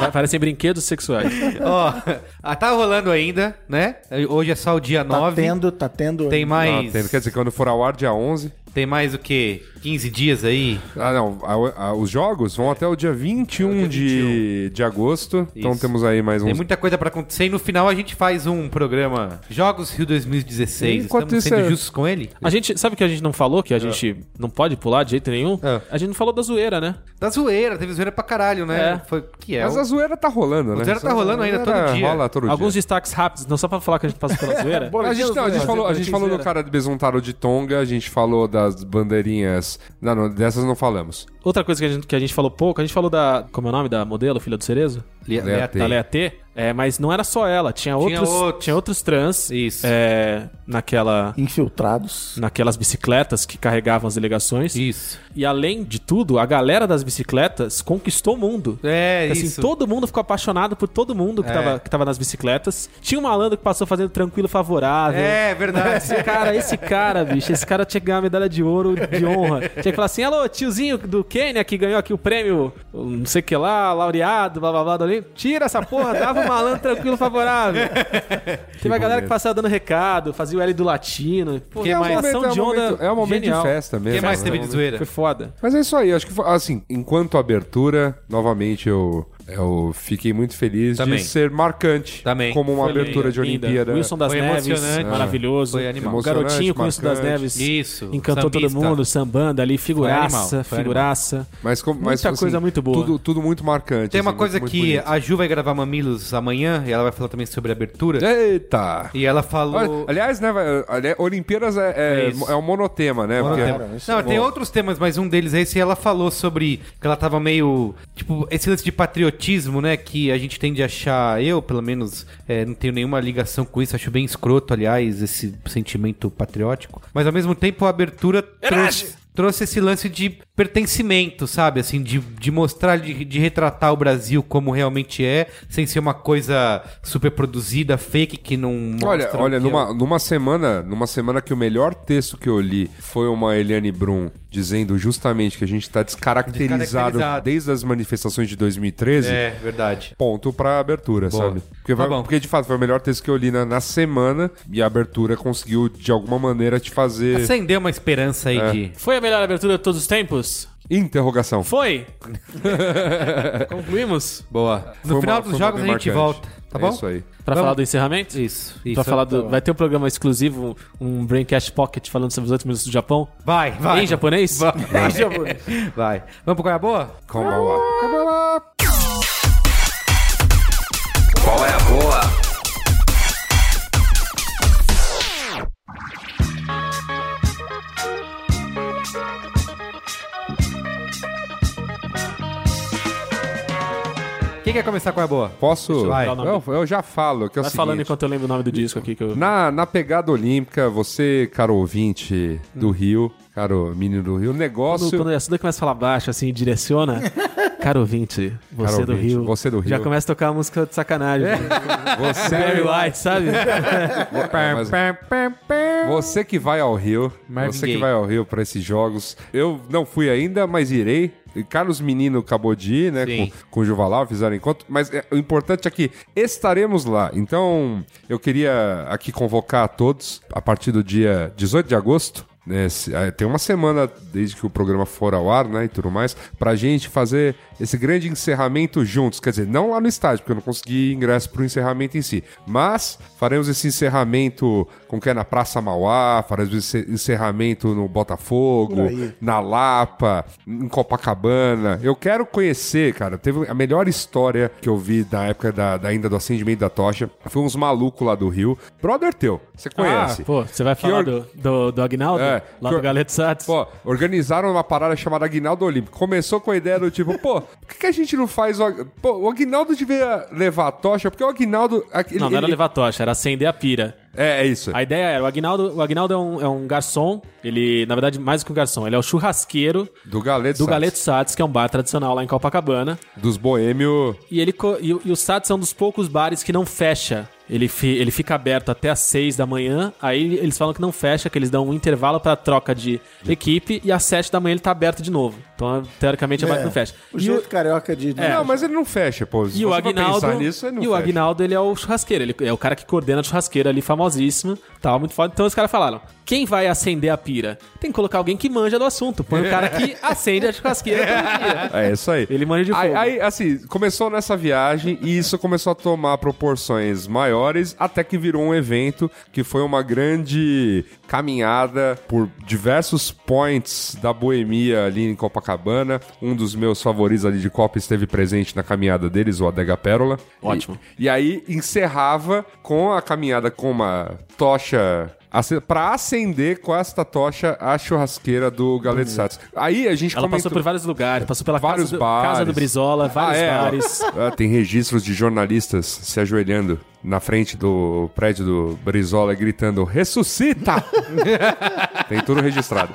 ele- parecem brinquedos sexuais. Ó, ah, tá rolando ainda, né? Hoje é só o dia Tá 9. tendo, tá tendo. Tem Ah, mais. tem- quer dizer, quando for ao ar, dia 11. Tem mais o quê? 15 dias aí? Ah, não. a- a- os jogos vão até o dia 21, É, De, de agosto. Então Isso. temos aí mais Tem uns. muita coisa pra acontecer e no final a gente faz um programa Jogos Rio 2016. Enquanto Estamos isso sendo é- justos com ele? A gente, sabe o que a gente não falou, que a gente não pode pular de jeito nenhum? A gente não falou da zoeira, né? Da Tá zoeira, teve zoeira pra caralho, né? É. Foi que é. Mas o- a zoeira tá rolando, né? zoeira tá rolando ainda, todo Zoeira dia. Rola todo Alguns dia. então, destaques rápidos, não só pra falar que a gente passou pela zoeira. A gente, não, a gente falou, a gente falou do zoeira. cara de besuntado de Tonga, a gente falou das bandeirinhas. Não, não, dessas não falamos. Outra coisa que a, gente, que a gente falou pouco, a gente falou da. Como é o nome? Da modelo, filha do Cerezo? Lea- Lea Lea- T. Da Lea T. É, mas não era só ela, tinha, outros, outros. tinha outros trans. Isso. é, naquela. Infiltrados. Naquelas bicicletas que carregavam as delegações. Isso. E além de tudo, a galera das bicicletas conquistou o mundo. É, Assim, isso. todo mundo ficou apaixonado por todo mundo É. que, tava, que tava nas bicicletas. Tinha um malandro que passou fazendo tranquilo favorável. É, verdade. Esse cara, esse cara, bicho, esse cara tinha que ganhar uma medalha de ouro de honra. Tinha que falar assim: alô, tiozinho do Quênia que ganhou aqui o prêmio, não sei o que lá, laureado, blá blá blá, do Olímpio. tira essa porra, dava um malandro tranquilo favorável. Teve a galera que passava dando recado, fazia o L do latino. Pô, Que é uma mais? ação é um de momento, onda. é um momento genial. de festa mesmo. que mais né? teve de zoeira? Foi foda. Mas é isso aí, acho que foi- assim, enquanto abertura, novamente eu, eu fiquei muito feliz Também. de ser marcante Também. como uma Foi abertura linda, de linda. Olimpíada. Wilson das Foi Neves, emocionante. maravilhoso. Ah. Foi animal. O garotinho com o Wilson das Emocionante, Neves. Isso. Encantou Sambista. todo mundo, sambando ali, animal, foi figuraça, animal. figuraça. Mas, como- mas, Muita coisa muito boa. Tudo, tudo muito marcante. Tem uma assim, coisa muito- que muito a Ju vai gravar Mamilos amanhã e ela vai falar também sobre a abertura. bonito. Eita! E ela falou. É? Olha, Aliás, né, vai- ali- Olimpíadas é, É é, isso. é um monotema, né? porque- Monotema. É não, tem outros temas, mas um deles é esse. E ela falou sobre que ela tava meio. Tipo, esse lance de patriotismo, né? Que a gente tende a achar. Eu, pelo menos, é, não tenho nenhuma ligação com isso. Acho bem É escroto, aliás, esse sentimento patriótico. Mas ao mesmo tempo, a abertura trouxe. trouxe esse lance de pertencimento, sabe? Assim, de, de mostrar, de, de retratar o Brasil como realmente é, sem ser uma coisa super produzida, fake, que não mostra Olha, um o olha que é. numa, numa semana, numa semana que o melhor texto que eu li foi uma Eliane Brum dizendo justamente que a gente está descaracterizado, Descaracterizado. desde as manifestações de 2013. É, verdade. Ponto pra abertura, Boa. sabe? Porque, Tá vai- bom. porque, de fato foi o melhor texto que eu li na, na semana e a abertura conseguiu de alguma maneira te fazer Acendeu uma esperança É. aí de. Foi a melhor abertura de todos os tempos? interrogação. Foi! Concluímos? Boa. No Foi uma- final foi dos uma jogos a bem gente marcante. volta, tá É bom? isso aí. Pra Vamos- falar do encerramento? Isso, isso. então. Pra falar do... Vai ter um programa exclusivo, um Braincast Pocket falando sobre os oito minutos do Japão? É Vai, vai. Em japonês? Vai. Vai. Vamos pro Qual é a Boa? Calma lá. Qual é a boa? Quem quer começar com a Boa? Posso? Vai. Eu, eu já falo, que é o Vai seguinte. falando enquanto eu lembro o nome do disco aqui que eu... Na, na pegada olímpica, você, caro ouvinte do Rio, caro menino do Rio, o Quando, negócio. quando o Yasuda começa a falar baixo, assim, e direciona. Caro ouvinte, você Caro do ouvinte, Rio. você do Já Rio. É, começa a tocar a música de sacanagem. Barry Você, White, sabe? É, mas- você que vai ao Rio, Marvin você Gaye. que vai ao Rio pra esses jogos. Eu não fui ainda, mas irei. E Carlos Menino acabou de ir, né? Sim. Com, com o Juvalau, fizeram encontro. Mas é, o importante é que estaremos lá. Então, eu queria aqui convocar a todos a partir do dia 18 de agosto. né, se- ah, tem uma semana desde que o programa for ao ar, né? E tudo mais, pra gente fazer esse grande encerramento juntos. Quer dizer, não lá no estádio, porque eu não consegui ingresso pro encerramento em si. Mas faremos esse encerramento com que é na Praça Mauá, faremos esse encerramento no Botafogo, Por aí. na Lapa, em Copacabana. Eu quero conhecer, cara. Teve a melhor história que eu vi na época da, da ainda do acendimento da tocha. Foi uns malucos lá do Rio. Brother teu, você conhece. Ah, Pô, você vai falar or- do, do, do Agnaldo? É, lá que do or- Galeto Sats? Pô, organizaram uma parada chamada Aguinaldo Olímpico. Começou com a ideia do tipo, pô, por que, que a gente não faz o. Ag- Pô, o Aguinaldo devia levar a tocha, porque o Aguinaldo. aquele- não, não era ele- levar a tocha, era acender a pira. É, é isso. A ideia era, o Agnaldo, o Agnaldo é, um, é um garçom, ele, na verdade, mais do que um garçom, ele é o churrasqueiro Do Galeto. do Sats. Galeto Sats, que é um bar tradicional lá em Copacabana. Dos Boêmio. E, ele, co- e, o- e o Sats é um dos poucos bares que não fecha. Ele, fi- ele fica aberto até às 6 da manhã, aí eles falam que não fecha, que eles dão um intervalo pra troca de equipe, e às 7 da manhã ele tá aberto de novo. Então, teoricamente, É. a bar que não fecha. O E jeito carioca de. de- Não, mas ele não fecha, pô. Se É. E o você for Agnaldo, pensar nisso, ele não e o fecha. Agnaldo, ele é o churrasqueiro, ele é o cara que coordena a churrasqueira ali, famosíssimo, tal, muito foda. Então os caras falaram, quem vai acender a pira? Tem que colocar alguém que manja do assunto, põe o cara que acende a churrasqueira todo dia. É isso aí. Ele manja de aí, fogo. aí, assim, começou nessa viagem e isso começou a tomar proporções maiores até que virou um evento que foi uma grande caminhada por diversos points da boemia ali em Copacabana. Um dos meus favoritos ali de Copa esteve presente na caminhada deles, o Adega Pérola. Ótimo. E, e aí encerrava com a caminhada com uma tocha ace- pra acender com esta tocha a churrasqueira do Galeto Sats. Aí a gente Hum. Ela comentou- passou por vários lugares, passou pela Vários casa, do, bares. casa do Brizola, vários Ah, é. bares. Ah, tem registros de jornalistas se ajoelhando na frente do prédio do Brizola e gritando: ressuscita! tem tudo registrado.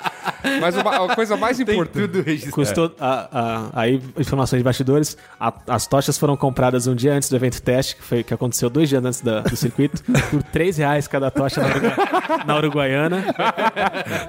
Mas uma- a coisa mais importante. Custou. a- a- aí, informações de bastidores. a- as tochas foram compradas um dia antes do evento teste, que, foi, que aconteceu dois dias antes da- do circuito, por 3 reais cada tocha na, Urugu- na Uruguaiana.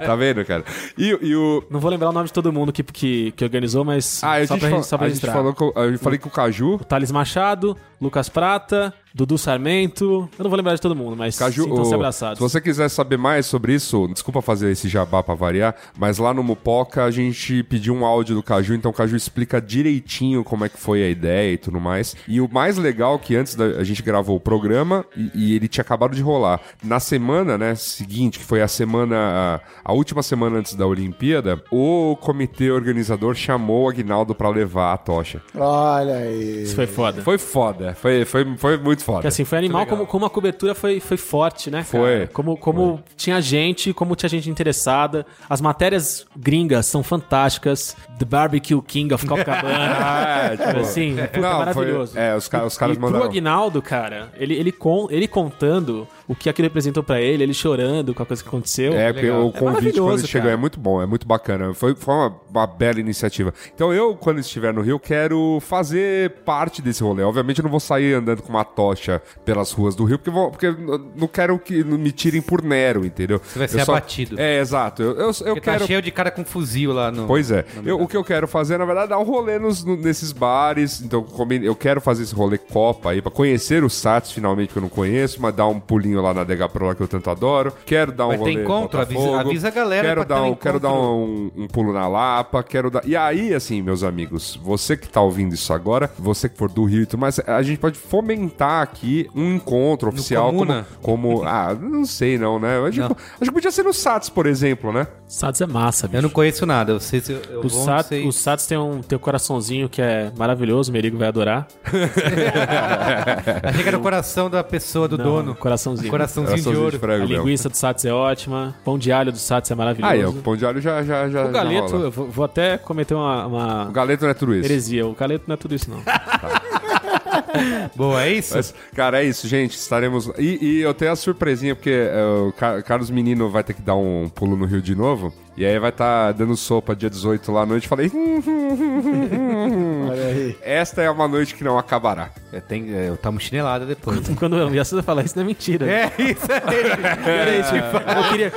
Tá vendo, cara? E, e o. Não vou lembrar o nome de todo mundo que, que, que organizou, mas Ah, eu, só, te pra, fal- gente- só pra a gente registrar. falou com, eu falei com o Caju. Thales Machado, Lucas Prata, Dudu Sarmento. Eu não vou lembrar de todo mundo, mas Caju, sintam-se o- abraçados. se você quiser saber mais sobre isso, desculpa fazer esse jabá pra variar, mas lá no Mupoca a gente pediu um áudio do Caju, então o Caju explica direitinho como é que foi a ideia e tudo mais. E o mais legal é que antes da, a gente gravou o programa e, e ele tinha acabado de rolar. Na semana, né, seguinte, que foi a semana, a, a última semana antes da Olimpíada, o comitê organizador chamou o Agnaldo pra levar a tocha. Olha aí. Isso foi foda. Foi foda, foi, foi, foi muito Porque foda. assim, foi animal como, como a cobertura foi, foi forte, né? cara? Foi. Como, como tinha gente, como tinha gente interessada. As matérias gringas são fantásticas. The Barbecue King of Copacabana. Ah, tipo- assim, puta, Não, foi- maravilhoso. é, os ca- os caras e mandaram- Pro Aguinaldo, cara, ele, ele, con, ele contando o que aquilo representou pra ele, ele chorando com a coisa que aconteceu. É, porque o convite maravilhoso, quando ele chegou cara. é muito bom, é muito bacana. Foi, foi uma, uma bela iniciativa. Então eu, quando estiver no Rio, quero fazer parte desse rolê. Obviamente eu não vou sair andando com uma tocha pelas ruas do Rio, porque, vou- porque eu não quero que me tirem por Nero, entendeu? Você vai ser abatido. É, exato. Eu, eu, eu Porque quero... tá cheio de cara com fuzil lá no. Pois é. Eu- o que eu quero fazer, na verdade, é dar um rolê nos- no- nesses bares. Então, combine- eu quero fazer esse rolê Copa aí, pra conhecer o Sats, finalmente, que eu não conheço, mas dar um pulinho lá na Dega Pro, lá que eu tanto adoro. Quero dar um Vai ter rolê em encontro? Avisa- Botafogo. avisa a galera quero pra dar ter um um, Quero dar um, um pulo na Lapa, quero dar... E aí, assim, meus amigos, você que tá ouvindo isso agora, você que for do Rio e tudo mais, a gente pode fomentar aqui um encontro oficial Comuna? como... como- Ah, não sei não, né? Acho, Não. Que, acho que podia ser no Sats, por exemplo, né? Sats é massa, bicho. Eu não conheço nada. Eu sei se eu, eu O, vou, Sat, sei. o Sats tem um, tem um coraçãozinho que é maravilhoso, o Merigo vai adorar. Achei que era o coração da pessoa, do dono. coraçãozinho. Coraçãozinho de Coraçãozinho de ouro. frango. A mesmo. linguiça do Sats é ótima, pão de alho do Sats é maravilhoso. Aí, ó, o pão de alho já, já, já, o já galeto, rola. eu vou, vou até cometer uma, uma O galeto não é tudo isso. heresia, o galeto não é tudo isso não. Boa, é isso? Mas, cara, é isso, gente. Estaremos. E, e eu tenho a surpresinha, porque é, o Ca- Carlos Menino vai ter que dar um pulo no Rio de novo. E aí vai estar dando sopa dia 18 lá à noite. Falei. "Hum, hum, hum, hum." Olha aí. Esta é uma noite que não acabará. É, tem, é, eu tamo chinelada depois. Quando eu vi você falar isso, não é mentira. É isso aí. Era isso, tipo, eu, queria,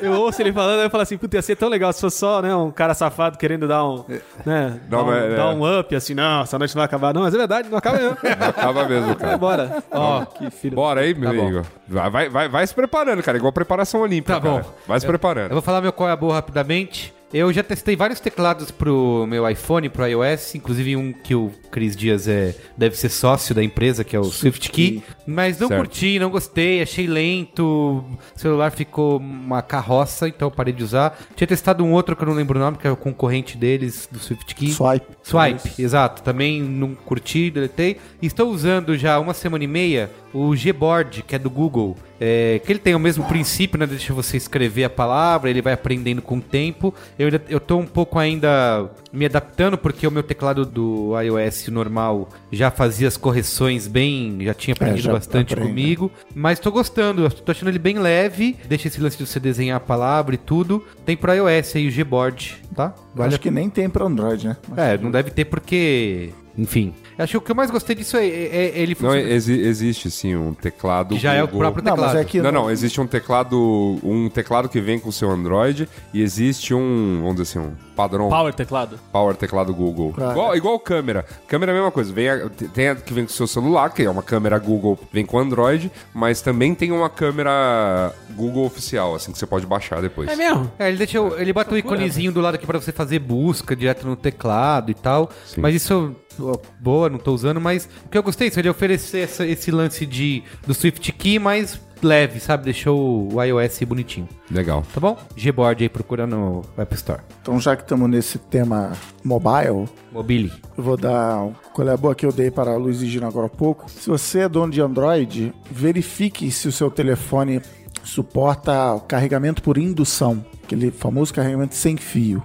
eu, eu ouço ele falando, eu falo assim, puta, ia ser tão legal se fosse só, né, um cara safado querendo dar um, né, Não, dar, um mas, é. dar um up, assim, não, essa noite não vai acabar. Não, mas é verdade, não acaba não. Acaba mesmo, cara. Bora. Ó, que filho. Bora Tá aí, meu amigo. Vai, vai, vai, vai se preparando, cara. Igual a preparação olímpica. Tá bom. cara. Vai se Eu preparando. vou falar meu qual é a boa rapidamente. Eu já testei vários teclados pro meu iPhone, pro iOS, inclusive um que o Cris Dias é, deve ser sócio da empresa, que é o Swift Key. Mas não Certo. curti, não gostei, achei lento, o celular ficou uma carroça, então eu parei de usar. Tinha testado um outro que eu não lembro o nome, que é o concorrente deles, do Swift Key. Swipe. Swipe, exato. Também não curti, deletei. Estou usando já há uma semana e meia o Gboard, que é do Google. É, que ele tem o mesmo princípio, né? Deixa você escrever a palavra, ele vai aprendendo com o tempo. Eu, ainda- eu tô um pouco ainda me adaptando, porque o meu teclado do iOS normal já fazia as correções bem. Já tinha aprendido É, já bastante aprende. comigo comigo, mas tô gostando, tô achando ele bem leve. Deixa esse lance de você desenhar a palavra e tudo. Tem pro iOS aí o Gboard, tá? Vale a Acho que nem tem pra Android, né? é, não deve ter porque. Enfim. Acho que o que eu mais gostei disso é, é- é ele Não, funciona. exi- existe sim um teclado. que já é o Google. próprio Não, teclado. mas é que Não, não, existe um teclado, um teclado que vem com o seu Android e existe um, vamos dizer assim, um padrão power, Power teclado. teclado Google. Claro. Igual, igual câmera. Câmera é a mesma coisa. Vem a- tem a que vem com o seu celular, que é uma câmera Google, vem com Android, mas também tem uma câmera Google oficial, assim, que você pode baixar depois. É mesmo? É, ele deixa o- ele bota o iconezinho do lado aqui pra você fazer busca direto no teclado e tal. Mas isso ó, boa, não tô usando, mas o que eu gostei isso, ele oferecer essa- esse lance de do Swift Key mais leve, sabe? Deixou o iOS bonitinho, Legal. tá bom? Gboard aí procura no App Store. Então, já que estamos nesse tema mobile, Mobile. Eu vou dar um- qual é a boa que eu dei para a Luiz e Gino agora há pouco. Se você é dono de Android, verifique se o seu telefone suporta o carregamento por indução. Aquele famoso carregamento sem fio.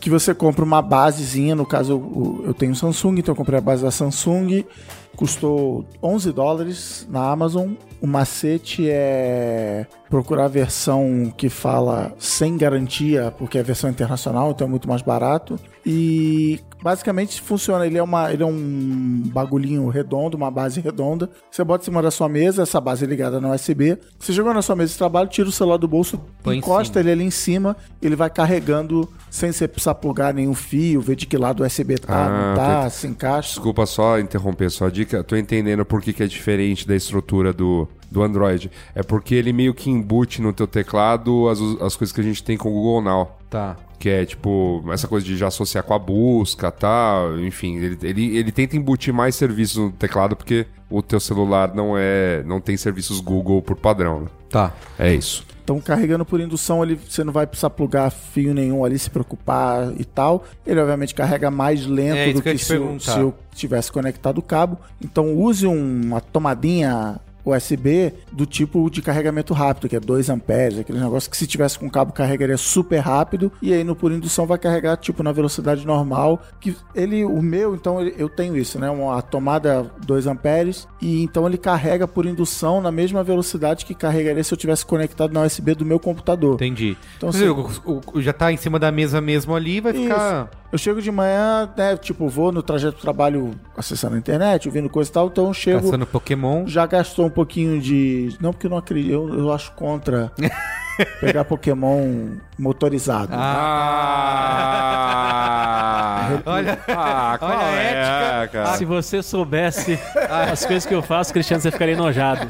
Que você compra uma basezinha, no caso o- eu tenho Samsung, então eu comprei a base da Samsung, custou 11 dólares na Amazon. O macete é procurar a versão que fala sem garantia, porque é a versão internacional, então é muito mais barato. E basicamente funciona. Ele é, uma, ele é um bagulhinho redondo, uma base redonda. Você bota em cima da sua mesa, essa base é ligada no USB. Você jogou na sua mesa de trabalho, tira o celular do bolso, Põe em encosta ele Tá ali em cima, ele vai carregando sem você precisar plugar nenhum fio, ver de que lado o USB tá, Ah, não tá, se encaixa. Desculpa só interromper sua dica. Tô entendendo por que, que é diferente da estrutura do, do Android. É porque ele meio que embute no teu teclado as, as coisas que a gente tem com o Google Now. Tá. Que é tipo, essa coisa de já associar com a busca tal, enfim, ele, ele, ele tenta embutir mais serviços no teclado porque o teu celular não é. não tem serviços Google por padrão. né? Tá. É isso. Então, carregando por indução, ele, você não vai precisar plugar fio nenhum ali, se preocupar e tal. Ele, obviamente, carrega mais lento É, isso do que eu ia que, te se, eu- perguntar. se eu tivesse conectado o cabo. Então, use um- uma tomadinha USB do tipo de carregamento rápido, que é 2 amperes, aquele negócio que se tivesse com cabo carregaria super rápido, e aí no por indução vai carregar tipo na velocidade normal, que ele, o meu, então ele- eu tenho isso, né, uma a tomada 2 amperes, e então ele carrega por indução na mesma velocidade que carregaria se eu tivesse conectado na USB do meu computador. Entendi. Então, Quer assim- dizer, o- o- o- já tá em cima da mesa mesmo ali, vai ficar. Isso. Eu chego de manhã, né, tipo, vou no trajeto do trabalho acessando a internet, ouvindo coisa e tal, então eu chego... Caçando Pokémon. já gastou um pouquinho de. Não, porque eu não acredito. Eu, eu acho contra pegar Pokémon motorizado. Ah! Olha- ah, qual olha a é, ética. cara? Se você soubesse as coisas que eu faço, Cristiano, você ficaria enojado.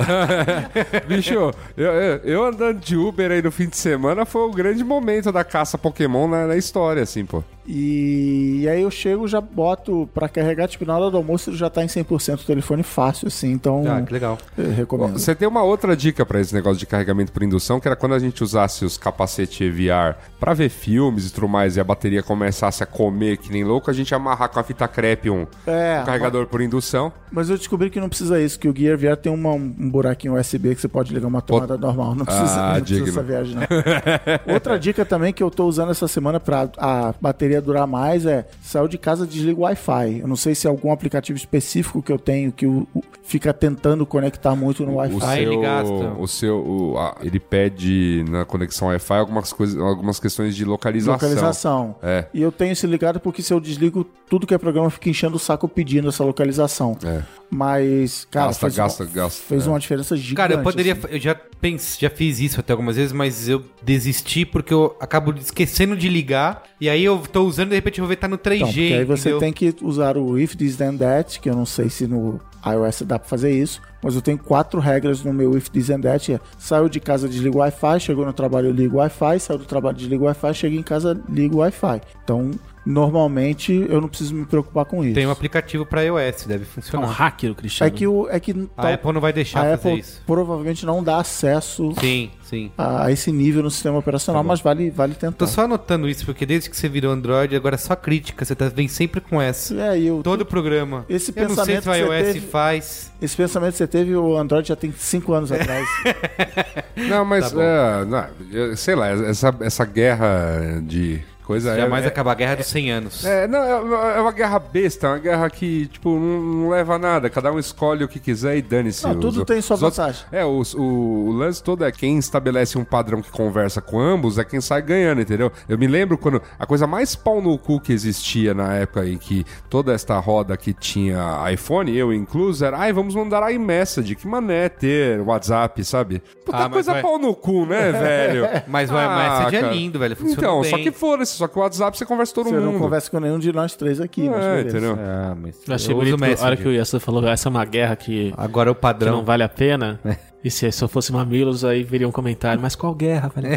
Bicho, eu, eu- eu andando de Uber aí no fim de semana foi o grande momento da caça Pokémon na, na história, assim, pô. E, e aí eu chego, já boto pra carregar, tipo, na hora do almoço já tá em 100% o telefone fácil, assim, então. Ah, que legal. Eu recomendo. Você tem uma outra dica pra esse negócio de carregamento por indução, que era quando a gente usasse os capacete VR pra ver filmes e tudo mais, e a bateria começasse a comer que nem louco, a gente ia amarrar com a fita crepe um, É, um carregador por indução. Mas eu descobri que não precisa isso, que o Gear VR tem uma- um buraquinho USB que você pode ligar uma tomada normal. Não precisa, Ah, não precisa digno. dessa viagem, não. Outra dica também que eu tô usando essa semana pra a bateria durar mais é saiu de casa, desliga o Wi-Fi. Eu não sei se é algum aplicativo específico que eu tenho que o- o- fica tentando conectar muito no O Wi-Fi. Ah, ele seu, gasta. o seu, o- a- ele pede na conexão Wi-Fi algumas coisas, algumas questões de localização. Localização. É. E eu tenho isso ligado porque se eu desligo tudo que é programa, fica enchendo o saco pedindo essa localização. É. Mas, cara, Gasta, fez, gasta, uma, gasta, fez é. uma diferença gigante. Cara, eu poderia. assim. Eu já pense, já fiz isso até algumas vezes, mas eu desisti porque eu acabo esquecendo de ligar. E aí eu tô usando e de repente eu vou ver que tá no 3G. Então, porque aí você entendeu? tem que usar o if this then that, que eu não sei se no iOS dá pra fazer isso, mas eu tenho quatro regras no meu if this then that. É, saiu de casa, desligo o Wi-Fi, chegou no trabalho, eu ligo o Wi-Fi, saiu do trabalho, desligo o Wi-Fi, chego em casa, ligo o Wi-Fi. Então, normalmente, eu não preciso me preocupar com isso. Tem um aplicativo pra iOS, deve É um funcionar. hacker, o É Cristiano. que, o, é que a tal- Apple não vai deixar a fazer Apple Ah, isso. provavelmente não dá acesso Sim, Tá sim. a a esse nível no sistema operacional, mas vale, vale tentar. Tô só anotando isso, porque desde que você virou Android, agora é só crítica. Você tá, vem sempre com essa. É, e eu, Todo o programa. Esse eu não sei pensamento se o que você iOS teve- faz. esse pensamento que você teve, o Android já tem cinco anos atrás. Não, mas é, não, eu- sei lá, essa, essa guerra de coisa Jamais é, acabar a guerra dos 100 anos. é, não, é uma- é uma guerra besta, é uma guerra que, tipo, não, não leva a nada. Cada um escolhe o que quiser e dane-se. Não, Os- tudo tem sua os outros- vantagem. É, os- o, o lance todo é quem estabelece um padrão que conversa com ambos é quem sai ganhando, entendeu? Eu me lembro quando a coisa mais pau no cu que existia na época em que toda esta roda que tinha iPhone, eu incluso, era, ai, vamos mandar iMessage, que mané ter WhatsApp, sabe? Puta Ah, mas coisa vai- pau no cu, né, velho? Mas o iMessage é Ah, cara. lindo, velho, funciona Então, bem. só que foda-se, só que o WhatsApp você conversa todo Você mundo. não conversa com nenhum de nós três aqui, mas É, beleza. entendeu? Ah, mas Eu achei eu uso bonito o que a hora que o Messenger. Yasser falou, essa é uma guerra que, Agora é o que não padrão. É. vale a pena. E se só fosse mamilos, aí viria um comentário. Mas qual guerra, velho?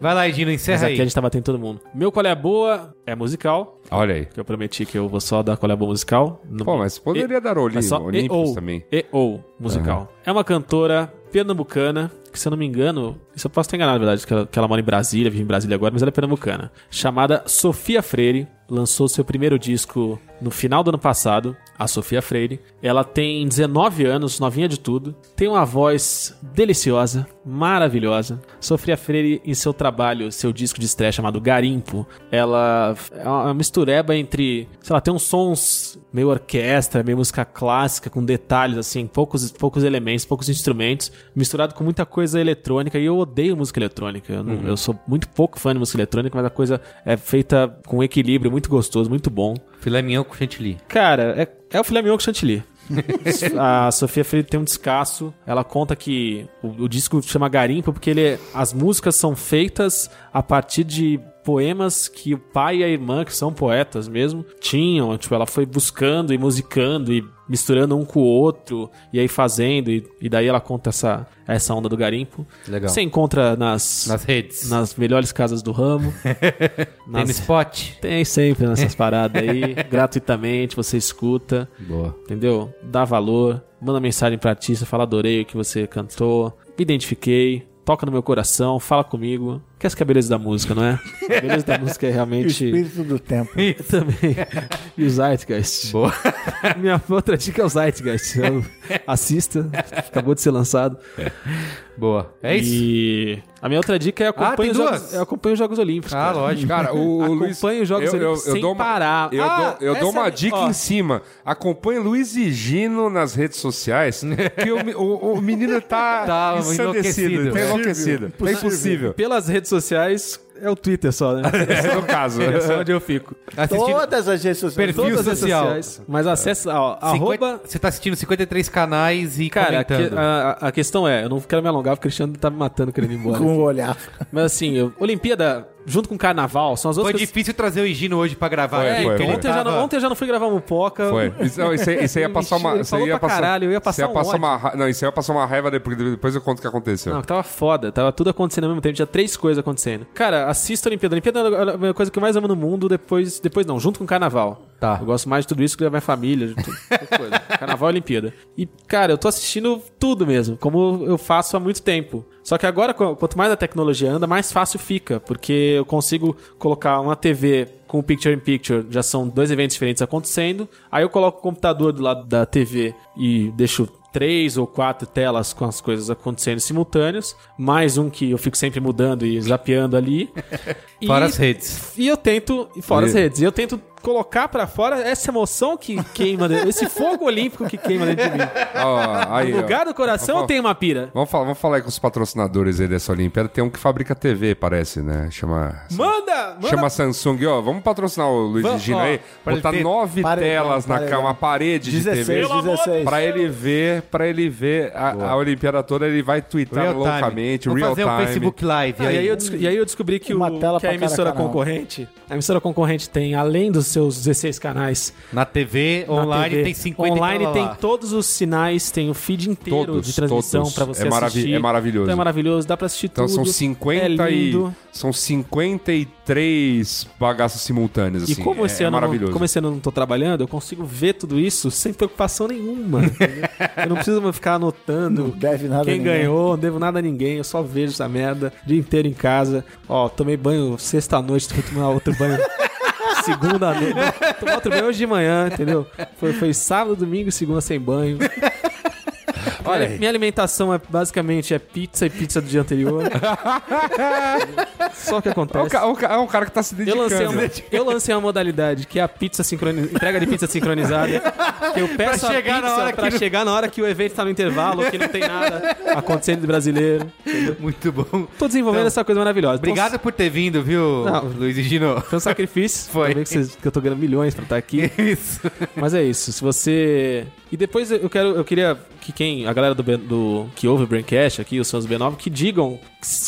Vai lá, Edino, Mas encerra aqui a É. aí. gente tá batendo em todo mundo. Meu qual é a boa é musical, Olha aí. que eu prometi que eu vou só dar qual é a boa musical. No- Pô, mas poderia dar Olim, Mas só e Olímpicos ou, também. E ou musical. É uma cantora pernambucana, que se eu não me engano, isso eu posso estar enganado, na verdade, que ela, que ela mora em Brasília, vive em Brasília agora, mas ela é pernambucana. Chamada Sofia Freire, lançou seu primeiro disco no final do ano passado, a Sofia Freire. Ela tem 19 anos, novinha de tudo, tem uma voz deliciosa, maravilhosa. Sofia Freire, em seu trabalho, seu disco de estreia chamado Garimpo, ela é uma mistureba entre, sei lá, tem uns sons meio orquestra, meio música clássica, com detalhes, assim, poucos, poucos elementos, poucos instrumentos, misturado com muita coisa eletrônica. E eu odeio música eletrônica. Eu, não- eu sou muito pouco fã de música eletrônica, mas a coisa é feita com equilíbrio muito gostoso, muito bom. Filé mignon com chantilly. Cara, é, é o filé mignon com chantilly. a Sofia Freire tem um descasso. Ela conta que o, o disco chama Garimpo porque ele, é, as músicas são feitas a partir de poemas que o pai e a irmã, que são poetas mesmo, tinham. Tipo, ela foi buscando e musicando e misturando um com o outro e aí fazendo. E, e daí ela conta essa, essa onda do garimpo. Legal. Você encontra nas, Nas redes. nas melhores casas do ramo. Tem no spot. Tem sempre nessas paradas aí, gratuitamente, você escuta, Boa. entendeu? Dá valor, manda mensagem pra artista, fala adorei o que você cantou, me identifiquei, toca no meu coração, fala comigo. Que essa que é a beleza da música, não é? A beleza da música E é o realmente. espírito do tempo. E também. E o Zeitgeist. Boa. Minha outra dica é o Zeitgeist. Eu- Assista, acabou de ser lançado. Boa. É isso? E a minha outra dica é Ah, tem acompanhar os jogos, duas? eu acompanho os Jogos Olímpicos. Ah, cara. lógico. Cara, o Acompanhe Luiz. Tá os Jogos Olímpicos sem uma- parar. Eu Ah, dou, eu dou essa uma é- dica ó. em cima. Acompanhe Luiz e Gino nas redes sociais, que o, me- o- o menino tá, Tá enlouquecido. ensandecido. Tá enlouquecido. É impossível. Pelas redes sociais, é o Twitter só, né? É no caso. é só onde eu fico. Tá Assistindo Todas as redes sociais. Perfil Todas as social. sociais. Mas acessa, ó, 50 arroba... Você tá assistindo 53 canais e Cara, a, que- comentando. a- a questão é, eu não quero me alongar, porque o Cristiano tá me matando querendo ir embora. Com o olhar. Mas assim, eu- Olimpíada, junto com Carnaval, são as Foi outras... É, difícil trazer o Higino hoje pra gravar. Foi, né? foi, Porque foi. ele Ontem, eu já não, tava- ontem eu já não fui gravar mupoca. Foi. Isso, não, isso, aí- isso aí ia passar uma. Ele Isso aí falou ia pra passar, caralho, eu ia passar isso aí um ia passar ódio. uma ra- Não, isso aí ia passar uma raiva depois, depois eu conto o que aconteceu. Não, que tava foda, tava tudo acontecendo ao mesmo tempo, tinha três coisas acontecendo. Cara, assista a Olimpíada. A Olimpíada é a coisa que eu mais amo no mundo, depois, depois não, junto com o Carnaval. Tá. Eu gosto mais de tudo isso que da minha família, de tudo, qualquer coisa. Carnaval e Olimpíada. E, cara, eu tô assistindo tudo mesmo, como eu faço há muito tempo. Só que agora, qu- quanto mais a tecnologia anda, mais fácil fica, porque eu consigo colocar uma TV com o Picture in Picture, já são dois eventos diferentes acontecendo. Aí eu coloco o computador do lado da TV e deixo três ou quatro telas com as coisas acontecendo simultâneas, mais um que eu fico sempre mudando e zapeando ali. E- Fora as redes. E eu tento, e fora as E- redes, e eu tento colocar pra fora essa emoção que queima, dentro- esse fogo olímpico que queima dentro de mim. Ó, aí, No ó. lugar do coração eu Opa. tenho uma pira. Vamos falar, vamos falar aí com os patrocinadores aí dessa Olimpíada. Tem um que fabrica TV, parece, né? Chama. Manda! manda Chama Samsung, ó. Vamos patrocinar o Luiz Vamos, Gino ó, aí. pra ele Botar ter nove paredão, telas na paredão. cama, uma parede de 16, TV. 16. Pra ele ver, pra ele ver a, a Olimpíada toda, ele vai twittar Real time. loucamente, Vamos real fazer um time. Facebook Live. Ah, aí. e, aí eu desco- e aí eu descobri que, o, Uma tela que é pra a cada emissora canal. concorrente, a emissora concorrente tem, além dos seus 16 canais, Na TV, na online, TV. tem 50 Online e tal, tem lá. todos os sinais, tem o feed inteiro Todos, de transmissão todos. pra você É maravi- assistir. é maravilhoso. Então é maravilhoso, dá pra assistir Então tudo. são 50 é e. lindo. São 53 bagaços simultâneos, E assim. como, é, esse é ano eu não, maravilhoso. como esse ano eu não tô trabalhando, eu consigo ver tudo isso sem preocupação nenhuma. entendeu? eu não preciso ficar anotando Não deve nada a quem ninguém. ganhou, não devo nada a ninguém, eu só vejo essa merda o dia inteiro em casa. Ó, tomei banho sexta-noite, vou tomar outro banho. Segunda noite. Não, Tomar outro banho hoje de manhã, entendeu? Foi, foi sábado, domingo e segunda sem banho. Olha, minha alimentação é basicamente é pizza e pizza do dia anterior. Só o que É um, acontece. ca- é um ca- é um cara que tá se Eu dedicando. lancei, um- uma, eu lancei uma modalidade que é a pizza sincronizada, entrega de pizza sincronizada. Que eu peço a chegar na pizza hora pra que não- chegar na hora que o evento tá no intervalo, que não tem nada acontecendo de brasileiro. Muito bom. Tô desenvolvendo Então, essa coisa maravilhosa. Então, Obrigado por ter vindo, viu, Não. Luiz e Gino? Foi um sacrifício. Foi. Também Que, vocês- que eu tô ganhando milhões pra estar aqui. Isso. Mas é isso. Se você. E depois eu quero. Eu queria que quem. A galera do, B- do que ouve o Braincast aqui, os fãs do B9, que digam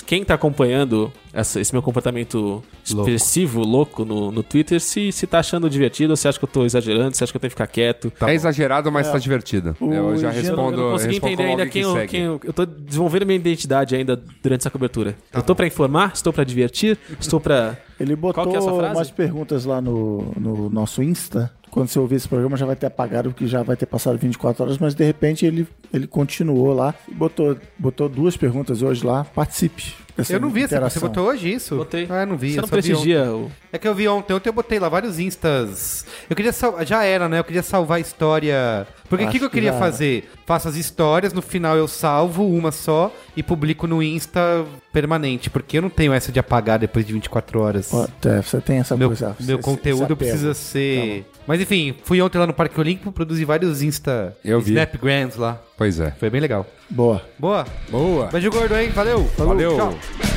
quem tá acompanhando essa- esse meu comportamento expressivo, louco no, no Twitter, se, se tá achando divertido, se acha que eu tô exagerando, se acha que eu tenho que ficar quieto. é exagerado, mas tá divertido. eu já respondo. Gino- eu não respondo consegui com entender alguém ainda quem, que eu, segue. quem eu. Eu tô desenvolvendo minha identidade ainda durante essa cobertura. Tá eu tô pra informar, estou pra divertir, estou pra. Ele botou Qual que é essa frase? umas perguntas lá no, no nosso Insta. Quando você ouvir esse programa, já vai ter apagado, porque já vai ter passado 24 horas, mas de repente ele, ele continuou lá e botou, botou duas perguntas hoje lá. Participe. dessa Eu não vi essa. Você interação. botou hoje isso? Botei. Ah, eu não vi. Você eu não só vi ontem. prestigia o. É que eu vi ontem, ontem eu botei lá vários instas. Eu queria salvar. Já era, né? Eu queria salvar a história. Porque o Acho que, que eu que queria já era. fazer? Faço as histórias, no final eu salvo uma só e publico no Insta permanente. Porque eu não tenho essa de apagar depois de 24 horas. Ó, é, você Tá tem essa Meu, coisa. meu esse- esse conteúdo apego. precisa ser. Mas enfim, fui ontem lá no Parque Olímpico, produzi vários Insta Eu vi. Snapgrams lá. Pois é. Foi bem legal. Boa. Boa. Boa. Beijo gordo, hein? Valeu. Valeu. Tchau.